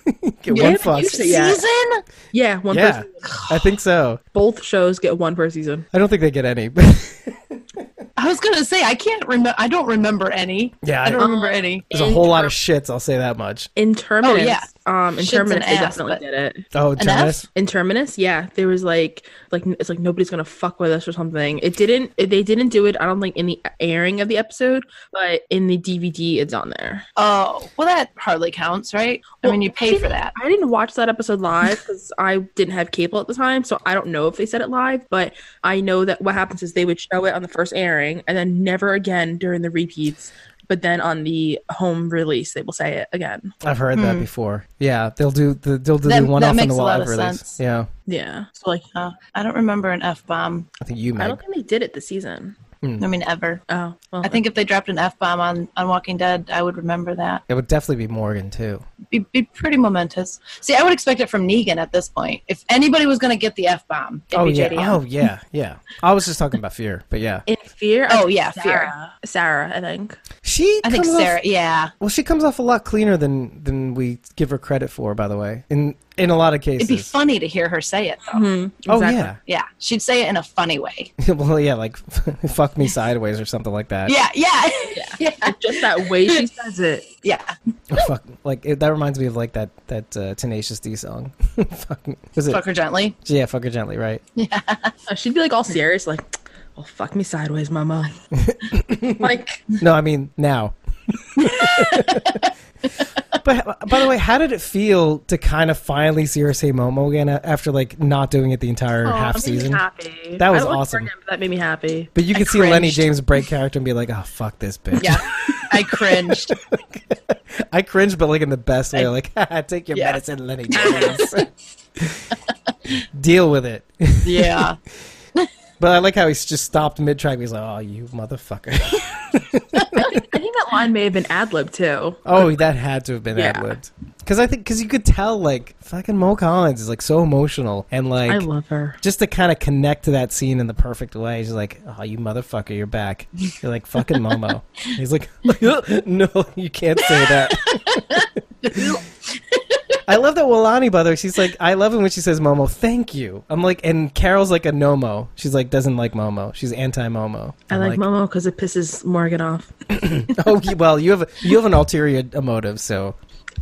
Speaker 1: You get
Speaker 3: Yeah,
Speaker 1: one
Speaker 3: but
Speaker 1: fuss
Speaker 3: usually- Yeah.
Speaker 2: Season?
Speaker 3: yeah, one
Speaker 1: yeah
Speaker 3: person.
Speaker 1: i think so
Speaker 3: Both shows get one per season.
Speaker 1: i don't think they get any but
Speaker 2: I was gonna say I can't remember I don't remember any.
Speaker 1: Yeah,
Speaker 2: I don't
Speaker 1: I-
Speaker 2: remember any.
Speaker 1: there's a whole lot of shits i'll say that much
Speaker 3: In Terminus,
Speaker 2: Oh, yeah.
Speaker 3: um, in
Speaker 2: Shit's
Speaker 3: Terminus,
Speaker 2: an
Speaker 3: they
Speaker 2: ass,
Speaker 3: definitely
Speaker 2: but-
Speaker 3: did it.
Speaker 1: oh
Speaker 2: An
Speaker 1: Jonas,
Speaker 2: F?
Speaker 3: In Terminus, yeah, there was like, like it's like nobody's gonna fuck with us or something. It didn't. They didn't do it. I don't think in the airing of the episode, but in the DVD, it's on there.
Speaker 2: Oh well that hardly counts, right? I mean you pay for that.
Speaker 3: I didn't watch that episode live because I didn't have cable at the time, so I don't know if they said it live. But I know that what happens is they would show it on the first airing, and then never again during the repeats. But then on the home release, they will say it again.
Speaker 1: I've heard that before. Yeah, they'll do the they'll do
Speaker 2: Hmm. That-
Speaker 1: the one off and
Speaker 2: that
Speaker 1: the
Speaker 2: makes a lot
Speaker 1: live
Speaker 2: of
Speaker 1: release.
Speaker 2: sense.
Speaker 1: Yeah,
Speaker 3: Yeah. So like,
Speaker 2: Uh, I don't remember an F bomb.
Speaker 1: I think you
Speaker 3: I
Speaker 1: Meg.
Speaker 3: don't think they did it this season.
Speaker 2: I mean, ever.
Speaker 3: Oh, well,
Speaker 2: I think if they dropped an F bomb on, on Walking Dead, I would remember that.
Speaker 1: It would definitely be Morgan too.
Speaker 2: Be, be pretty momentous. See, I would expect it from Negan at this point. If anybody was going to get the F bomb, it'd
Speaker 1: Oh
Speaker 2: be
Speaker 1: yeah.
Speaker 2: JDM.
Speaker 1: Oh yeah. Yeah. I was just talking about fear, but yeah,
Speaker 3: in fear.
Speaker 2: Oh,
Speaker 3: I-
Speaker 2: yeah, Fear.
Speaker 3: Sarah. Sarah, I think.
Speaker 1: she.
Speaker 2: I think
Speaker 1: comes off-
Speaker 2: Sarah, yeah.
Speaker 1: well, she comes off a lot cleaner than than we give her credit for. By the way, in in a lot of cases.
Speaker 2: It'd be funny to hear her say it, though.
Speaker 3: Mm-hmm.
Speaker 1: oh
Speaker 3: Exactly.
Speaker 2: Yeah, she'd say it in a funny way.
Speaker 1: yeah. well, yeah. Like fuck me sideways or something like that.
Speaker 2: Yeah, yeah, yeah, yeah.
Speaker 3: Just that way she says it.
Speaker 1: Fuck, like it, that reminds me of like that that uh, Tenacious D song. fuck, me- was it?
Speaker 2: Fuck her gently.
Speaker 1: Yeah, fuck her gently, right?
Speaker 3: Uh, She'd be like all serious, like, "Well, fuck me sideways, mama." like,
Speaker 1: No, I mean now. but by the way, how did it feel to kind of finally see her say Momo again a- after like not doing it the entire half season?
Speaker 3: Happy.
Speaker 1: That was
Speaker 3: I don't like
Speaker 1: awesome.
Speaker 3: Morgan, but that made me happy.
Speaker 1: But you
Speaker 2: I
Speaker 1: could see Lenny
Speaker 2: cringed.
Speaker 1: James break character and be like, "Oh fuck this bitch."
Speaker 2: Yeah, I cringed.
Speaker 1: I cringe, but like in the best way. Like, take your
Speaker 2: Yeah.
Speaker 1: medicine, Lenny James. Deal with it.
Speaker 2: Yeah.
Speaker 1: But I like how he just stopped mid track. He's like, "Oh, you motherfucker."
Speaker 3: I think that line may have been ad lib too.
Speaker 1: Oh, that had to have been
Speaker 3: Yeah.
Speaker 1: ad libbed. Because I think because you could tell like fucking Mo Collins is like so emotional and like
Speaker 3: I love her.
Speaker 1: just to kind of connect to that scene in the perfect way. She's like, "Oh, you motherfucker, you're back." You're like fucking Momo. He's like, "No, you can't say that." I love that Walani, by the way. She's like, I love it when she says Momo, thank you. I'm like, and Carol's like a Nomo. She's like, doesn't like Momo. She's anti Momo.
Speaker 3: I like, Momo because it pisses Morgan off.
Speaker 1: Oh, you- well, you have a, you have an ulterior motive, so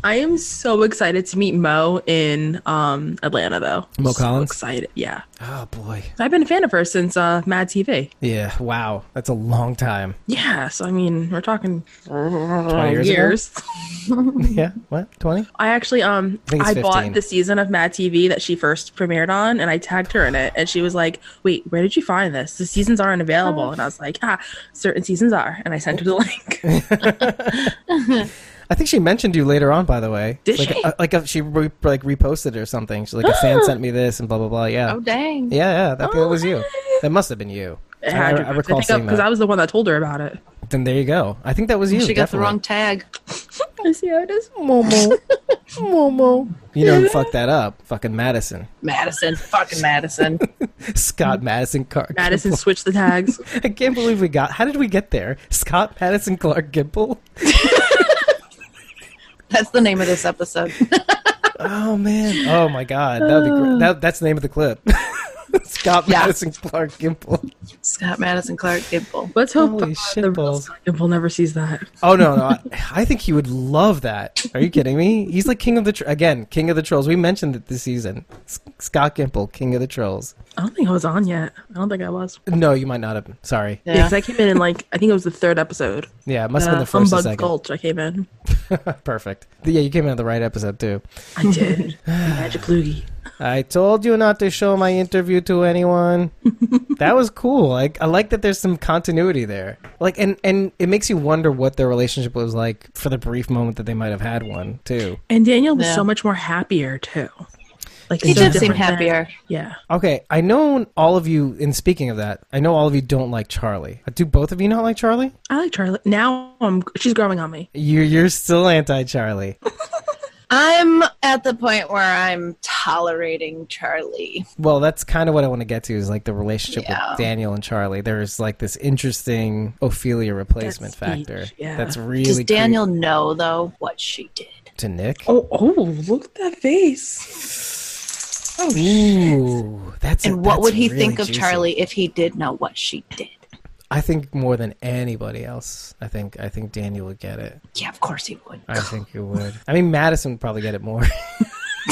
Speaker 3: I am so excited to meet Mo in um, Atlanta, though.
Speaker 1: Mo
Speaker 3: So
Speaker 1: Collins?
Speaker 3: excited, yeah.
Speaker 1: oh boy,
Speaker 3: I've been a fan of her since uh, Mad TV.
Speaker 1: Yeah, wow. That's a long time.
Speaker 3: Yeah, so I mean, we're talking
Speaker 1: 20 years.
Speaker 3: years.
Speaker 1: ago? Yeah, what? 20?
Speaker 3: I actually um
Speaker 1: think it's
Speaker 3: I, bought
Speaker 1: 15.
Speaker 3: the season of Mad TV that she first premiered on, and I tagged her in it, and she was like, "Wait, where did you find this? The seasons aren't available." And I was like, "Ah, certain seasons are," and I sent her the link.
Speaker 1: I think she mentioned you later on, by the way.
Speaker 3: Did
Speaker 1: like,
Speaker 3: she?
Speaker 1: uh, like, uh, she re- like reposted it or something. She's like, a fan sent me this and blah, blah, blah. Yeah.
Speaker 2: Oh dang.
Speaker 1: yeah, yeah. That, that was you. That must have been you.
Speaker 3: oh, It
Speaker 1: I,
Speaker 3: had to
Speaker 1: I
Speaker 3: be.
Speaker 1: recall
Speaker 3: think
Speaker 1: seeing
Speaker 3: because
Speaker 1: that.
Speaker 3: I was the one that told her about it.
Speaker 1: Then there you go. I think that was you.
Speaker 2: She got the
Speaker 1: definitely.
Speaker 2: wrong tag.
Speaker 3: I see how it is.
Speaker 1: Momo. Momo. You know who fucked that up? Fucking Madison.
Speaker 2: Madison, fucking Madison.
Speaker 1: Scott Madison Clark.
Speaker 3: Madison switched the tags.
Speaker 1: Gimple. I can't believe we got. How did we get there? Scott Madison Clark Gimple?
Speaker 2: That's the name of this episode.
Speaker 1: Oh man! Oh my God! That would be great. That, that's the name of the clip. Scott
Speaker 2: Yeah.
Speaker 1: Madison Clark Gimple.
Speaker 2: Scott Madison Clark Gimple.
Speaker 3: Let's hope
Speaker 1: Holy
Speaker 3: uh, the real
Speaker 1: shitballs.
Speaker 3: Scott Gimple never sees that.
Speaker 1: Oh no, no! I, I think he would love that. Are you kidding me? He's like king of the tr- again, king of the trolls. We mentioned it this season. S- Scott Gimple, king of the trolls.
Speaker 3: I don't think I was on yet. I don't think I was.
Speaker 1: No, you might not have. been. Sorry.
Speaker 3: Yeah, because I came in in like I think it was the third episode.
Speaker 1: Yeah, it must have
Speaker 3: Uh,
Speaker 1: been the first or
Speaker 3: Humbug
Speaker 1: second.
Speaker 3: Gulch. I came in.
Speaker 1: Perfect. Yeah, you came in on the right episode too.
Speaker 3: I did. Magic loogie.
Speaker 1: I told you not to show my interview to anyone. that was cool. Like I like that there's some continuity there. Like and and it makes you wonder what their relationship was like for the brief moment that they might have had one too.
Speaker 3: And Daniel was
Speaker 2: Yeah.
Speaker 3: so much more happier too. Like
Speaker 2: He
Speaker 3: so
Speaker 2: did seem
Speaker 3: different than-
Speaker 2: happier.
Speaker 3: yeah.
Speaker 1: Okay, I know all of you in speaking of that, I know all of you don't like Charlie. Do both of you not like Charlie?
Speaker 3: I like Charlie. Now I'm she's growing on me.
Speaker 1: You you're still anti Charlie.
Speaker 2: I'm at the point where I'm tolerating Charlie.
Speaker 1: Well, that's kind of what I want to get to is like the relationship
Speaker 2: Yeah.
Speaker 1: with Daniel and Charlie. There's like this interesting Ophelia replacement
Speaker 3: That's huge,
Speaker 1: factor.
Speaker 3: yeah.
Speaker 1: That's really
Speaker 2: Does
Speaker 1: creep-
Speaker 2: Daniel know though what she did?
Speaker 1: to Nick.
Speaker 3: Oh oh, look at that Oh, face.
Speaker 1: Ooh, that's
Speaker 2: And what
Speaker 1: that's
Speaker 2: would he
Speaker 1: really
Speaker 2: think of
Speaker 1: juicy.
Speaker 2: Charlie if he did know what she did?
Speaker 1: I think more than anybody else. I think I think Daniel would get it.
Speaker 2: Yeah, of course he would.
Speaker 1: I think he would. I mean, Madison would probably get it more.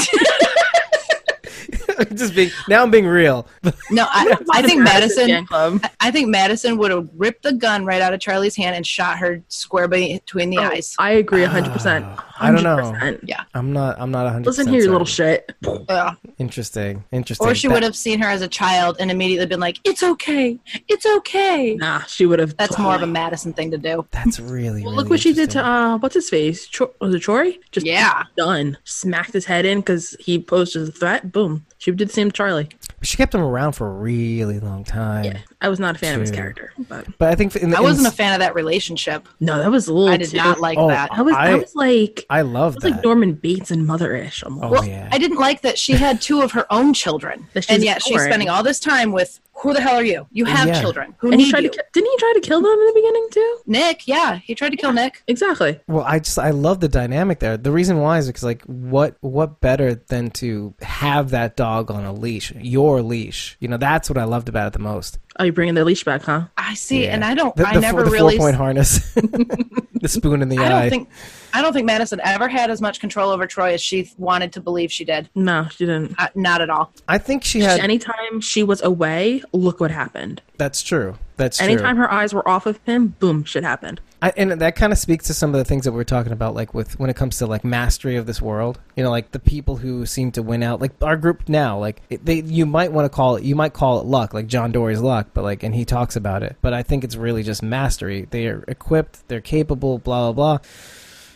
Speaker 1: Just being now, I'm being real.
Speaker 2: No, I, I think Madison.
Speaker 3: Club.
Speaker 2: I think Madison would have ripped the gun right out of Charlie's hand and shot her square between the eyes.
Speaker 3: Oh, I agree hundred percent.
Speaker 1: I don't know.
Speaker 2: Yeah.
Speaker 1: I'm not. I'm not 100.
Speaker 3: Listen here, you little shit.
Speaker 2: Yeah.
Speaker 1: Interesting. Interesting.
Speaker 2: Or she
Speaker 1: That-
Speaker 2: would have seen her as a child and immediately been like, "It's okay, it's okay."
Speaker 3: Nah, she would have.
Speaker 2: That's more of a Madison thing to do.
Speaker 1: That's really.
Speaker 3: Well,
Speaker 1: really
Speaker 3: look what she did to
Speaker 1: interesting.
Speaker 3: uh, what's his face? Cho- was it Chory? Just
Speaker 2: Yeah.
Speaker 3: done. Smacked his head in because he posed as a threat. Boom. She did the same to Charlie.
Speaker 1: she kept him around for a really long time.
Speaker 3: Yeah, I was not a fan of his
Speaker 1: Dude.
Speaker 3: character, but
Speaker 1: But I think in the,
Speaker 2: I
Speaker 1: in
Speaker 2: wasn't a
Speaker 1: s-
Speaker 2: fan of that relationship.
Speaker 3: no, that was a little.
Speaker 2: I did
Speaker 3: too-
Speaker 2: not like
Speaker 1: Oh,
Speaker 2: that.
Speaker 3: I was. I,
Speaker 1: I-
Speaker 3: was like. I,
Speaker 1: I love
Speaker 3: was
Speaker 1: that.
Speaker 3: like Norman Bates and Motherish almost.
Speaker 1: Oh,
Speaker 2: Well,
Speaker 1: yeah.
Speaker 2: I didn't like that she had two of her own children,
Speaker 3: That she's
Speaker 2: and yet she's
Speaker 3: ignoring.
Speaker 2: spending all this time with who the hell are you? You have
Speaker 1: Yeah.
Speaker 2: children. Who
Speaker 3: and he
Speaker 2: need
Speaker 3: tried
Speaker 2: you?
Speaker 3: to. ki- Didn't he try to kill them in the beginning too?
Speaker 2: Nick. Yeah, he tried to kill Nick.
Speaker 3: Exactly.
Speaker 1: Well, I just I love the dynamic there. The reason why is because like what what better than to have that dog on a leash, your leash. You know, that's what I loved about it the most.
Speaker 3: Oh, you're bringing the leash back, huh?
Speaker 2: I see,
Speaker 1: Yeah.
Speaker 2: and I don't.
Speaker 1: The,
Speaker 2: I
Speaker 1: the
Speaker 2: never
Speaker 1: four, the
Speaker 2: really.
Speaker 1: four point harness, the spoon in the
Speaker 2: I
Speaker 1: eye.
Speaker 2: don't think. I don't think Madison ever had as much control over Troy as she wanted to believe she did.
Speaker 3: No, she didn't.
Speaker 2: Uh, not at all.
Speaker 1: I think she had.
Speaker 3: Anytime she was away, look what happened.
Speaker 1: that's true. That's true.
Speaker 3: Anytime her eyes were off of him, boom, shit happened.
Speaker 1: I, and that kind of speaks to some of the things that we we're talking about, like with when it comes to like mastery of this world. You know, like the people who seem to win out, like our group now. Like it- they, you might want to call it, you might call it luck, like John Dory's luck, but like, and he talks about it. But I think it's really just mastery. They are equipped, they're capable, blah blah blah.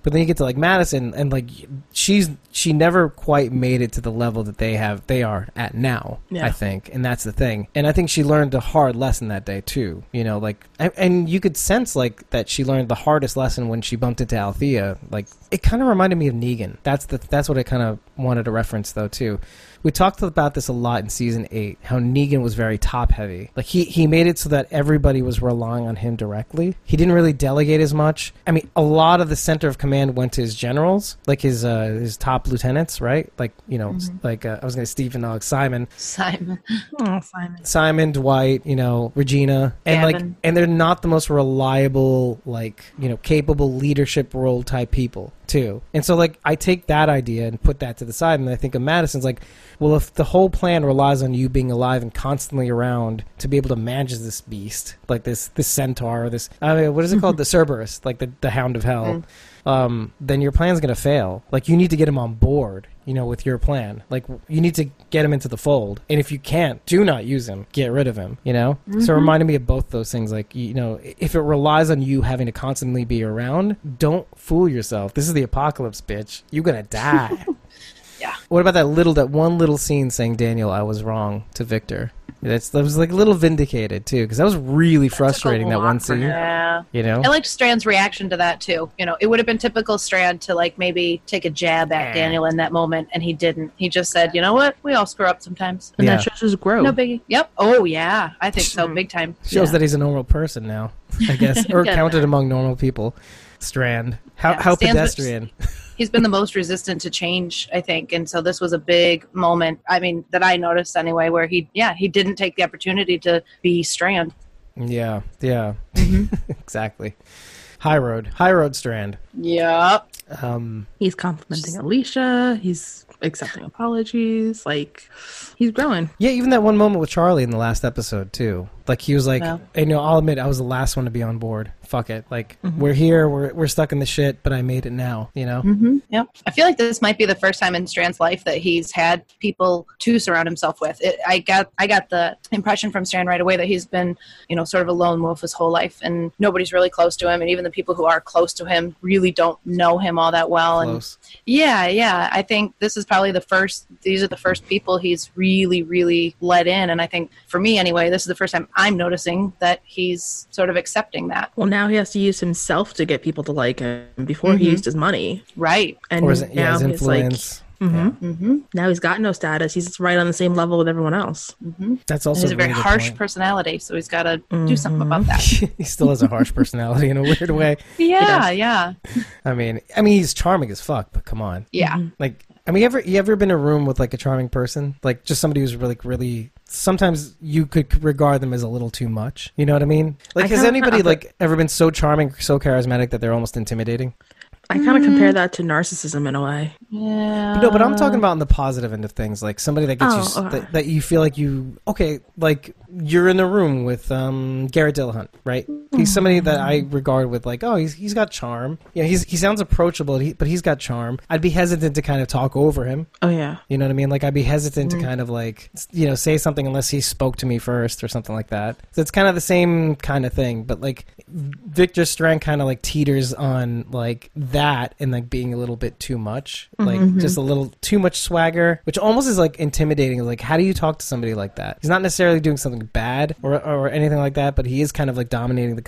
Speaker 1: But then you get to like Madison, and like she's she never quite made it to the level that they have they are at now.
Speaker 3: Yeah.
Speaker 1: I think, and that's the thing. And I think she learned a hard lesson that day too. You know, like and- and you could sense like that she learned the hardest lesson when she bumped into Althea. Like it kind of reminded me of Negan. That's the that's what I kind of wanted to reference though too. We talked about this a lot in season eight. How Negan was very top heavy. Like he he made it so that everybody was relying on him directly. He didn't really delegate as much. I mean, a lot of the center of command went to his generals, like his uh, his top lieutenants, right? Like you know, s- like uh, I was going to Stephen Og Simon,
Speaker 2: Simon.
Speaker 3: Oh, Simon.
Speaker 1: Simon Dwight, you know, Regina, and like
Speaker 2: Gavin.
Speaker 1: and they're not the most reliable, like you know, capable leadership role type people too. And so like I take that idea and put that to the side, and I think of Madison's like, well, if the whole plan relies on you being alive and constantly around to be able to manage this beast, like this this centaur, or this I mean, what is it called, the Cerberus, like the the Hound of Hell. Um, then your plan's gonna fail. Like you need to get him on board, you know, with your plan. Like you need to get him into the fold. And if you can't, do not use him. Get rid of him. You know.
Speaker 3: Mm-hmm.
Speaker 1: So it reminded me of both those things. Like you know, if it relies on you having to constantly be around, don't fool yourself. This is the apocalypse, bitch. You're gonna die.
Speaker 2: Yeah.
Speaker 1: What about that little that one little scene saying Daniel, I was wrong to Victor. That's that was like a little vindicated too, because that was really frustrating. That
Speaker 3: lot
Speaker 1: one
Speaker 3: for
Speaker 1: scene.
Speaker 3: him.
Speaker 2: Yeah.
Speaker 1: You know.
Speaker 2: I liked Strand's reaction to that too. You know, it would have been typical Strand to like maybe take a jab at Daniel in that moment, and he didn't. He just said, "You know what? We all screw up sometimes."
Speaker 3: And
Speaker 1: Yeah.
Speaker 3: that shows his growth.
Speaker 2: No biggie. Yep. Oh yeah, I think so. Big time.
Speaker 1: shows
Speaker 3: Yeah.
Speaker 1: that he's a normal person now, I guess, or
Speaker 2: Yeah.
Speaker 1: counted among normal people. Strand, how
Speaker 2: Yeah.
Speaker 1: how
Speaker 2: Stands with-
Speaker 1: pedestrian.
Speaker 2: He's been the most resistant to change, I think, and so this was a big moment. I mean, that I noticed anyway, where he, yeah, he didn't take the opportunity to be Strand.
Speaker 1: yeah, yeah,
Speaker 2: Mm-hmm.
Speaker 1: exactly. High road, high road. Strand.
Speaker 2: Yep.
Speaker 1: Um,
Speaker 3: He's complimenting Alicia. He's accepting apologies. Like, he's growing.
Speaker 1: yeah, even that one moment with Charlie in the last episode too. Like he was like,
Speaker 2: Well.
Speaker 1: and, you know, I'll admit I was the last one to be on board. Fuck it. Like
Speaker 2: Mm-hmm.
Speaker 1: we're here, we're we're stuck in the shit, but I made it now. You know.
Speaker 2: hmm Yep. I feel like this might be the first time in Strand's life that he's had people to surround himself with. It, I got I got the impression from Strand right away that he's been, you know, sort of a lone wolf his whole life, and nobody's really close to him, and even the people who are close to him really don't know him all that well. And
Speaker 1: Close.
Speaker 2: yeah, yeah, I think this is probably the first. These are the first people he's really, really let in, and I think for me anyway, this is the first time I'm noticing that he's sort of accepting that.
Speaker 3: Well, now he has to use himself to get people to like him. Before
Speaker 2: Mhm.
Speaker 3: he used his money,
Speaker 2: Right.
Speaker 3: and
Speaker 1: or is it,
Speaker 3: now
Speaker 1: yeah, his
Speaker 3: he's
Speaker 1: influence.
Speaker 3: like, hmm
Speaker 2: Mm-hmm.
Speaker 3: now he's got no status. He's right on the same level with everyone else.
Speaker 2: Mm-hmm.
Speaker 1: That's also
Speaker 2: he's a very
Speaker 1: really good
Speaker 2: harsh
Speaker 1: point. Mm-hmm.
Speaker 2: personality, so he's got to do something about that.
Speaker 1: he still has a harsh personality in a weird way.
Speaker 2: Yeah, yeah,
Speaker 1: I mean, I mean, he's charming as fuck, but come on.
Speaker 2: yeah.
Speaker 1: Like, I mean, you ever you ever been in a room with like a charming person, like just somebody who's really, really. Sometimes you could regard them as a little too much. You know what I mean? Like,
Speaker 3: I
Speaker 1: has
Speaker 3: kinda-
Speaker 1: anybody like ever been so charming, so charismatic that they're almost intimidating?
Speaker 3: I kind
Speaker 1: Mm-hmm.
Speaker 3: of compare that to narcissism in a way.
Speaker 2: yeah.
Speaker 1: No, but I'm talking about in the positive end of things, like somebody that gets you
Speaker 3: Oh,
Speaker 1: s
Speaker 3: okay.
Speaker 1: that, that you feel like you okay, like you're in the room with um, Garrett Dillahunt, right? he's somebody that I regard with like, oh, he's he's got charm. You know, he's he sounds approachable, he- but he's got charm. I'd be hesitant to kind of talk over him.
Speaker 3: Oh yeah.
Speaker 1: You know what I mean? Like I'd be hesitant to kind of like s- you know say something unless he spoke to me first or something like that. So it's kind of the same kind of thing, but like Victor Strang kind of like teeters on like that and like being a little bit too much, like just a little too much swagger, which almost is like intimidating. Like how do you talk to somebody like that? He's not necessarily doing something bad or or anything like that, but he is kind of like dominating the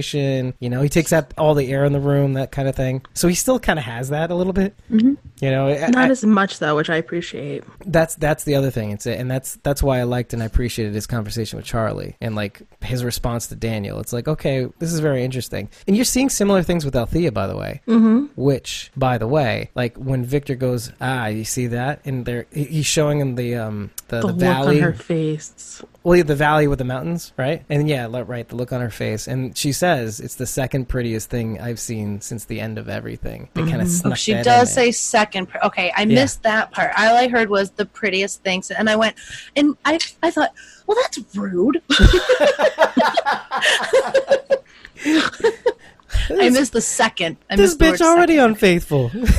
Speaker 1: conversation. You know, he takes up all the air in the room, that kind of thing. So he still kind of has that a little bit. You know, I-
Speaker 3: Not
Speaker 1: I-
Speaker 3: as much though, which I appreciate.
Speaker 1: that's that's the other thing it's and that's that's why i liked and i appreciated his conversation with charlie and like his response to daniel it's like okay this is very interesting and you're seeing similar things with althea by the way mm-hmm. which by the way like when victor goes ah you see that and there he- he's showing him the um the,
Speaker 3: The,
Speaker 1: the,
Speaker 3: look
Speaker 1: valley
Speaker 3: on her face.
Speaker 1: well yeah, the valley with the mountains right and yeah le- right the look on her face and she says it's the second prettiest thing i've seen since the end of everything they kind of snuck
Speaker 2: Oh, She
Speaker 1: that in
Speaker 2: does
Speaker 1: there.
Speaker 2: say second. Pr- okay, I missed that part. All I heard was the prettiest things, and I went, and I, I thought, well, that's rude. I missed the second. I
Speaker 1: this
Speaker 2: missed the
Speaker 1: bitch
Speaker 2: word
Speaker 1: already unfaithful
Speaker 2: second.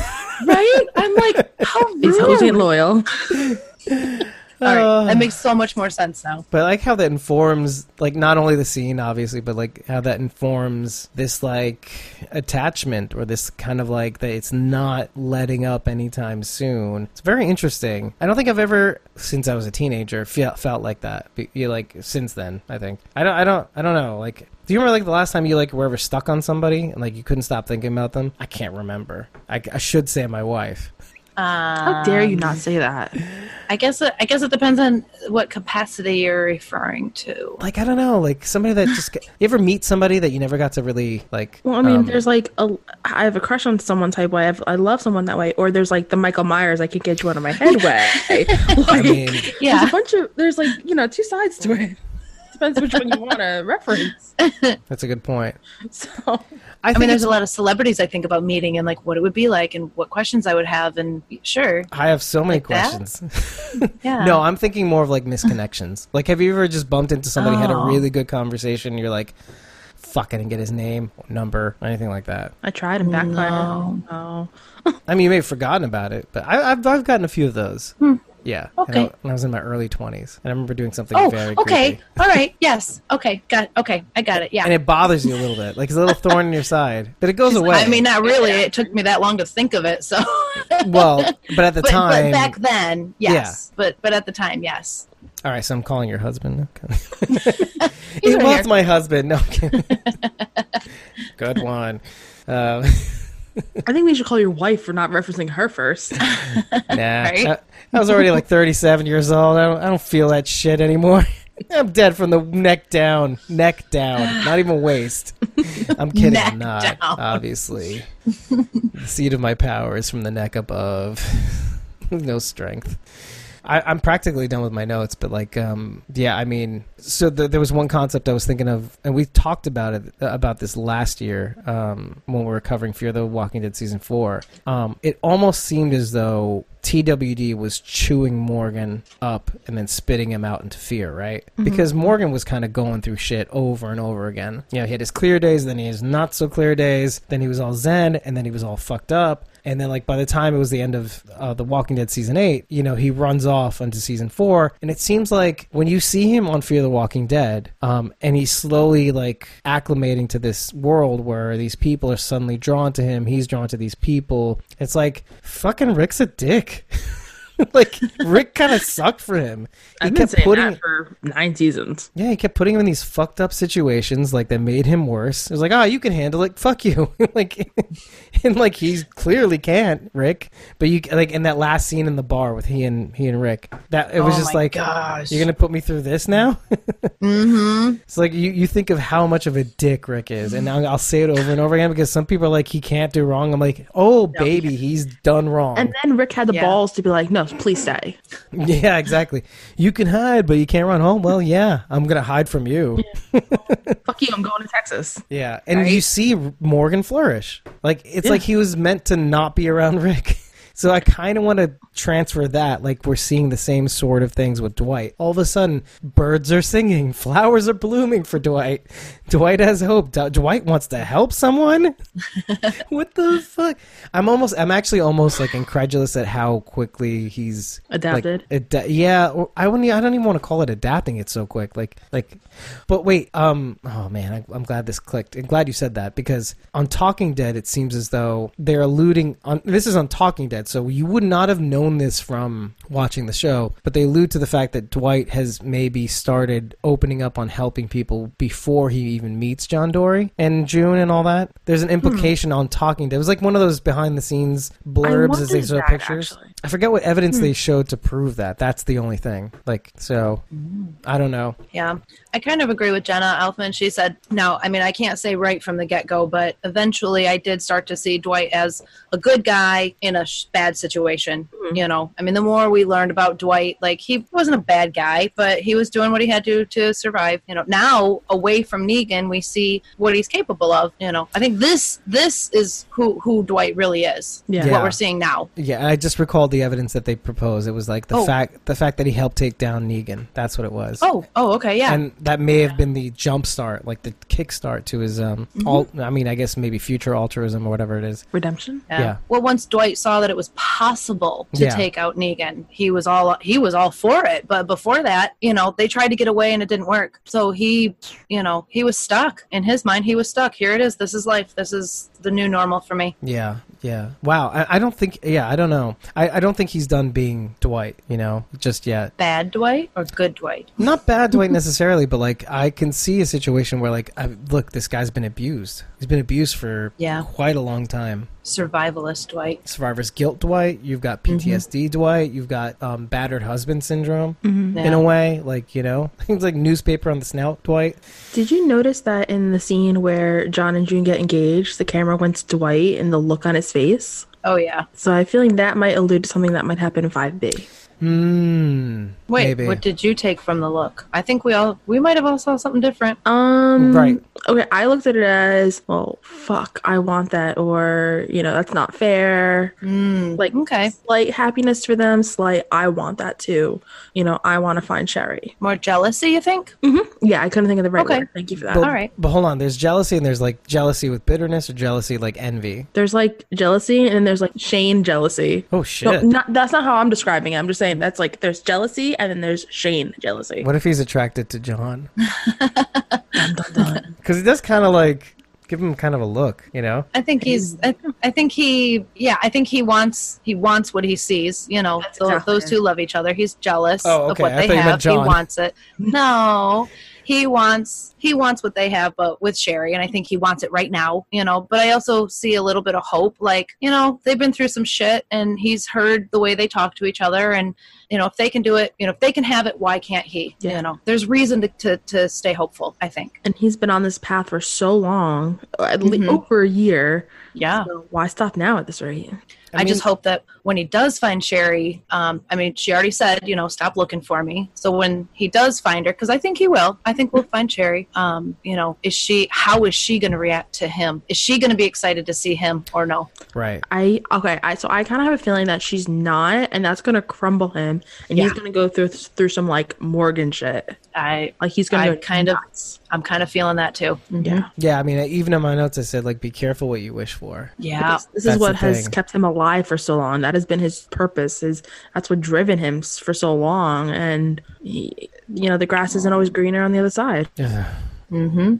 Speaker 2: right? I'm like, how
Speaker 3: He's always
Speaker 2: rude.
Speaker 3: loyal.
Speaker 2: All right,
Speaker 1: Uh.
Speaker 2: that makes so much more sense now.
Speaker 1: But I like how that informs, like, not only the scene, obviously, but like how that informs this, like, attachment or this kind of like that it's not letting up anytime soon. It's very interesting. I don't think I've ever, since I was a teenager, felt felt like that. Be- You like since then, I think. I don't, I don't, I don't know. Like, do you remember like the last time you like were ever stuck on somebody and like you couldn't stop thinking about them? I can't remember. I, I should say my wife.
Speaker 3: How dare you not say that?
Speaker 2: Um, I guess it, I guess it depends on what capacity you're referring to.
Speaker 1: Like I don't know, like somebody that just you ever meet somebody that you never got to really like.
Speaker 3: Well, I mean,
Speaker 1: um,
Speaker 3: there's like a I have a crush on someone type way. I've, I love someone that way. Or there's like the Michael Myers I could get you out of my head way. like,
Speaker 1: I mean,
Speaker 3: there's
Speaker 2: Yeah,
Speaker 3: a bunch of there's like you know two sides to it. Depends which one you want to reference.
Speaker 1: That's a good point.
Speaker 3: So
Speaker 1: I,
Speaker 2: I
Speaker 1: think
Speaker 2: mean,
Speaker 1: it's-
Speaker 2: there's a lot of celebrities I think about meeting and like what it would be like and what questions I would have, and sure,
Speaker 1: I have so many
Speaker 2: like that?
Speaker 1: questions.
Speaker 2: yeah.
Speaker 1: no, I'm thinking more of like misconnections. like, have you ever just bumped into somebody, had a
Speaker 3: Oh.
Speaker 1: really good conversation, and you're like, fuck, I didn't get his name, number, or anything like that?
Speaker 3: I tried and backfired.
Speaker 2: No.
Speaker 3: No.
Speaker 1: I mean, you may have forgotten about it, but I, I've, I've gotten a few of those. Yeah. and I-
Speaker 2: Hmm. Okay.
Speaker 1: when I was in my early 20s, and I remember doing something
Speaker 2: Oh,
Speaker 1: very
Speaker 2: okay.
Speaker 1: creepy.
Speaker 2: All right. Yes. Okay. Got. Okay. I got it. Yeah.
Speaker 1: And it bothers you a little bit, like it's a little thorn in your side, but it goes away.
Speaker 2: I mean, not really. It took me that long to think of it. So. but,
Speaker 1: well, but at the
Speaker 2: but
Speaker 1: time,
Speaker 2: back then, yes. But but at the time, yes.
Speaker 1: all right. So I'm calling your husband. Okay.
Speaker 2: He's
Speaker 1: He
Speaker 2: right
Speaker 1: was
Speaker 2: here.
Speaker 1: my husband. No, I'm kidding. Good one. Um,
Speaker 3: I think we should call your wife for not referencing her first.
Speaker 1: nah,
Speaker 2: Right?
Speaker 1: I, I was already like 37 years old. I don't, I don't feel that shit anymore. I'm dead from the neck down. Neck down. Not even waist. I'm kidding. I'm
Speaker 2: Neck
Speaker 1: not.
Speaker 2: down.
Speaker 1: Obviously. the seat of my power is from the neck above. no strength. I, I'm practically done with my notes, but like, um, yeah, I mean, so th- there was one concept I was thinking of, and we talked about it about this last year um, when we were covering Fear the Walking Dead season four. Um, it almost seemed as though TWD was chewing Morgan up and then spitting him out into fear, right? Because Morgan was kind of going through shit over and over again. You know, he had his clear days, then he had his not so clear days, then he was all zen, and then he was all fucked up. And then, like by the time it was the end of uh, the Walking Dead season eight, you know he runs off onto season four, and it seems like when you see him on Fear the Walking Dead, um, and he's slowly like acclimating to this world where these people are suddenly drawn to him, he's drawn to these people. It's like fucking Rick's a dick. like Rick kind of sucked for him. He
Speaker 3: I've been saying that for nine seasons.
Speaker 1: yeah, he kept putting him in these fucked up situations, like that made him worse. It was like, oh, you can handle it, fuck you, like, and like he clearly can't, Rick. But you like in that last scene in the bar with he and he and Rick, that it was
Speaker 2: Oh
Speaker 1: just
Speaker 2: my
Speaker 1: like,
Speaker 2: gosh.
Speaker 1: you're gonna put me through this now.
Speaker 2: Mm-hmm.
Speaker 1: It's like you, you think of how much of a dick Rick is, and I'll, I'll say it over and over again because some people are like, he can't do wrong. I'm like, oh baby, he's done wrong.
Speaker 3: And then Rick had the
Speaker 2: Yeah.
Speaker 3: balls to be like, "No, please stay."
Speaker 1: Yeah, exactly. You can hide, but you can't run home. Well, yeah, I'm gonna hide from you.
Speaker 3: Fuck you! I'm going to Texas.
Speaker 1: Yeah, and you see Morgan flourish. Like it's like he was meant to not be around Rick. So I kind of want to transfer that. Like we're seeing the same sort of things with Dwight. All of a sudden, birds are singing, flowers are blooming for Dwight. Dwight has hope. D- Dwight wants to help someone. what the fuck? I'm almost. I'm actually almost like incredulous at how quickly he's like,
Speaker 3: Adapted?
Speaker 1: ada- yeah, or I wouldn't. e- I don't even want to call it adapting. It so quick. Like, like. But wait. Um. Oh man, I, I'm glad this clicked. I'm glad you said that because on Talking Dead, it seems as though they're alluding on. This is on Talking Dead, so you would not have known this from watching the show. But they allude to the fact that Dwight has maybe started opening up on helping people before he even meets John Dory and June and all that. There's an
Speaker 3: Hmm.
Speaker 1: implication on Talking Dead. It was like one of those behind the scenes blurbs as they
Speaker 3: wondered
Speaker 1: show
Speaker 3: that,
Speaker 1: pictures.
Speaker 3: actually.
Speaker 1: I forget what evidence
Speaker 2: Hmm.
Speaker 1: they showed to prove that. That's the only thing. Like, so I don't know.
Speaker 2: Yeah, I kind of agree with Jenna Elfman. She said, "No, I mean I can't say right from the get go, but eventually I did start to see Dwight as a good guy in a sh- bad situation. You know, I mean the more we learned about Dwight, like he wasn't a bad guy, but he was doing what he had to to survive. You know, now away from Negan, we see what he's capable of. You know, I think this this is who who Dwight really is.
Speaker 3: Yeah.
Speaker 1: Yeah.
Speaker 2: what we're seeing now.
Speaker 1: Yeah, I just recalled the evidence that they proposed. It was like the
Speaker 2: Oh.
Speaker 1: fact the fact that he helped take down Negan. That's what it was.
Speaker 2: Oh, oh, okay, yeah,
Speaker 1: And that may have been the jump start, like the kickstart to his um al-
Speaker 2: Mm-hmm.
Speaker 1: I mean, I guess maybe future altruism or whatever it is.
Speaker 3: Redemption.
Speaker 2: Yeah.
Speaker 1: Yeah.
Speaker 2: Well, once Dwight saw that it was possible to
Speaker 1: Yeah.
Speaker 2: take out Negan, he was all he was all for it. But before that, you know, they tried to get away and it didn't work. So he, you know, he was stuck in his mind. He was stuck. Here it is. This is life. This is the new normal for me.
Speaker 1: Yeah, yeah. Wow. I, I don't think yeah, I don't know. I, I don't think he's done being Dwight, you know, just yet.
Speaker 2: Bad Dwight or good Dwight?
Speaker 1: not bad Dwight necessarily, but like I can see a situation where like I, look, this guy's been abused. He's been abused for
Speaker 2: Yeah.
Speaker 1: quite a long time.
Speaker 2: Survivalist Dwight.
Speaker 1: Survivor's guilt, Dwight. You've got
Speaker 2: Mm-hmm.
Speaker 1: PTSD, Dwight. You've got um, battered husband syndrome.
Speaker 2: Mm-hmm. Yeah.
Speaker 1: In a way, like you know, it's like newspaper on the snout, Dwight.
Speaker 3: Did you notice that in the scene where John and June get engaged, the camera went to Dwight and the look on his face?
Speaker 2: oh yeah.
Speaker 3: So I feel like that might allude to something that might happen in 5B.
Speaker 1: Hmm.
Speaker 2: Wait,
Speaker 1: maybe.
Speaker 2: what did you take from the look? I think we all we might have all saw something different.
Speaker 3: Um,
Speaker 1: Right.
Speaker 3: Okay, I looked at it as, well, fuck, I want that, or, you know, that's not fair.
Speaker 2: Mm,
Speaker 3: Like,
Speaker 2: okay.
Speaker 3: slight happiness for them, slight, I want that too. You know, I want to find Sherry.
Speaker 2: More jealousy, you think?
Speaker 3: Yeah, I couldn't think of the right
Speaker 2: Okay.
Speaker 3: word. Thank you for that.
Speaker 1: But,
Speaker 2: all right.
Speaker 1: But hold on, there's jealousy and there's like jealousy with bitterness or jealousy like envy.
Speaker 3: There's like jealousy and then there's like Shane jealousy.
Speaker 1: Oh
Speaker 3: No,
Speaker 1: shit.
Speaker 3: not, that's not how I'm describing it. I'm just saying that's like there's jealousy and then there's Shane jealousy.
Speaker 1: what if he's attracted to John?
Speaker 3: Dun, dun, dun.
Speaker 1: Because he does kind of like give him kind of a look, you know.
Speaker 2: I think he's. I, I think he. Yeah, I think he wants. He wants what he sees. You know,
Speaker 3: That's
Speaker 2: tho-
Speaker 3: exactly
Speaker 2: those
Speaker 3: it.
Speaker 2: two love each other. He's jealous
Speaker 1: Oh,
Speaker 2: of
Speaker 1: okay.
Speaker 2: what
Speaker 1: I
Speaker 2: they
Speaker 1: thought you meant
Speaker 2: have. He
Speaker 1: John.
Speaker 2: wants it. No, he wants. He wants what they have, but with Sherry, and I think he wants it right now. You know, but I also see a little bit of hope. Like you know, they've been through some shit, and he's heard the way they talk to each other, and you know, if they can do it, you know, if they can have it, why can't he?
Speaker 3: Yeah.
Speaker 2: You know, there's reason to, to to stay hopeful. I think.
Speaker 3: and he's been on this path for so long, at le-
Speaker 1: Mm-hmm.
Speaker 2: Mhm.
Speaker 3: over a year.
Speaker 2: Yeah.
Speaker 3: So why stop now at this rate?
Speaker 2: I, just hope that when he does find Sherry, um, I mean, she already said, you know, stop looking for me. So when he does find her, because I think he will, I think we'll find Sherry. Um, you know, is she? How is she going to react to him? Is she going to be excited to see him or no?
Speaker 1: right.
Speaker 3: I okay, I so I kind of have a feeling that she's not, and that's gonna crumble him, and he's
Speaker 2: Yeah.
Speaker 3: gonna go through through some like Morgan shit.
Speaker 2: I,
Speaker 3: Like "Mm, he's gonna
Speaker 2: I
Speaker 3: go
Speaker 2: kind of,
Speaker 3: nuts.
Speaker 2: I'm kind of feeling that too. Mhm.
Speaker 3: yeah.
Speaker 1: Yeah, I mean, even in my notes, I said like, "Be careful what you wish for."
Speaker 2: yeah.
Speaker 3: This- This
Speaker 1: That's
Speaker 3: is what
Speaker 1: the
Speaker 3: has
Speaker 1: thing.
Speaker 3: kept him alive for so long. That has been his purpose. Is that's what driven him s- for so long. And he, you know, the grass isn't always greener on the other side.
Speaker 2: Mm-hmm.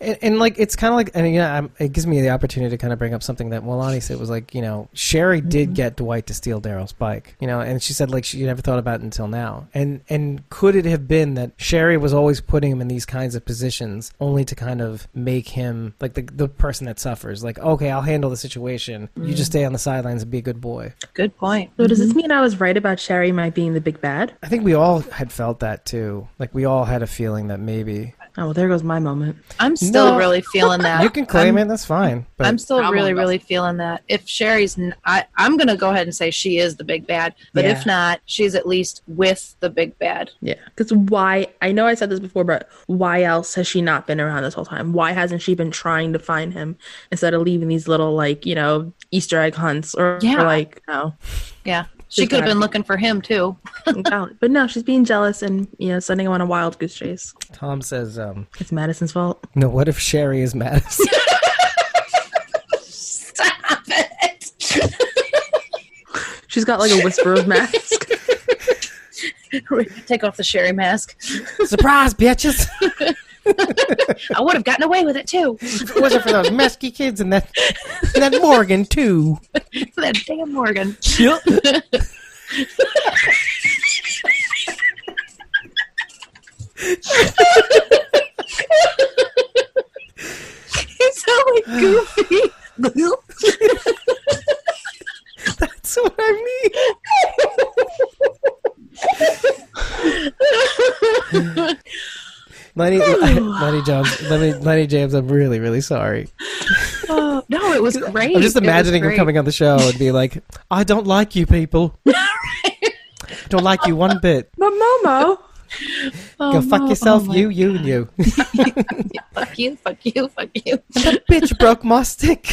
Speaker 1: And, and like, it's kind of like, and yeah, I'm, it gives me the opportunity to kind of bring up something that Milani said was like, you know, Sherry did get Dwight to steal Daryl's bike, you know, and she said like she never thought about it until now. And and could it have been that Sherry was always putting him in these kinds of positions only to kind of make him like the the person that suffers? Like, okay, I'll handle the situation. You just stay on the sidelines and be a good boy.
Speaker 2: Good point.
Speaker 3: So does this mean I was right about Sherry might being the big bad?
Speaker 1: I think we all had felt that too. Like we all had a feeling that maybe
Speaker 3: Oh, well, there goes my moment.
Speaker 2: I'm still
Speaker 1: No.
Speaker 2: really feeling that.
Speaker 1: You can claim
Speaker 2: I'm-
Speaker 1: it. That's fine. But
Speaker 2: I'm still
Speaker 3: Problem
Speaker 2: really,
Speaker 3: doesn't-
Speaker 2: really feeling that. If Sherry's, n- I, am going to go ahead and say she is the big bad. But
Speaker 3: Yeah.
Speaker 2: if not, she's at least with the big bad.
Speaker 3: Yeah. Because why? I know I said this before, but why else has she not been around this whole time? Why hasn't she been trying to find him instead of leaving these little, like, you know, Easter egg hunts or, or,
Speaker 2: Yeah.
Speaker 3: like, no.
Speaker 2: Yeah, she
Speaker 3: She's
Speaker 2: could have
Speaker 3: gotta
Speaker 2: been
Speaker 3: be.
Speaker 2: looking for him too.
Speaker 3: Don't. but no, she's being jealous and, you know, sending him on a wild goose chase.
Speaker 1: Tom says, um,
Speaker 3: It's Madison's fault.
Speaker 1: "No, what if Sherry is Madison?"
Speaker 2: Stop it.
Speaker 3: She's got like a whisperer's mask.
Speaker 2: Take off the Sherry mask.
Speaker 1: Surprise, bitches!
Speaker 2: I would have gotten away with it too.
Speaker 1: if it wasn't for those mesky kids and that and that Morgan too.
Speaker 2: that damn Morgan. He's so like goofy.
Speaker 1: That's what I mean. Lenny, Lenny Jones, Lenny, Lenny James, I'm really, really sorry.
Speaker 2: Oh, no, it was great.
Speaker 1: I'm just
Speaker 2: It was
Speaker 1: imagining him
Speaker 2: great.
Speaker 1: coming on the show and be like, "I don't like you people. don't like you one bit.
Speaker 3: but Momo.
Speaker 2: Oh,
Speaker 1: Go fuck
Speaker 2: no.
Speaker 1: yourself,
Speaker 2: Oh, my
Speaker 1: you, you, and you."
Speaker 2: Fuck you, fuck you, fuck you.
Speaker 1: that bitch broke my stick.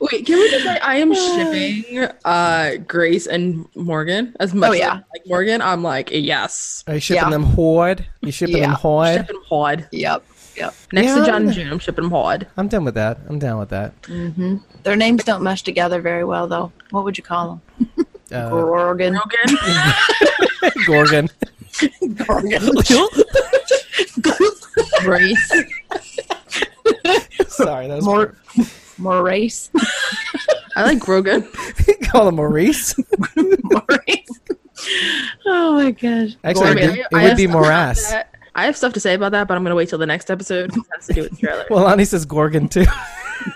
Speaker 3: Wait, can we just say I am shipping uh Grace and Morgan as much
Speaker 2: Oh,
Speaker 3: as
Speaker 2: yeah.
Speaker 3: I like Morgan? I'm like, yes.
Speaker 1: Are you shipping
Speaker 2: Yeah.
Speaker 1: them hard? You shipping them
Speaker 2: Yeah.
Speaker 1: hard?
Speaker 3: Shipping Hod.
Speaker 2: Yep, yep.
Speaker 3: Next
Speaker 1: Yeah.
Speaker 3: to John and June, I'm shipping Hod.
Speaker 1: I'm done with that. I'm down with that.
Speaker 2: Their names don't mesh together very well, though. What would you call them?
Speaker 1: Uh,
Speaker 2: Gorgon.
Speaker 3: Morgan.
Speaker 1: Gorgon.
Speaker 2: Grace.
Speaker 1: Sorry, that was
Speaker 2: More. Maurice.
Speaker 3: I like Grogan.
Speaker 1: call him Maurice.
Speaker 2: Maurice. Oh my gosh.
Speaker 1: Actually,
Speaker 3: Gorgon.
Speaker 1: it'd be- it
Speaker 3: I- I
Speaker 1: would
Speaker 3: have
Speaker 1: be
Speaker 3: something about
Speaker 1: morass.
Speaker 3: that. I have stuff to say about that, but I'm gonna wait till the next episode. 'cause It has to do with the trailer.
Speaker 1: Well, Lonnie says Gorgon too.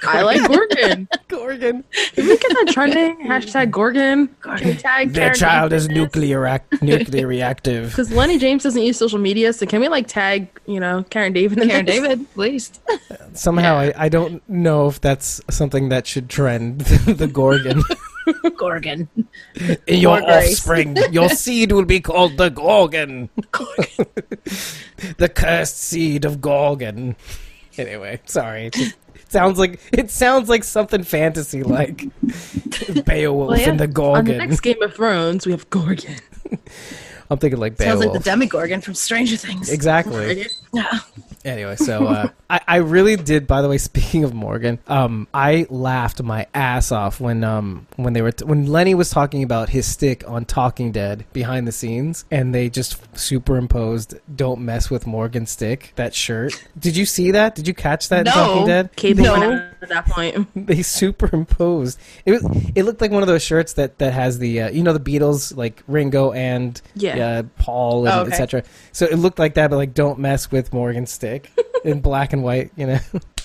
Speaker 3: I like Gorgon.
Speaker 1: Gorgon.
Speaker 3: Did we get that trending? Hashtag Gorgon. Hashtag
Speaker 1: Their child is nuclear act- nuclear reactive.
Speaker 3: Because Lenny James doesn't use social media, so can we like tag, you know, Karen Dave in the
Speaker 2: Karen
Speaker 3: next-
Speaker 2: David, at least.
Speaker 1: Somehow, I, I don't know if that's something that should trend the Gorgon.
Speaker 2: Gorgon.
Speaker 1: In your
Speaker 2: Gorgon.
Speaker 1: offspring, your seed will be called the Gorgon. the cursed seed of Gorgon. Anyway, sorry. It just sounds like it sounds like something fantasy like Beowulf
Speaker 2: Well, yeah.
Speaker 1: and the
Speaker 3: On the
Speaker 1: Gorgon.
Speaker 3: next Game of Thrones, we have Gorgon.
Speaker 1: I'm thinking like
Speaker 2: Sounds
Speaker 1: Beowulf.
Speaker 2: like the Demigorgon from Stranger Things.
Speaker 1: exactly.
Speaker 2: Yeah.
Speaker 1: Anyway, so uh, I, I really did. By the way, speaking of Morgan, um, I laughed my ass off when um, when they were t- when Lenny was talking about his stick on Talking Dead behind the scenes, and they just superimposed "Don't mess with Morgan's stick." That shirt. Did you see that? Did you catch that in
Speaker 2: No.
Speaker 1: Talking Dead?
Speaker 3: Cable
Speaker 2: No.
Speaker 3: went out at that point.
Speaker 1: They superimposed. It was, it looked like one of those shirts that that has the uh, you know the Beatles like Ringo and
Speaker 3: Yeah.
Speaker 1: uh, Paul and
Speaker 2: Oh, okay.
Speaker 1: etc. So it looked like that, but like don't mess with Morgan Stick in black and white. You know,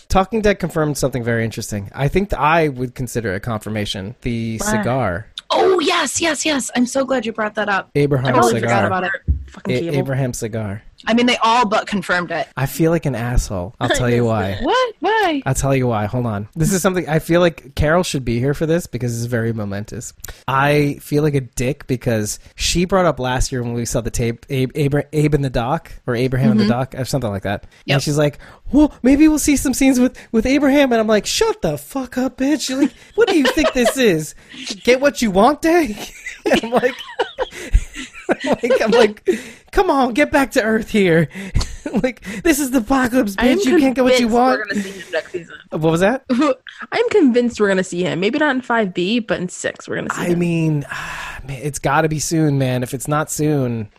Speaker 1: Talking Dead confirmed something very interesting. I think th- I would consider a confirmation the cigar.
Speaker 2: Oh yes, yes, yes. I'm so glad you brought that up. I
Speaker 1: Abraham
Speaker 2: totally forgot
Speaker 1: cigar.
Speaker 2: about it.
Speaker 3: Fucking
Speaker 1: A-
Speaker 3: cable.
Speaker 1: Abraham cigar.
Speaker 2: I mean, they all but confirmed it.
Speaker 1: I feel like an asshole. I'll tell you why.
Speaker 2: What? Why?
Speaker 1: I'll tell you why. Hold on. This is something I feel like Carol should be here for this because it's very momentous. I feel like a dick because she brought up last year when we saw the tape Abe, Abra Abe and the Doc or Abraham and the
Speaker 3: Mm-hmm.
Speaker 1: Doc or something like that.
Speaker 2: Yep.
Speaker 1: And she's like, "Well, maybe we'll see some scenes with with Abraham." And I'm like, "Shut the fuck up, bitch! You're like, what do you think this is? Get what you want, day." I'm like. I'm like, I'm like, come on, get back to Earth here. like, this is the apocalypse,
Speaker 3: I am
Speaker 1: bitch. You can't get what you
Speaker 3: convinced
Speaker 1: want.
Speaker 3: We're gonna see him next season.
Speaker 1: What was that?
Speaker 3: I'm convinced we're gonna see him. Maybe not in five B, but in six we're gonna see
Speaker 1: I
Speaker 3: him.
Speaker 1: mean, ah, man, it's got to be soon, man. If it's not soon,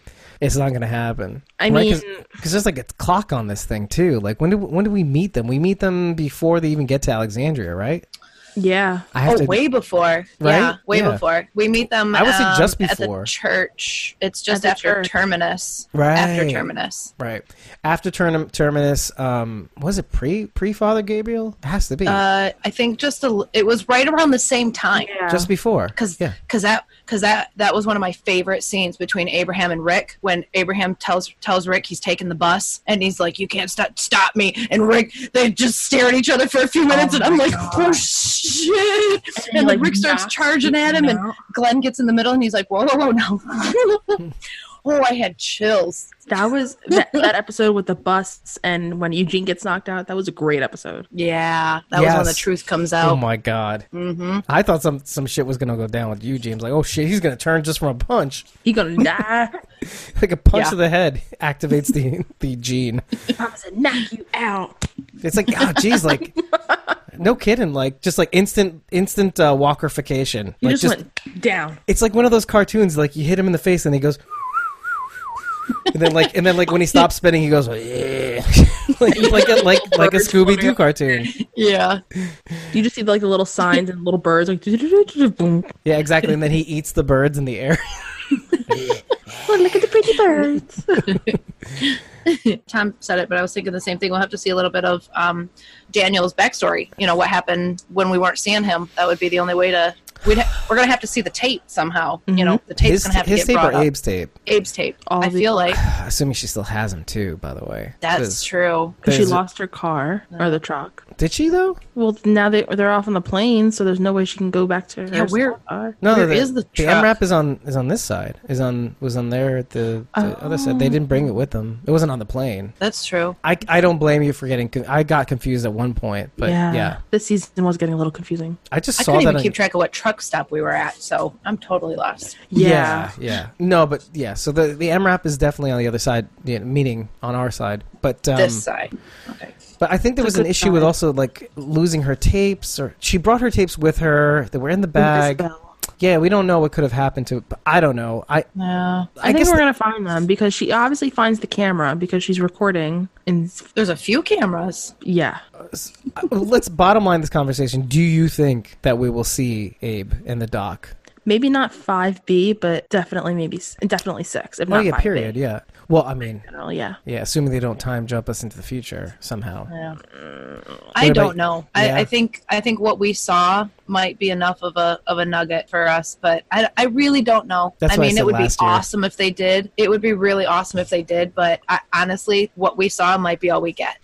Speaker 1: it's not going to happen.
Speaker 3: I mean-
Speaker 1: because there's like a clock on this thing too. Like, when do when do we meet them? We meet them before they even get to Alexandria, right?
Speaker 3: Yeah.
Speaker 1: I have
Speaker 2: Oh,
Speaker 1: to.
Speaker 2: way before.
Speaker 1: Right?
Speaker 2: Yeah, way
Speaker 1: Yeah.
Speaker 2: before. We meet them.
Speaker 1: I would say
Speaker 2: um,
Speaker 1: just
Speaker 2: at
Speaker 1: before.
Speaker 2: the church. It's just
Speaker 3: the
Speaker 2: after
Speaker 3: church.
Speaker 2: terminus.
Speaker 1: Right.
Speaker 2: After terminus.
Speaker 1: Right after Term- terminus, um, was it pre pre Father Gabriel? It has to be
Speaker 2: Uh, I think just a, l- it was right around the same time.
Speaker 3: Yeah.
Speaker 1: just before.
Speaker 2: because
Speaker 1: yeah,
Speaker 2: that because that that was one of my favorite scenes between Abraham and Rick when Abraham tells tells Rick he's taking the bus and he's like you can't stop stop me and Rick they just stare at each other for a few minutes and I'm
Speaker 3: my
Speaker 2: like
Speaker 3: God.
Speaker 2: oh shit
Speaker 3: And
Speaker 2: and,
Speaker 3: he,
Speaker 2: like,
Speaker 3: like,
Speaker 2: Rick starts
Speaker 3: knocks
Speaker 2: charging at him
Speaker 3: Ethan
Speaker 2: and
Speaker 3: out.
Speaker 2: Glenn gets in the middle and he's like whoa whoa whoa no oh I had chills
Speaker 3: that was that, that episode with the busts and when Eugene gets knocked out. That was a great episode.
Speaker 2: yeah that was when the
Speaker 1: Yes.
Speaker 2: truth comes
Speaker 1: Oh
Speaker 2: out
Speaker 1: my god!
Speaker 2: hmm
Speaker 1: I thought some some shit was gonna go down with you, James. Like, oh shit, he's gonna turn just from a punch.
Speaker 3: He gonna die.
Speaker 1: Like a punch
Speaker 2: Yeah.
Speaker 1: to the head activates the the gene.
Speaker 3: I'm gonna knock you out.
Speaker 1: It's like, oh geez, like no kidding, like just like instant instant uh, walkerification.
Speaker 3: You
Speaker 1: Like
Speaker 3: just, went down.
Speaker 1: it's like one of those cartoons. Like you hit him in the face and he goes. And then, like, and then, like, when he stops spinning, he goes, "Yeah." like, like, a, like, like a
Speaker 3: Birds
Speaker 1: Scooby Doo cartoon.
Speaker 2: yeah
Speaker 3: You just see like the little signs and little birds like Oh, boom.
Speaker 1: Yeah, exactly. And then he eats the birds in the air.
Speaker 3: Oh, look at the pretty birds.
Speaker 2: Tom said it, but I was thinking the same thing. We'll have to see a little bit of um, Daniel's backstory. You know what happened when we weren't seeing him. That would be the only way to. We'd ha- we're gonna have to see the tape somehow. You know, the tape's
Speaker 1: Mm-hmm. his
Speaker 2: gonna have to
Speaker 1: his
Speaker 2: get
Speaker 1: tape or
Speaker 2: brought up.
Speaker 1: Abe's tape?
Speaker 2: Abe's tape.
Speaker 3: All
Speaker 2: I
Speaker 3: the-
Speaker 2: feel like
Speaker 1: Assuming she still has him too. By the way,
Speaker 2: that's
Speaker 1: 'Cause-
Speaker 2: true.
Speaker 3: she
Speaker 1: There's a-
Speaker 3: lost her car or the truck.
Speaker 1: Did she though?
Speaker 3: Well, now they they're off on the plane, so there's no way she can go back to her.
Speaker 2: Yeah, we're-
Speaker 3: car.
Speaker 1: No,
Speaker 2: Where
Speaker 1: the,
Speaker 2: is the
Speaker 1: the
Speaker 2: truck?
Speaker 1: MRAP is on is on this side. Is on was on there at the, the other side.
Speaker 2: Oh.
Speaker 1: They didn't bring it with them. It wasn't on the plane.
Speaker 2: That's true.
Speaker 1: I, I don't blame you for getting. Con- I got confused at one point, but yeah,
Speaker 3: This season was getting a little confusing.
Speaker 1: I just
Speaker 2: I
Speaker 1: saw
Speaker 2: couldn't
Speaker 1: that.
Speaker 2: even
Speaker 1: on-
Speaker 2: keep track of what truck stop we were at, so I'm totally lost.
Speaker 1: yeah, yeah. No, but yeah. So the the MRAP is definitely on the other side, yeah, meaning on our side. But um,
Speaker 2: this side. Okay.
Speaker 1: But I think there
Speaker 3: It's
Speaker 1: was
Speaker 3: a
Speaker 1: an
Speaker 3: good
Speaker 1: issue with
Speaker 3: sign.
Speaker 1: also like losing her tapes, or she brought her tapes with her. They were in the bag.
Speaker 3: Isabel.
Speaker 1: Yeah, we don't know what could have happened to. But I don't know. I
Speaker 2: Yeah.
Speaker 3: I, think
Speaker 1: guess
Speaker 3: we're
Speaker 1: the-
Speaker 3: gonna find them because she obviously finds the camera because she's recording and
Speaker 2: There's a few cameras.
Speaker 3: yeah.
Speaker 1: uh, let's bottom line this conversation. Do you think that we will see Abe in the dock?
Speaker 3: Maybe not five B, but definitely maybe s- definitely six. If
Speaker 1: Oh
Speaker 3: not
Speaker 1: yeah,
Speaker 3: 5B.
Speaker 1: period. Yeah. Well, I mean,
Speaker 3: Generally, yeah.
Speaker 1: yeah. Assuming they don't time jump us into the future somehow.
Speaker 2: Yeah. I
Speaker 1: about-
Speaker 2: don't know.
Speaker 1: Yeah.
Speaker 2: I, I think I think what we saw might be enough of a of a nugget for us, but I, I really don't know.
Speaker 1: That's
Speaker 2: I
Speaker 1: what I
Speaker 2: mean,
Speaker 1: said
Speaker 2: it would be
Speaker 1: last year.
Speaker 2: awesome if they did. It would be really awesome if they did, but I, honestly, what we saw might be all we get.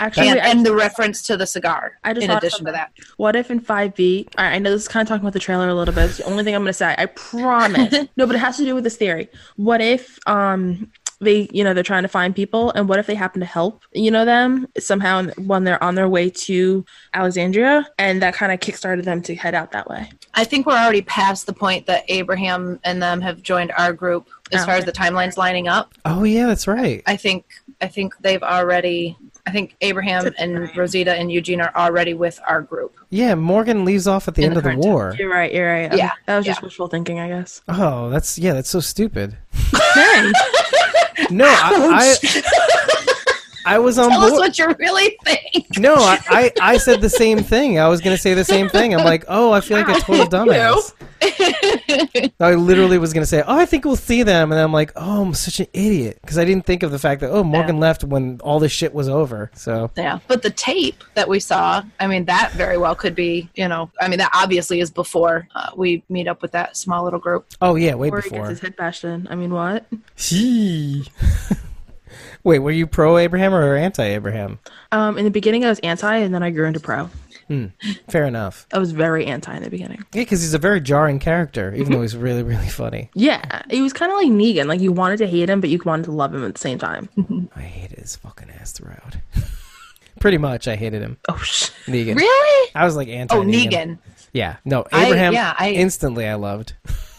Speaker 3: Actually,
Speaker 2: And,
Speaker 3: I-
Speaker 2: and the reference to the cigar.
Speaker 3: I just
Speaker 2: in
Speaker 3: thought
Speaker 2: addition to that,
Speaker 3: What if in 5B? All right, I know this is kind of talking about the trailer a little bit. It's the only thing I'm going to say. I promise. no, but it has to do with this theory. What if um they, you know, they're trying to find people and what if they happen to help, you know, them somehow when they're on their way to Alexandria and that kind of kickstarted them to head out that way.
Speaker 2: I think we're already past the point that Abraham and them have joined our group as
Speaker 3: Oh,
Speaker 2: far as
Speaker 3: okay.
Speaker 2: the timelines lining up.
Speaker 1: Oh yeah, that's right.
Speaker 2: I think I think they've already. I think Abraham and Rosita and Eugene are already with our group.
Speaker 1: Yeah, Morgan leaves off at the
Speaker 2: In
Speaker 1: end
Speaker 2: the
Speaker 1: of the
Speaker 2: cartoon.
Speaker 1: war.
Speaker 3: You're right. You're right.
Speaker 2: Yeah,
Speaker 3: That was just
Speaker 2: yeah.
Speaker 3: wishful thinking, I guess.
Speaker 1: Oh, that's yeah, that's so stupid.
Speaker 3: Dang.
Speaker 1: No, I. I, I was on
Speaker 2: Oh, Tell
Speaker 1: board.
Speaker 2: us what you really think.
Speaker 1: No, I, I, I said the same thing. I was going to say the same thing. I'm like, oh, I feel like a total dumbass. I literally was going to say, oh, I think we'll see them. And I'm like, oh, I'm such an idiot. Because I didn't think of the fact that, oh, Morgan left when all this shit was over. So,
Speaker 2: Yeah. But the tape that we saw, I mean, that very well could be, you know, I mean, that obviously is before uh, we meet up with that small little group.
Speaker 1: oh, yeah, way
Speaker 3: Or he gets
Speaker 1: before.
Speaker 3: his head bashed in. I mean, what?
Speaker 1: Hee. Wait, were you pro Abraham or anti Abraham?
Speaker 3: Um, in the beginning, I was anti, and then I grew into pro.
Speaker 1: Fair enough.
Speaker 3: I was very anti in the beginning.
Speaker 1: Yeah, because he's a very jarring character, even though he's really, really funny.
Speaker 3: Yeah, it was kind of like Negan. Like you wanted to hate him, but you wanted to love him at the same time.
Speaker 1: I hated his fucking ass throughout. Pretty much, I hated him.
Speaker 3: oh shit!
Speaker 1: Negan.
Speaker 2: Really?
Speaker 1: I was like anti.
Speaker 2: Oh, Negan.
Speaker 1: Yeah. No,
Speaker 2: I-
Speaker 1: Abraham
Speaker 2: yeah, I-
Speaker 1: instantly I loved.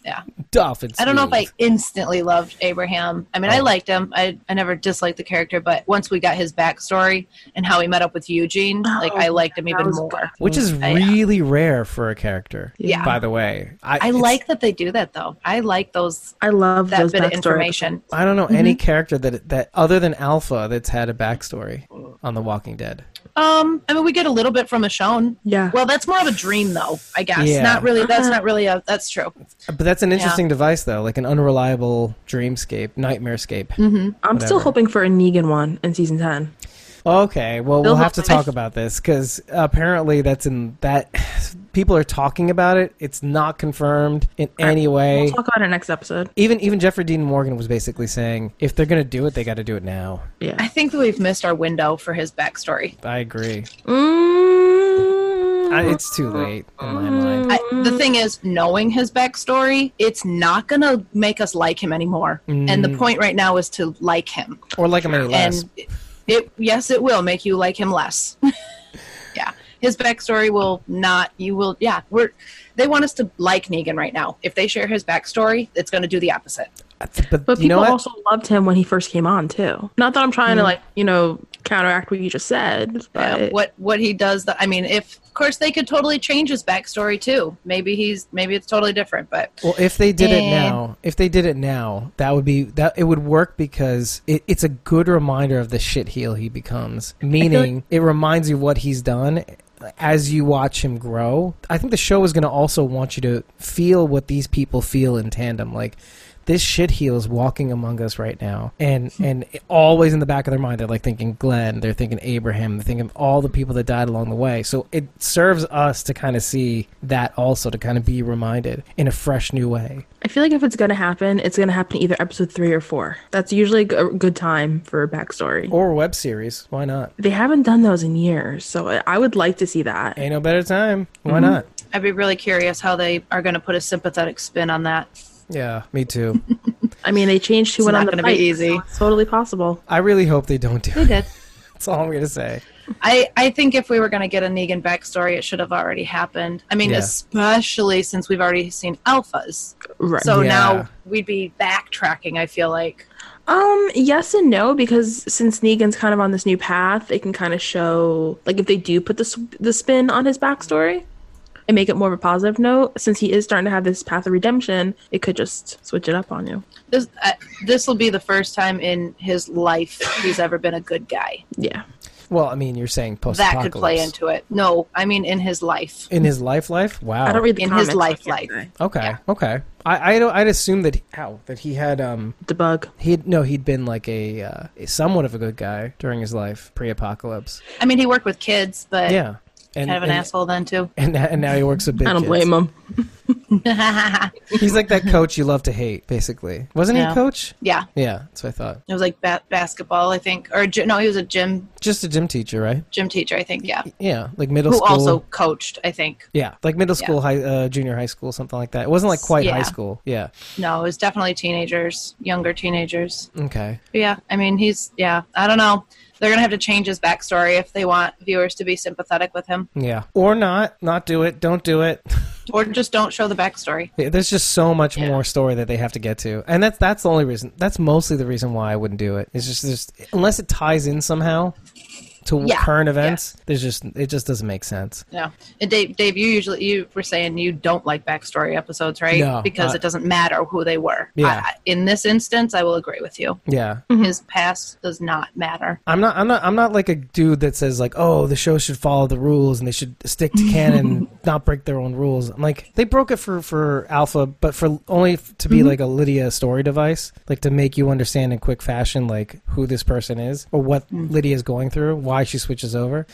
Speaker 2: Yeah.
Speaker 1: Dolphin.
Speaker 2: I don't know if I
Speaker 1: smooth.
Speaker 2: instantly loved Abraham. I mean, I
Speaker 1: Oh.
Speaker 2: liked him. I, I never disliked the character, but once we got his backstory and how he met up with Eugene, like,
Speaker 3: Oh,
Speaker 2: I liked him
Speaker 3: that
Speaker 2: even
Speaker 3: was
Speaker 2: more.
Speaker 3: good.
Speaker 1: Which is
Speaker 2: I- uh,
Speaker 1: really rare for a character.
Speaker 2: Yeah.
Speaker 1: By the way, I,
Speaker 2: I
Speaker 1: it's-
Speaker 2: like that they do that, though. I like those
Speaker 3: I love
Speaker 2: that
Speaker 3: those
Speaker 2: bit of
Speaker 3: backstory
Speaker 2: information.
Speaker 1: I
Speaker 2: Mm-hmm. Oh.
Speaker 1: don't know any character that that other than Alpha that's had a backstory on The Walking Dead.
Speaker 3: episodes.
Speaker 2: Um, I mean, we get a little bit from Michonne.
Speaker 3: Yeah.
Speaker 2: Well, that's more of a dream, though. I guess
Speaker 1: Yeah.
Speaker 2: not really.
Speaker 3: Uh-huh.
Speaker 2: That's not really a. That's true.
Speaker 1: But that's an interesting device, though, like an unreliable dreamscape, nightmarescape.
Speaker 3: I'm still
Speaker 1: whatever.
Speaker 3: hoping for a Negan one in season 10.
Speaker 1: Okay, well,
Speaker 3: Bill
Speaker 1: we'll have to
Speaker 3: Nye.
Speaker 1: talk about this because apparently that's in that people are talking about it. It's not confirmed in any way.
Speaker 3: We'll talk about it next episode.
Speaker 1: Even even Jeffrey Dean Morgan was basically saying if they're gonna do it, they got to do it now.
Speaker 2: I
Speaker 3: Yeah.
Speaker 2: think that we've missed our window for his backstory.
Speaker 1: I agree.
Speaker 3: Mm,
Speaker 1: I, it's too late in my mind.
Speaker 2: I, the thing is, knowing his backstory, it's not going to make us like him anymore. And the point right now is to like him.
Speaker 3: Mm-hmm.
Speaker 1: Or like him any less.
Speaker 2: And it, it, yes, it will make you like him less. yeah, his backstory will not. You will. Yeah, we're. They want us to like Negan right now. If they share his backstory, it's going to do the opposite.
Speaker 1: but,
Speaker 3: But
Speaker 1: you know
Speaker 3: people
Speaker 1: what? Hmm.
Speaker 3: also loved him when he first came on too. Not that I'm trying to like, you know, counteract what you just said,
Speaker 2: Yeah,
Speaker 3: but
Speaker 2: Um, what what he does. The, I mean, if of course they could totally change his backstory too. Maybe he's maybe it's totally different. But
Speaker 1: Well, if they did it
Speaker 2: And-
Speaker 1: now, if they did it now, that would be that it would work because it, it's a good reminder of the shit heel he becomes. Meaning, it reminds you what he's done as you watch him grow. I think the show is going to also want you to feel what these people feel in tandem, like. This shit heel is walking among us right now, and and always in the back of their mind, they're like thinking Glenn, they're thinking Abraham, they're thinking all the people that died along the way. So it serves us to kind of see that also to kind of be reminded in a fresh new way.
Speaker 3: I feel like if it's gonna happen, it's gonna happen either episode three or four. That's usually a g- good time for a backstory.
Speaker 1: or web series. Why not?
Speaker 3: They haven't done those in years, so I- I would like to see that.
Speaker 1: Ain't no better time. Mm-hmm. Why not?
Speaker 2: I'd be really curious how they are going to put a sympathetic spin on that.
Speaker 1: Yeah, me too.
Speaker 3: I mean, they changed who
Speaker 2: It's
Speaker 3: went
Speaker 2: not
Speaker 3: on the
Speaker 2: gonna
Speaker 3: bike,
Speaker 2: be easy.
Speaker 3: so it's totally possible.
Speaker 1: I really hope they don't do it.
Speaker 2: did.
Speaker 1: That's all I'm gonna say.
Speaker 2: I, I think if we were going to get a Negan backstory, it should have already happened. I mean,
Speaker 1: Yeah.
Speaker 2: especially since we've already seen alphas.
Speaker 3: Right.
Speaker 2: So
Speaker 1: Yeah.
Speaker 2: now we'd be backtracking, I feel like.
Speaker 3: Um, yes and no, because since Negan's kind of on this new path, it can kind of show, like, if they do put the s- the spin on his backstory and make it more of a positive note, since he is starting to have this path of redemption, it could just switch it up on you.
Speaker 2: This uh, this will be the first time in his life he's ever been a good guy.
Speaker 3: Yeah,
Speaker 1: Well, I mean, you're saying post
Speaker 2: That could play into it. No, I mean in his life.
Speaker 1: in his life. Life. Wow.
Speaker 3: I don't read the
Speaker 2: Oh. In his
Speaker 3: comics, so I
Speaker 2: life,
Speaker 3: can't
Speaker 2: life.
Speaker 3: say.
Speaker 1: okay.
Speaker 2: yeah.
Speaker 1: Okay. I, I don't, I'd assume that how that he had um
Speaker 3: the bug.
Speaker 1: he had, no he'd been like a uh, somewhat of a good guy during his life pre-apocalypse.
Speaker 2: I mean, he worked with kids, but
Speaker 1: Yeah. And,
Speaker 2: kind of an
Speaker 1: and,
Speaker 2: asshole then too.
Speaker 1: And, and now he works with big.
Speaker 3: I don't
Speaker 1: kids.
Speaker 3: blame him.
Speaker 1: He's like that coach you love to hate, basically. Wasn't he
Speaker 2: Yeah.
Speaker 1: a coach?
Speaker 2: yeah,
Speaker 1: Yeah, that's what I thought.
Speaker 2: it was like ba- basketball, I think, or gy- no, he was a gym
Speaker 1: Just a gym teacher, right?
Speaker 2: gym teacher, I think. Yeah,
Speaker 1: Yeah, like middle
Speaker 2: who
Speaker 1: school.
Speaker 2: also coached, I think.
Speaker 1: Yeah, like middle school, high, uh, junior high school, something like that. It wasn't like quite high
Speaker 2: Yeah.
Speaker 1: school. Yeah.
Speaker 2: No, it was definitely teenagers, younger teenagers.
Speaker 1: Okay.
Speaker 2: But yeah, I mean, he's yeah. I don't know. They're gonna have to change his backstory if they want viewers to be sympathetic with him,
Speaker 1: Yeah. Or not. Not do it. Don't do it.
Speaker 2: or just don't show the backstory.
Speaker 1: Yeah, There's just so much more story that they have to get to, and that's that's the only reason. That's mostly the reason why I wouldn't do it. It's just there's unless it ties in somehow to
Speaker 2: Yeah.
Speaker 1: current events. There's just it just doesn't make sense.
Speaker 2: Yeah. And Dave, Dave, you usually you were saying you don't like backstory episodes, right?
Speaker 1: No,
Speaker 2: because
Speaker 1: I-
Speaker 2: it doesn't matter who they were.
Speaker 1: Yeah.
Speaker 2: I- in this instance, I will agree with you.
Speaker 1: Yeah.
Speaker 2: His past does not matter.
Speaker 1: I'm not. I'm not. I'm not like a dude that says like, "Oh, the show should follow the rules and they should stick to canon, and not break their own rules." I'm like, they broke it for for Alpha, but for only f- to be like a Lydia story device, like to make you understand in quick fashion like who this person is or what Lydia's going through, why she switches over.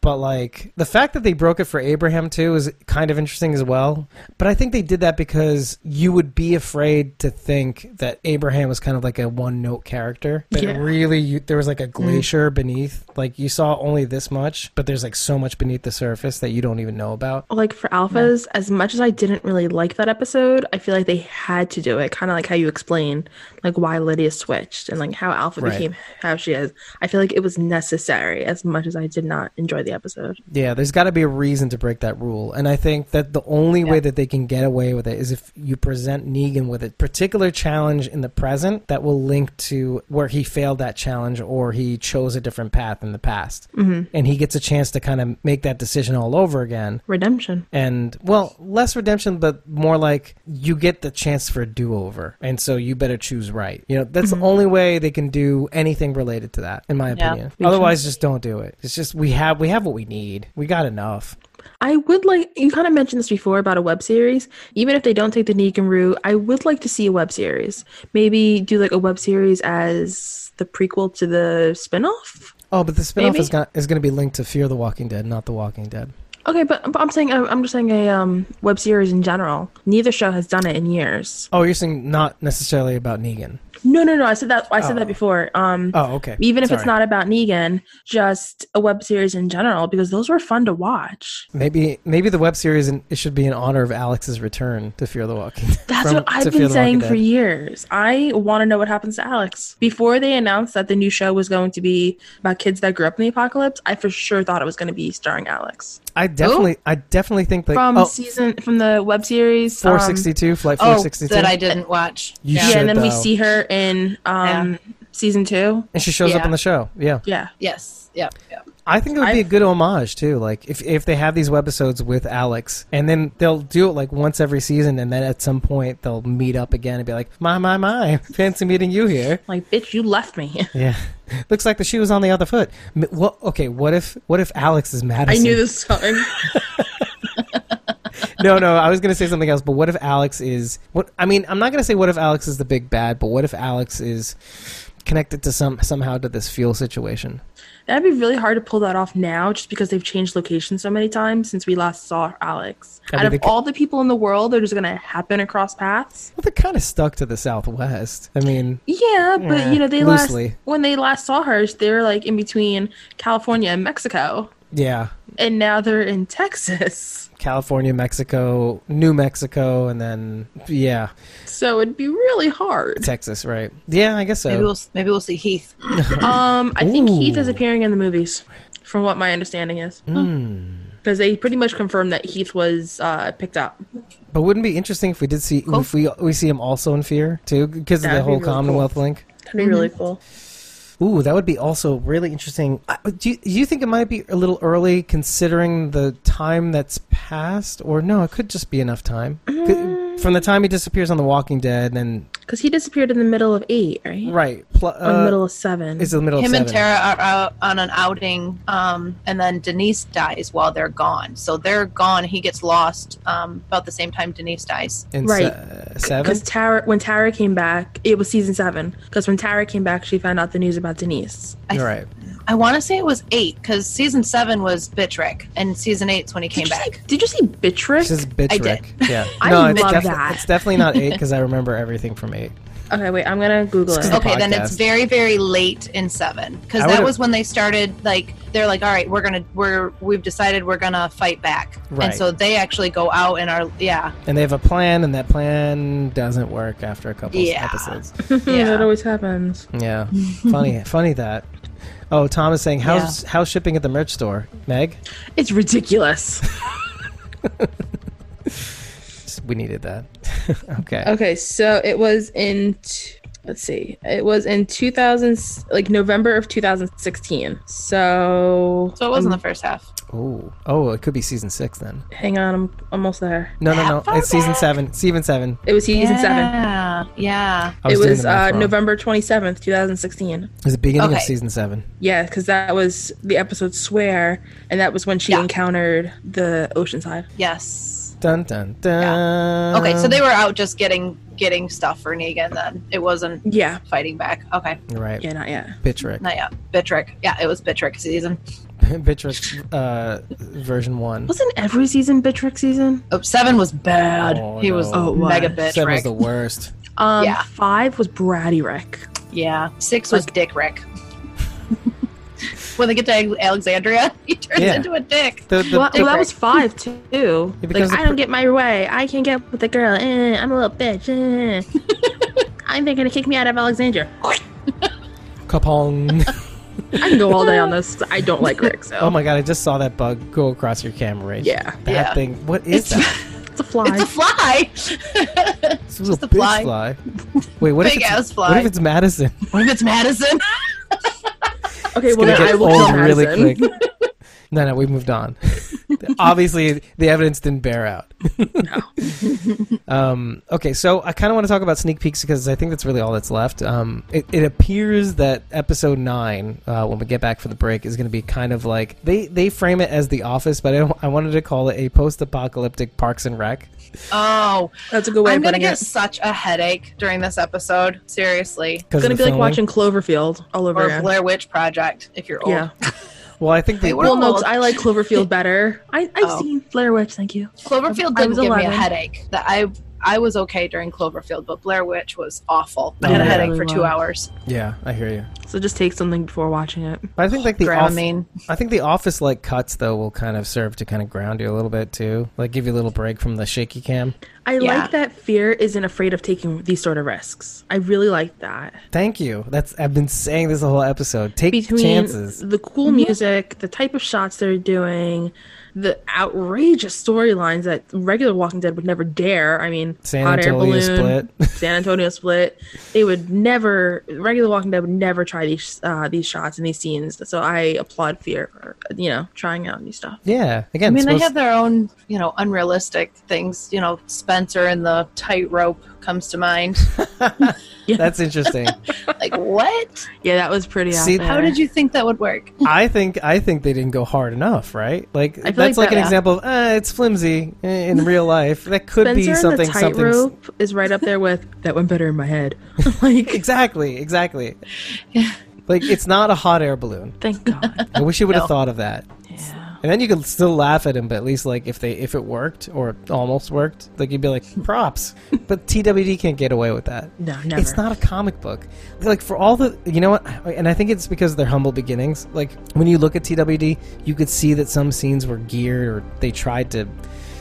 Speaker 1: But like the fact that they broke it for Abraham too is kind of interesting as well. But I think they did that because you would be afraid to think that Abraham was kind of like a one note character. But
Speaker 3: Yeah.
Speaker 1: really, you, there was like a glacier beneath. Like you saw only this much, but there's like so much beneath the surface that you don't even know about.
Speaker 3: Like for alphas, as much as I didn't really like that episode, I feel like they had to do it. Kind of like how you explain, like why Lydia switched and like how Alpha
Speaker 1: Right.
Speaker 3: became how she is. I feel like it was necessary. As much as I did not enjoy the the episode.
Speaker 1: Yeah, there's got to be a reason to break that rule. And I think that the only way that they can get away with it is if you present Negan with a particular challenge in the present that will link to where he failed that challenge or he chose a different path in the past. Mm-hmm. And he gets a chance to kind of make that decision all over again.
Speaker 3: Redemption.
Speaker 1: And, well, less redemption, but more like you get the chance for a do over. And so you better choose right. You know, that's
Speaker 3: Mm-hmm.
Speaker 1: the only way they can do anything related to that, in my
Speaker 2: Yeah.
Speaker 1: opinion. Otherwise, just don't do it. It's just we have we have what we need. We got enough.
Speaker 3: I would like you kind of mentioned this before about a web series. Even if they don't take the Negan route, I would like to see a web series. Maybe do like a web series as the prequel to the spinoff.
Speaker 1: Oh, but the spinoff
Speaker 3: Maybe.
Speaker 1: is gonna is gonna be linked to Fear the Walking Dead, not The Walking Dead.
Speaker 3: Okay, but, but I'm saying I'm I'm just saying a um, web series in general. Neither show has done it in years.
Speaker 1: Oh, you're saying not necessarily about Negan.
Speaker 3: No, no, no. I said that. I said that before. Um,
Speaker 1: Oh, okay.
Speaker 3: even if
Speaker 1: Sorry.
Speaker 3: it's not about Negan, just a web series in general because those were fun to watch.
Speaker 1: maybe maybe the web series in, it should be in honor of Alex's return to Fear the Walking. Dead.
Speaker 3: That's
Speaker 1: from-
Speaker 3: what
Speaker 1: to
Speaker 3: I've
Speaker 1: Fear
Speaker 3: been
Speaker 1: the
Speaker 3: saying
Speaker 1: Walking
Speaker 3: for
Speaker 1: Dead.
Speaker 3: years. I want to know what happens to Alex. Before they announced that the new show was going to be about kids that grew up in the apocalypse, I for sure thought it was going to be starring Alex
Speaker 1: I definitely I definitely think that
Speaker 3: from
Speaker 1: oh,
Speaker 3: season from the web series um,
Speaker 1: 462 flight
Speaker 2: Oh,
Speaker 1: 462.
Speaker 2: that I didn't watch.
Speaker 1: You
Speaker 2: yeah.
Speaker 1: should.
Speaker 3: yeah, and then we
Speaker 1: though.
Speaker 3: see her in um, season two.
Speaker 1: and she shows up
Speaker 2: Yeah.
Speaker 1: on the show. Yeah.
Speaker 3: Yeah,
Speaker 2: Yes. Yep. Yep.
Speaker 1: I think it would be a good homage too. Like if if they have these webisodes with Alex, and then they'll do it like once every season, and then at some point they'll meet up again and be like, "My my my, fancy meeting you here."
Speaker 3: like bitch, you left me.
Speaker 1: Yeah, looks like the shoe was on the other foot. M- What? Okay, what if what if Alex is Madison?
Speaker 3: I knew this was coming.
Speaker 1: no, no, I was gonna say something else, but what if Alex is what? I mean, I'm not gonna say what if Alex is the big bad, but what if Alex is connected to some somehow to this fuel situation?
Speaker 3: That'd be really hard to pull that off now just because they've changed locations so many times since we last saw Alex.
Speaker 1: I mean,
Speaker 3: Out of
Speaker 1: they c-
Speaker 3: all the people in the world that are just going to happen across paths.
Speaker 1: Well, they're kind of stuck to the Southwest. I mean,
Speaker 3: Yeah, but
Speaker 1: Yeah,
Speaker 3: you know, they
Speaker 1: loosely.
Speaker 3: last when they last saw her, they were like in between California and Mexico.
Speaker 1: yeah.
Speaker 3: And now they're in Texas.
Speaker 1: California, Mexico, New Mexico, and then yeah,
Speaker 3: So it'd be really hard.
Speaker 1: Texas, right? Yeah, I guess so.
Speaker 2: Maybe we'll maybe we'll see Heath.
Speaker 3: Um I think Heath is
Speaker 1: Ooh.
Speaker 3: appearing in the movies, from what my understanding is.
Speaker 1: Hmm.
Speaker 3: Because they pretty much confirmed that Heath was uh, picked up.
Speaker 1: but wouldn't it be interesting if we did see if we we see him also in Fear too, because of the
Speaker 3: That'd be
Speaker 1: whole
Speaker 3: really
Speaker 1: Commonwealth link.
Speaker 3: That'd be really
Speaker 1: Mm-hmm.
Speaker 3: cool.
Speaker 1: Ooh, that would be also really interesting. I- Do you, do you think it might be a little early considering the time that's passed, or no? It could just be enough time
Speaker 3: Mm.
Speaker 1: Could- from the time he disappears on The Walking Dead, and
Speaker 3: Because he disappeared in the middle of eight, right?
Speaker 1: right, pl-
Speaker 3: Or the
Speaker 1: uh,
Speaker 3: middle of seven.
Speaker 1: is the middle of
Speaker 2: Him
Speaker 1: seven.
Speaker 2: and Tara are out on an outing, um, and then Denise dies while they're gone. So they're gone. He gets lost um, about the same time Denise dies.
Speaker 1: in
Speaker 3: Right.
Speaker 1: se- seven.
Speaker 3: Because Tara, when Tara came back, it was season seven. Because when Tara came back, she found out the news about Denise.
Speaker 2: I,
Speaker 1: You're right.
Speaker 2: I want to say it was eight because season seven was Bitrick, and season eight's when he came
Speaker 3: Did you
Speaker 2: back.
Speaker 3: say, did you say Bitrick?
Speaker 1: She's bitch
Speaker 2: I did.
Speaker 1: Rick. Yeah.
Speaker 3: I
Speaker 1: it's
Speaker 3: love
Speaker 1: defi-
Speaker 3: that.
Speaker 1: It's definitely not eight because I remember everything from eight.
Speaker 3: okay, wait, I'm gonna Google
Speaker 1: It's
Speaker 3: it.
Speaker 1: 'cause
Speaker 2: Okay, then it's
Speaker 1: podcast.
Speaker 2: very very late in seven because
Speaker 1: I
Speaker 2: that
Speaker 1: would've-
Speaker 2: was when they started. Like they're like, all right, we're gonna we're we've decided we're gonna fight back,
Speaker 1: Right.
Speaker 2: and so they actually go out and are yeah
Speaker 1: And they have a plan, and that plan doesn't work after a couple
Speaker 2: Yeah.
Speaker 1: episodes.
Speaker 3: That
Speaker 2: yeah.
Speaker 3: always happens.
Speaker 1: Yeah. funny, funny that. Oh, Tom is saying, how's, how's shipping at the merch store? Meg?
Speaker 3: It's ridiculous.
Speaker 1: We needed that. okay.
Speaker 3: okay, so it was in. T- let's see, it was in 2000, like November of 2016. So,
Speaker 2: So it wasn't
Speaker 1: Um,
Speaker 2: the first half.
Speaker 1: Ooh. Oh, it could be season six then.
Speaker 3: hang on, I'm almost there.
Speaker 1: No, no, no.
Speaker 2: far
Speaker 1: It's season
Speaker 2: back?
Speaker 1: seven. Season seven.
Speaker 3: It was season seven.
Speaker 2: Yeah, yeah.
Speaker 1: I
Speaker 3: It
Speaker 1: doing
Speaker 3: was
Speaker 1: the math
Speaker 3: uh,
Speaker 1: wrong.
Speaker 3: November 27th, 2016.
Speaker 1: It was the beginning of
Speaker 2: Okay.
Speaker 1: season seven.
Speaker 3: Yeah, because that was the episode Swear, and that was when she
Speaker 2: Yeah.
Speaker 3: encountered the Oceanside.
Speaker 2: Yes.
Speaker 1: Dun, dun, dun.
Speaker 2: Okay, so they were out just getting getting stuff for Negan. Then it wasn't
Speaker 3: Yeah.
Speaker 2: fighting back. Okay,
Speaker 1: Right.
Speaker 3: Yeah, not yet.
Speaker 1: Bitch Rick.
Speaker 2: not yet. Bitrick. Yeah, it was Bitrick season.
Speaker 1: Bitch Rick uh, version one.
Speaker 3: Wasn't every season Bitrick season?
Speaker 2: Oh, seven was bad.
Speaker 1: Oh,
Speaker 2: he
Speaker 1: no.
Speaker 2: was
Speaker 3: Oh, it was.
Speaker 2: mega bitch.
Speaker 1: Seven was
Speaker 2: Rick.
Speaker 1: the worst.
Speaker 3: Um,
Speaker 2: Yeah.
Speaker 3: Five was Bratty Rick.
Speaker 2: yeah, six was Dick Rick. when they get to Alexandria, he turns
Speaker 1: Yeah.
Speaker 2: into a dick.
Speaker 1: The, the,
Speaker 3: Well,
Speaker 1: the-
Speaker 3: that was five, too.
Speaker 1: It
Speaker 3: Like,
Speaker 1: becomes a
Speaker 3: I
Speaker 1: pr-
Speaker 3: don't get my way. I can't get with the girl. Eh, I'm a little bitch. Eh. I'm going to kick me out of Alexandria.
Speaker 1: Capone.
Speaker 3: I can go all day on this. I don't like Rick. So
Speaker 1: Oh my god! I just saw that bug go across your camera. Rach.
Speaker 3: Yeah.
Speaker 1: that
Speaker 2: Yeah.
Speaker 1: thing. What is
Speaker 2: It's-
Speaker 1: that?
Speaker 3: it's a fly.
Speaker 2: It's a fly.
Speaker 1: It's a little
Speaker 2: just a
Speaker 1: bitch
Speaker 2: fly.
Speaker 1: Wait, what if
Speaker 2: Big
Speaker 1: it's,
Speaker 2: ass fly.
Speaker 1: What if it's Madison?
Speaker 2: what if it's Madison?
Speaker 3: okay,
Speaker 1: It's
Speaker 3: well then
Speaker 1: gonna
Speaker 3: I
Speaker 1: get
Speaker 3: will
Speaker 1: old
Speaker 3: kill
Speaker 1: really
Speaker 3: Madison.
Speaker 1: quick. No, no, we moved on. Obviously, the evidence didn't bear out. um, okay, so I kind of want to talk about sneak peeks because I think that's really all that's left. Um, it, it appears that episode nine, uh, when we get back for the break, is going to be kind of like they they frame it as The Office, but I, I wanted to call it a post-apocalyptic Parks and Rec.
Speaker 2: Oh,
Speaker 3: That's a good way
Speaker 2: I'm
Speaker 3: of
Speaker 2: gonna
Speaker 3: putting
Speaker 2: get
Speaker 3: it.
Speaker 2: such a headache during this episode. Seriously.
Speaker 3: It's
Speaker 1: Because
Speaker 3: gonna be like watching Cloverfield all over
Speaker 2: Or
Speaker 3: again.
Speaker 2: Blair Witch Project, if you're old.
Speaker 3: Yeah.
Speaker 1: Well, I think they,
Speaker 2: Wait, what-
Speaker 3: Well, no, 'cause
Speaker 2: old.
Speaker 3: I like Cloverfield better. I, I've
Speaker 2: Oh.
Speaker 3: seen Blair Witch. Thank you.
Speaker 2: Cloverfield
Speaker 3: I
Speaker 2: didn't
Speaker 3: was
Speaker 2: give me a
Speaker 3: 11.
Speaker 2: headache. That I I was okay during Cloverfield, but Blair Witch was awful. I had
Speaker 1: Oh,
Speaker 2: a
Speaker 1: yeah.
Speaker 2: headache for two
Speaker 3: Wow.
Speaker 2: hours.
Speaker 1: yeah, I hear you.
Speaker 3: So just take something before watching it.
Speaker 1: But I think like the
Speaker 2: Ground
Speaker 1: office.
Speaker 2: mean.
Speaker 1: I think the office like cuts though will kind of serve to kind of ground you a little bit too, like give you a little break from the shaky cam.
Speaker 3: I
Speaker 2: Yeah.
Speaker 3: like that fear isn't afraid of taking these sort of risks. I really like that.
Speaker 1: Thank you. That's I've been saying this the whole episode. Take
Speaker 3: Between
Speaker 1: chances. Mm-hmm.
Speaker 3: the cool music, the type of shots they're doing, the outrageous storylines that regular Walking Dead would never dare. I mean,
Speaker 1: San
Speaker 3: hot air
Speaker 1: Antonio
Speaker 3: balloon,
Speaker 1: Split.
Speaker 3: San Antonio split. They would never. Regular Walking Dead would never try these uh, these shots and these scenes. So I applaud Fear for you know trying out new stuff.
Speaker 1: Yeah. Again,
Speaker 2: I mean,
Speaker 1: it's
Speaker 2: they
Speaker 1: supposed-
Speaker 2: have their own, you know, unrealistic things. You know, Spencer and the tightrope comes to mind.
Speaker 1: that's interesting.
Speaker 2: like, what?
Speaker 3: Yeah, that was pretty. out
Speaker 1: See,
Speaker 3: there.
Speaker 2: How did you think that would work?
Speaker 1: I think I think they didn't go hard enough, right? Like
Speaker 3: feel
Speaker 1: that's like,
Speaker 3: like that-
Speaker 1: an
Speaker 3: yeah.
Speaker 1: example of uh, it's flimsy eh, in real life. That could
Speaker 3: Spencer
Speaker 1: be something
Speaker 3: and the
Speaker 1: something s-
Speaker 3: tightrope is right up there with that went better in my head. like,
Speaker 1: Exactly, exactly. Like it's not a hot air balloon.
Speaker 3: thank God.
Speaker 1: I wish you would have
Speaker 2: No.
Speaker 1: thought of that.
Speaker 3: Yeah.
Speaker 1: And then you could still laugh at him, but at least like if they if it worked or almost worked, like you'd be like props. But TWD can't get away with that.
Speaker 3: No, never.
Speaker 1: It's not a comic book. Like for all the you know what, and I think it's because of their humble beginnings. Like when you look at TWD, you could see that some scenes were geared or they tried to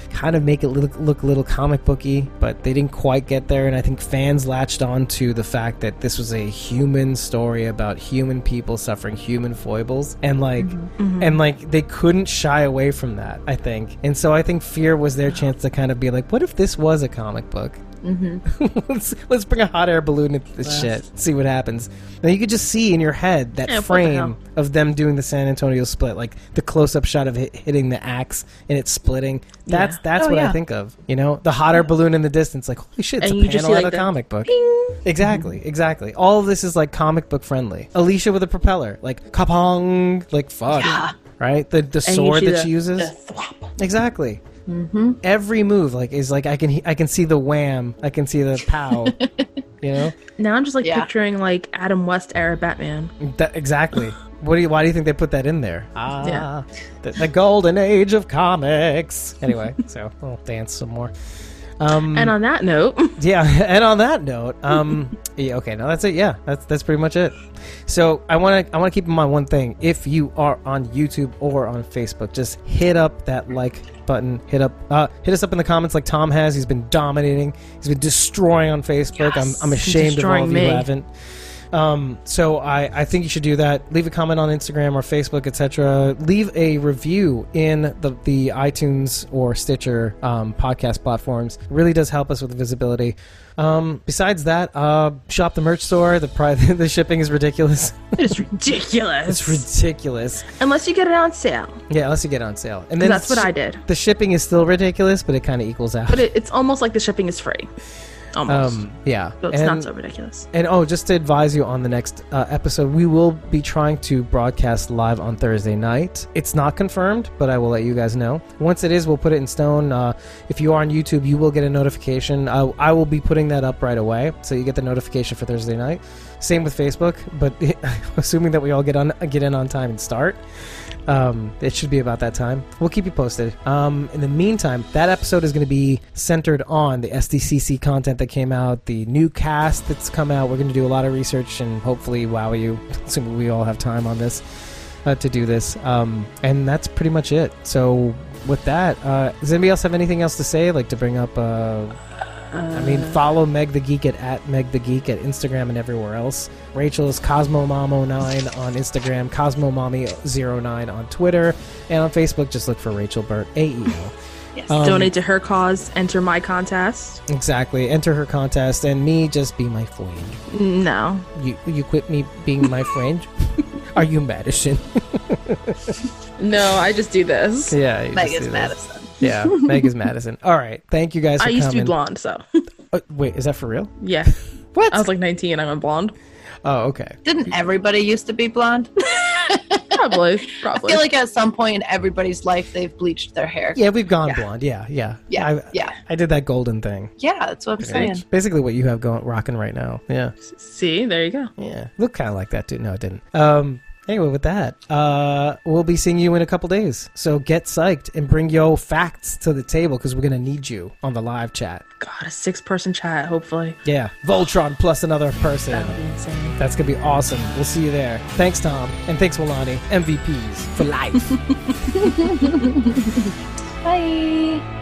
Speaker 1: kind of make it look, look a little comic booky, but they didn't quite get there. And I think fans latched on to the fact that this was a human story about human people suffering human foibles, and like,
Speaker 3: Mm-hmm.
Speaker 1: and like they couldn't shy away from that. I think, and so I think Fear was their chance to kind of be like, what if this was a comic book? let's let's bring a hot air balloon into this shit. See what happens. And you could just see in your head that
Speaker 3: Yeah, what the
Speaker 1: frame
Speaker 3: hell.
Speaker 1: of them doing the San Antonio split, like the close-up shot of it hitting the axe and it splitting. That's
Speaker 3: Yeah.
Speaker 1: that's
Speaker 2: Oh,
Speaker 1: what I
Speaker 2: yeah.
Speaker 1: think of. You know, the hot air balloon in the distance, like holy shit, it's
Speaker 3: And
Speaker 1: a
Speaker 3: you just
Speaker 1: panel
Speaker 3: see,
Speaker 1: out of
Speaker 3: like,
Speaker 1: a
Speaker 3: the
Speaker 1: comic book. Exactly, exactly. All of this is like comic book friendly. Alicia with a propeller, like kapong, like fuck, right? The the
Speaker 3: And you
Speaker 1: sword
Speaker 3: see
Speaker 1: that
Speaker 3: the-
Speaker 1: she uses.
Speaker 3: the Mm-hmm. thwop.
Speaker 1: Exactly. Every move like is like I can he- I can see the wham, I can see the pow. you know
Speaker 3: Now I'm just like
Speaker 2: Yeah.
Speaker 3: picturing like Adam West era Batman.
Speaker 1: that, exactly. What do you, why do you think they put that in there? Ah,
Speaker 3: Yeah.
Speaker 1: the, the golden age of comics. Anyway, so we'll dance some more. Um,
Speaker 3: And on that note,
Speaker 1: yeah, and on that note, um, yeah, okay, now that's it. Yeah, that's that's pretty much it. So I want to I want to keep in mind one thing: if you are on YouTube or on Facebook, just hit up that like button. Hit up, uh, hit us up in the comments like Tom has. He's been dominating. He's been destroying on Facebook.
Speaker 3: Yes,
Speaker 1: I'm I'm
Speaker 3: he's
Speaker 1: ashamed of all of
Speaker 3: destroying
Speaker 1: you who
Speaker 3: me.
Speaker 1: haven't. Um, so I, I think you should do that. Leave a comment on Instagram or Facebook, etc. Leave a review in the, the iTunes or Stitcher um, podcast platforms. It really does help us with visibility. Um, besides that, uh, shop the merch store. The pri- the shipping is ridiculous.
Speaker 3: it is ridiculous.
Speaker 1: It's ridiculous.
Speaker 3: Unless you get it on sale.
Speaker 1: Yeah, unless you get it on sale, and then
Speaker 3: That's what
Speaker 1: sh-
Speaker 3: I did.
Speaker 1: The shipping is still ridiculous, but it kind of equals out.
Speaker 3: But it, it's almost like the shipping is free. Almost.
Speaker 1: um, yeah,
Speaker 3: so it's
Speaker 1: And-
Speaker 3: not so ridiculous.
Speaker 1: And oh, just to advise you on the next uh, episode, we will be trying to broadcast live on Thursday night. It's not confirmed, but I will let you guys know. Once it is, we'll put it in stone. Uh, if you are on YouTube, you will get a notification. I, I will be putting that up right away, so you get the notification for Thursday night. Same with Facebook, but assuming that we all get on get in on time and start. Um, it should be about that time. We'll keep you posted. Um, in the meantime, that episode is going to be centered on the SDCC content that came out, the new cast that's come out. We're going to do a lot of research and hopefully wow you, assuming we all have time on this uh, to do this. Um, and that's pretty much it. So with that, uh, does anybody else have anything else to say, like to bring up? Uh, I mean, follow Meg the Geek at, at Meg the Geek at Instagram and everywhere else. Rachel's CosmoMom09 on Instagram, CosmoMommy09 on Twitter, and on Facebook, just look for Rachel Burt, E AEL.
Speaker 2: Yes.
Speaker 3: Donate to her cause. Enter my contest.
Speaker 1: exactly. Enter her contest, and me just be my friend.
Speaker 3: No.
Speaker 1: You, you quit me being my friend? Are you Madison?
Speaker 3: No, I just do this.
Speaker 1: yeah. you
Speaker 2: Meg
Speaker 1: just
Speaker 2: is
Speaker 1: do this.
Speaker 2: Madison.
Speaker 1: Yeah, Meg is Madison. All right. Thank you guys for
Speaker 3: I used to
Speaker 1: coming.
Speaker 3: be blonde, so
Speaker 1: Oh, wait, is that for real?
Speaker 3: yeah.
Speaker 1: What?
Speaker 3: I was like 19 and I went blonde.
Speaker 1: oh, okay.
Speaker 2: Didn't everybody used to be blonde?
Speaker 3: Probably.
Speaker 2: I
Speaker 3: Probably.
Speaker 2: feel like at some point in everybody's life they've bleached their hair.
Speaker 1: Yeah, we've gone
Speaker 2: Yeah.
Speaker 1: blonde. Yeah, yeah,
Speaker 2: Yeah,
Speaker 1: I,
Speaker 2: yeah.
Speaker 1: I did that golden thing.
Speaker 2: Yeah, that's what I'm saying.
Speaker 1: Basically, what you have going rocking right now. Yeah,
Speaker 3: See, there you go.
Speaker 1: yeah. Look kind of like that too. No, it didn't. Um. Anyway, with that, uh, we'll be seeing you in a couple days. So get psyched and bring your facts to the table because we're gonna need you on the live chat.
Speaker 3: God, a six person chat, hopefully.
Speaker 1: Yeah, Voltron plus another person.
Speaker 3: That would be insane.
Speaker 1: That's gonna be awesome. We'll see you there. Thanks, Tom, and thanks, Milani. MVPs for life.
Speaker 2: Bye.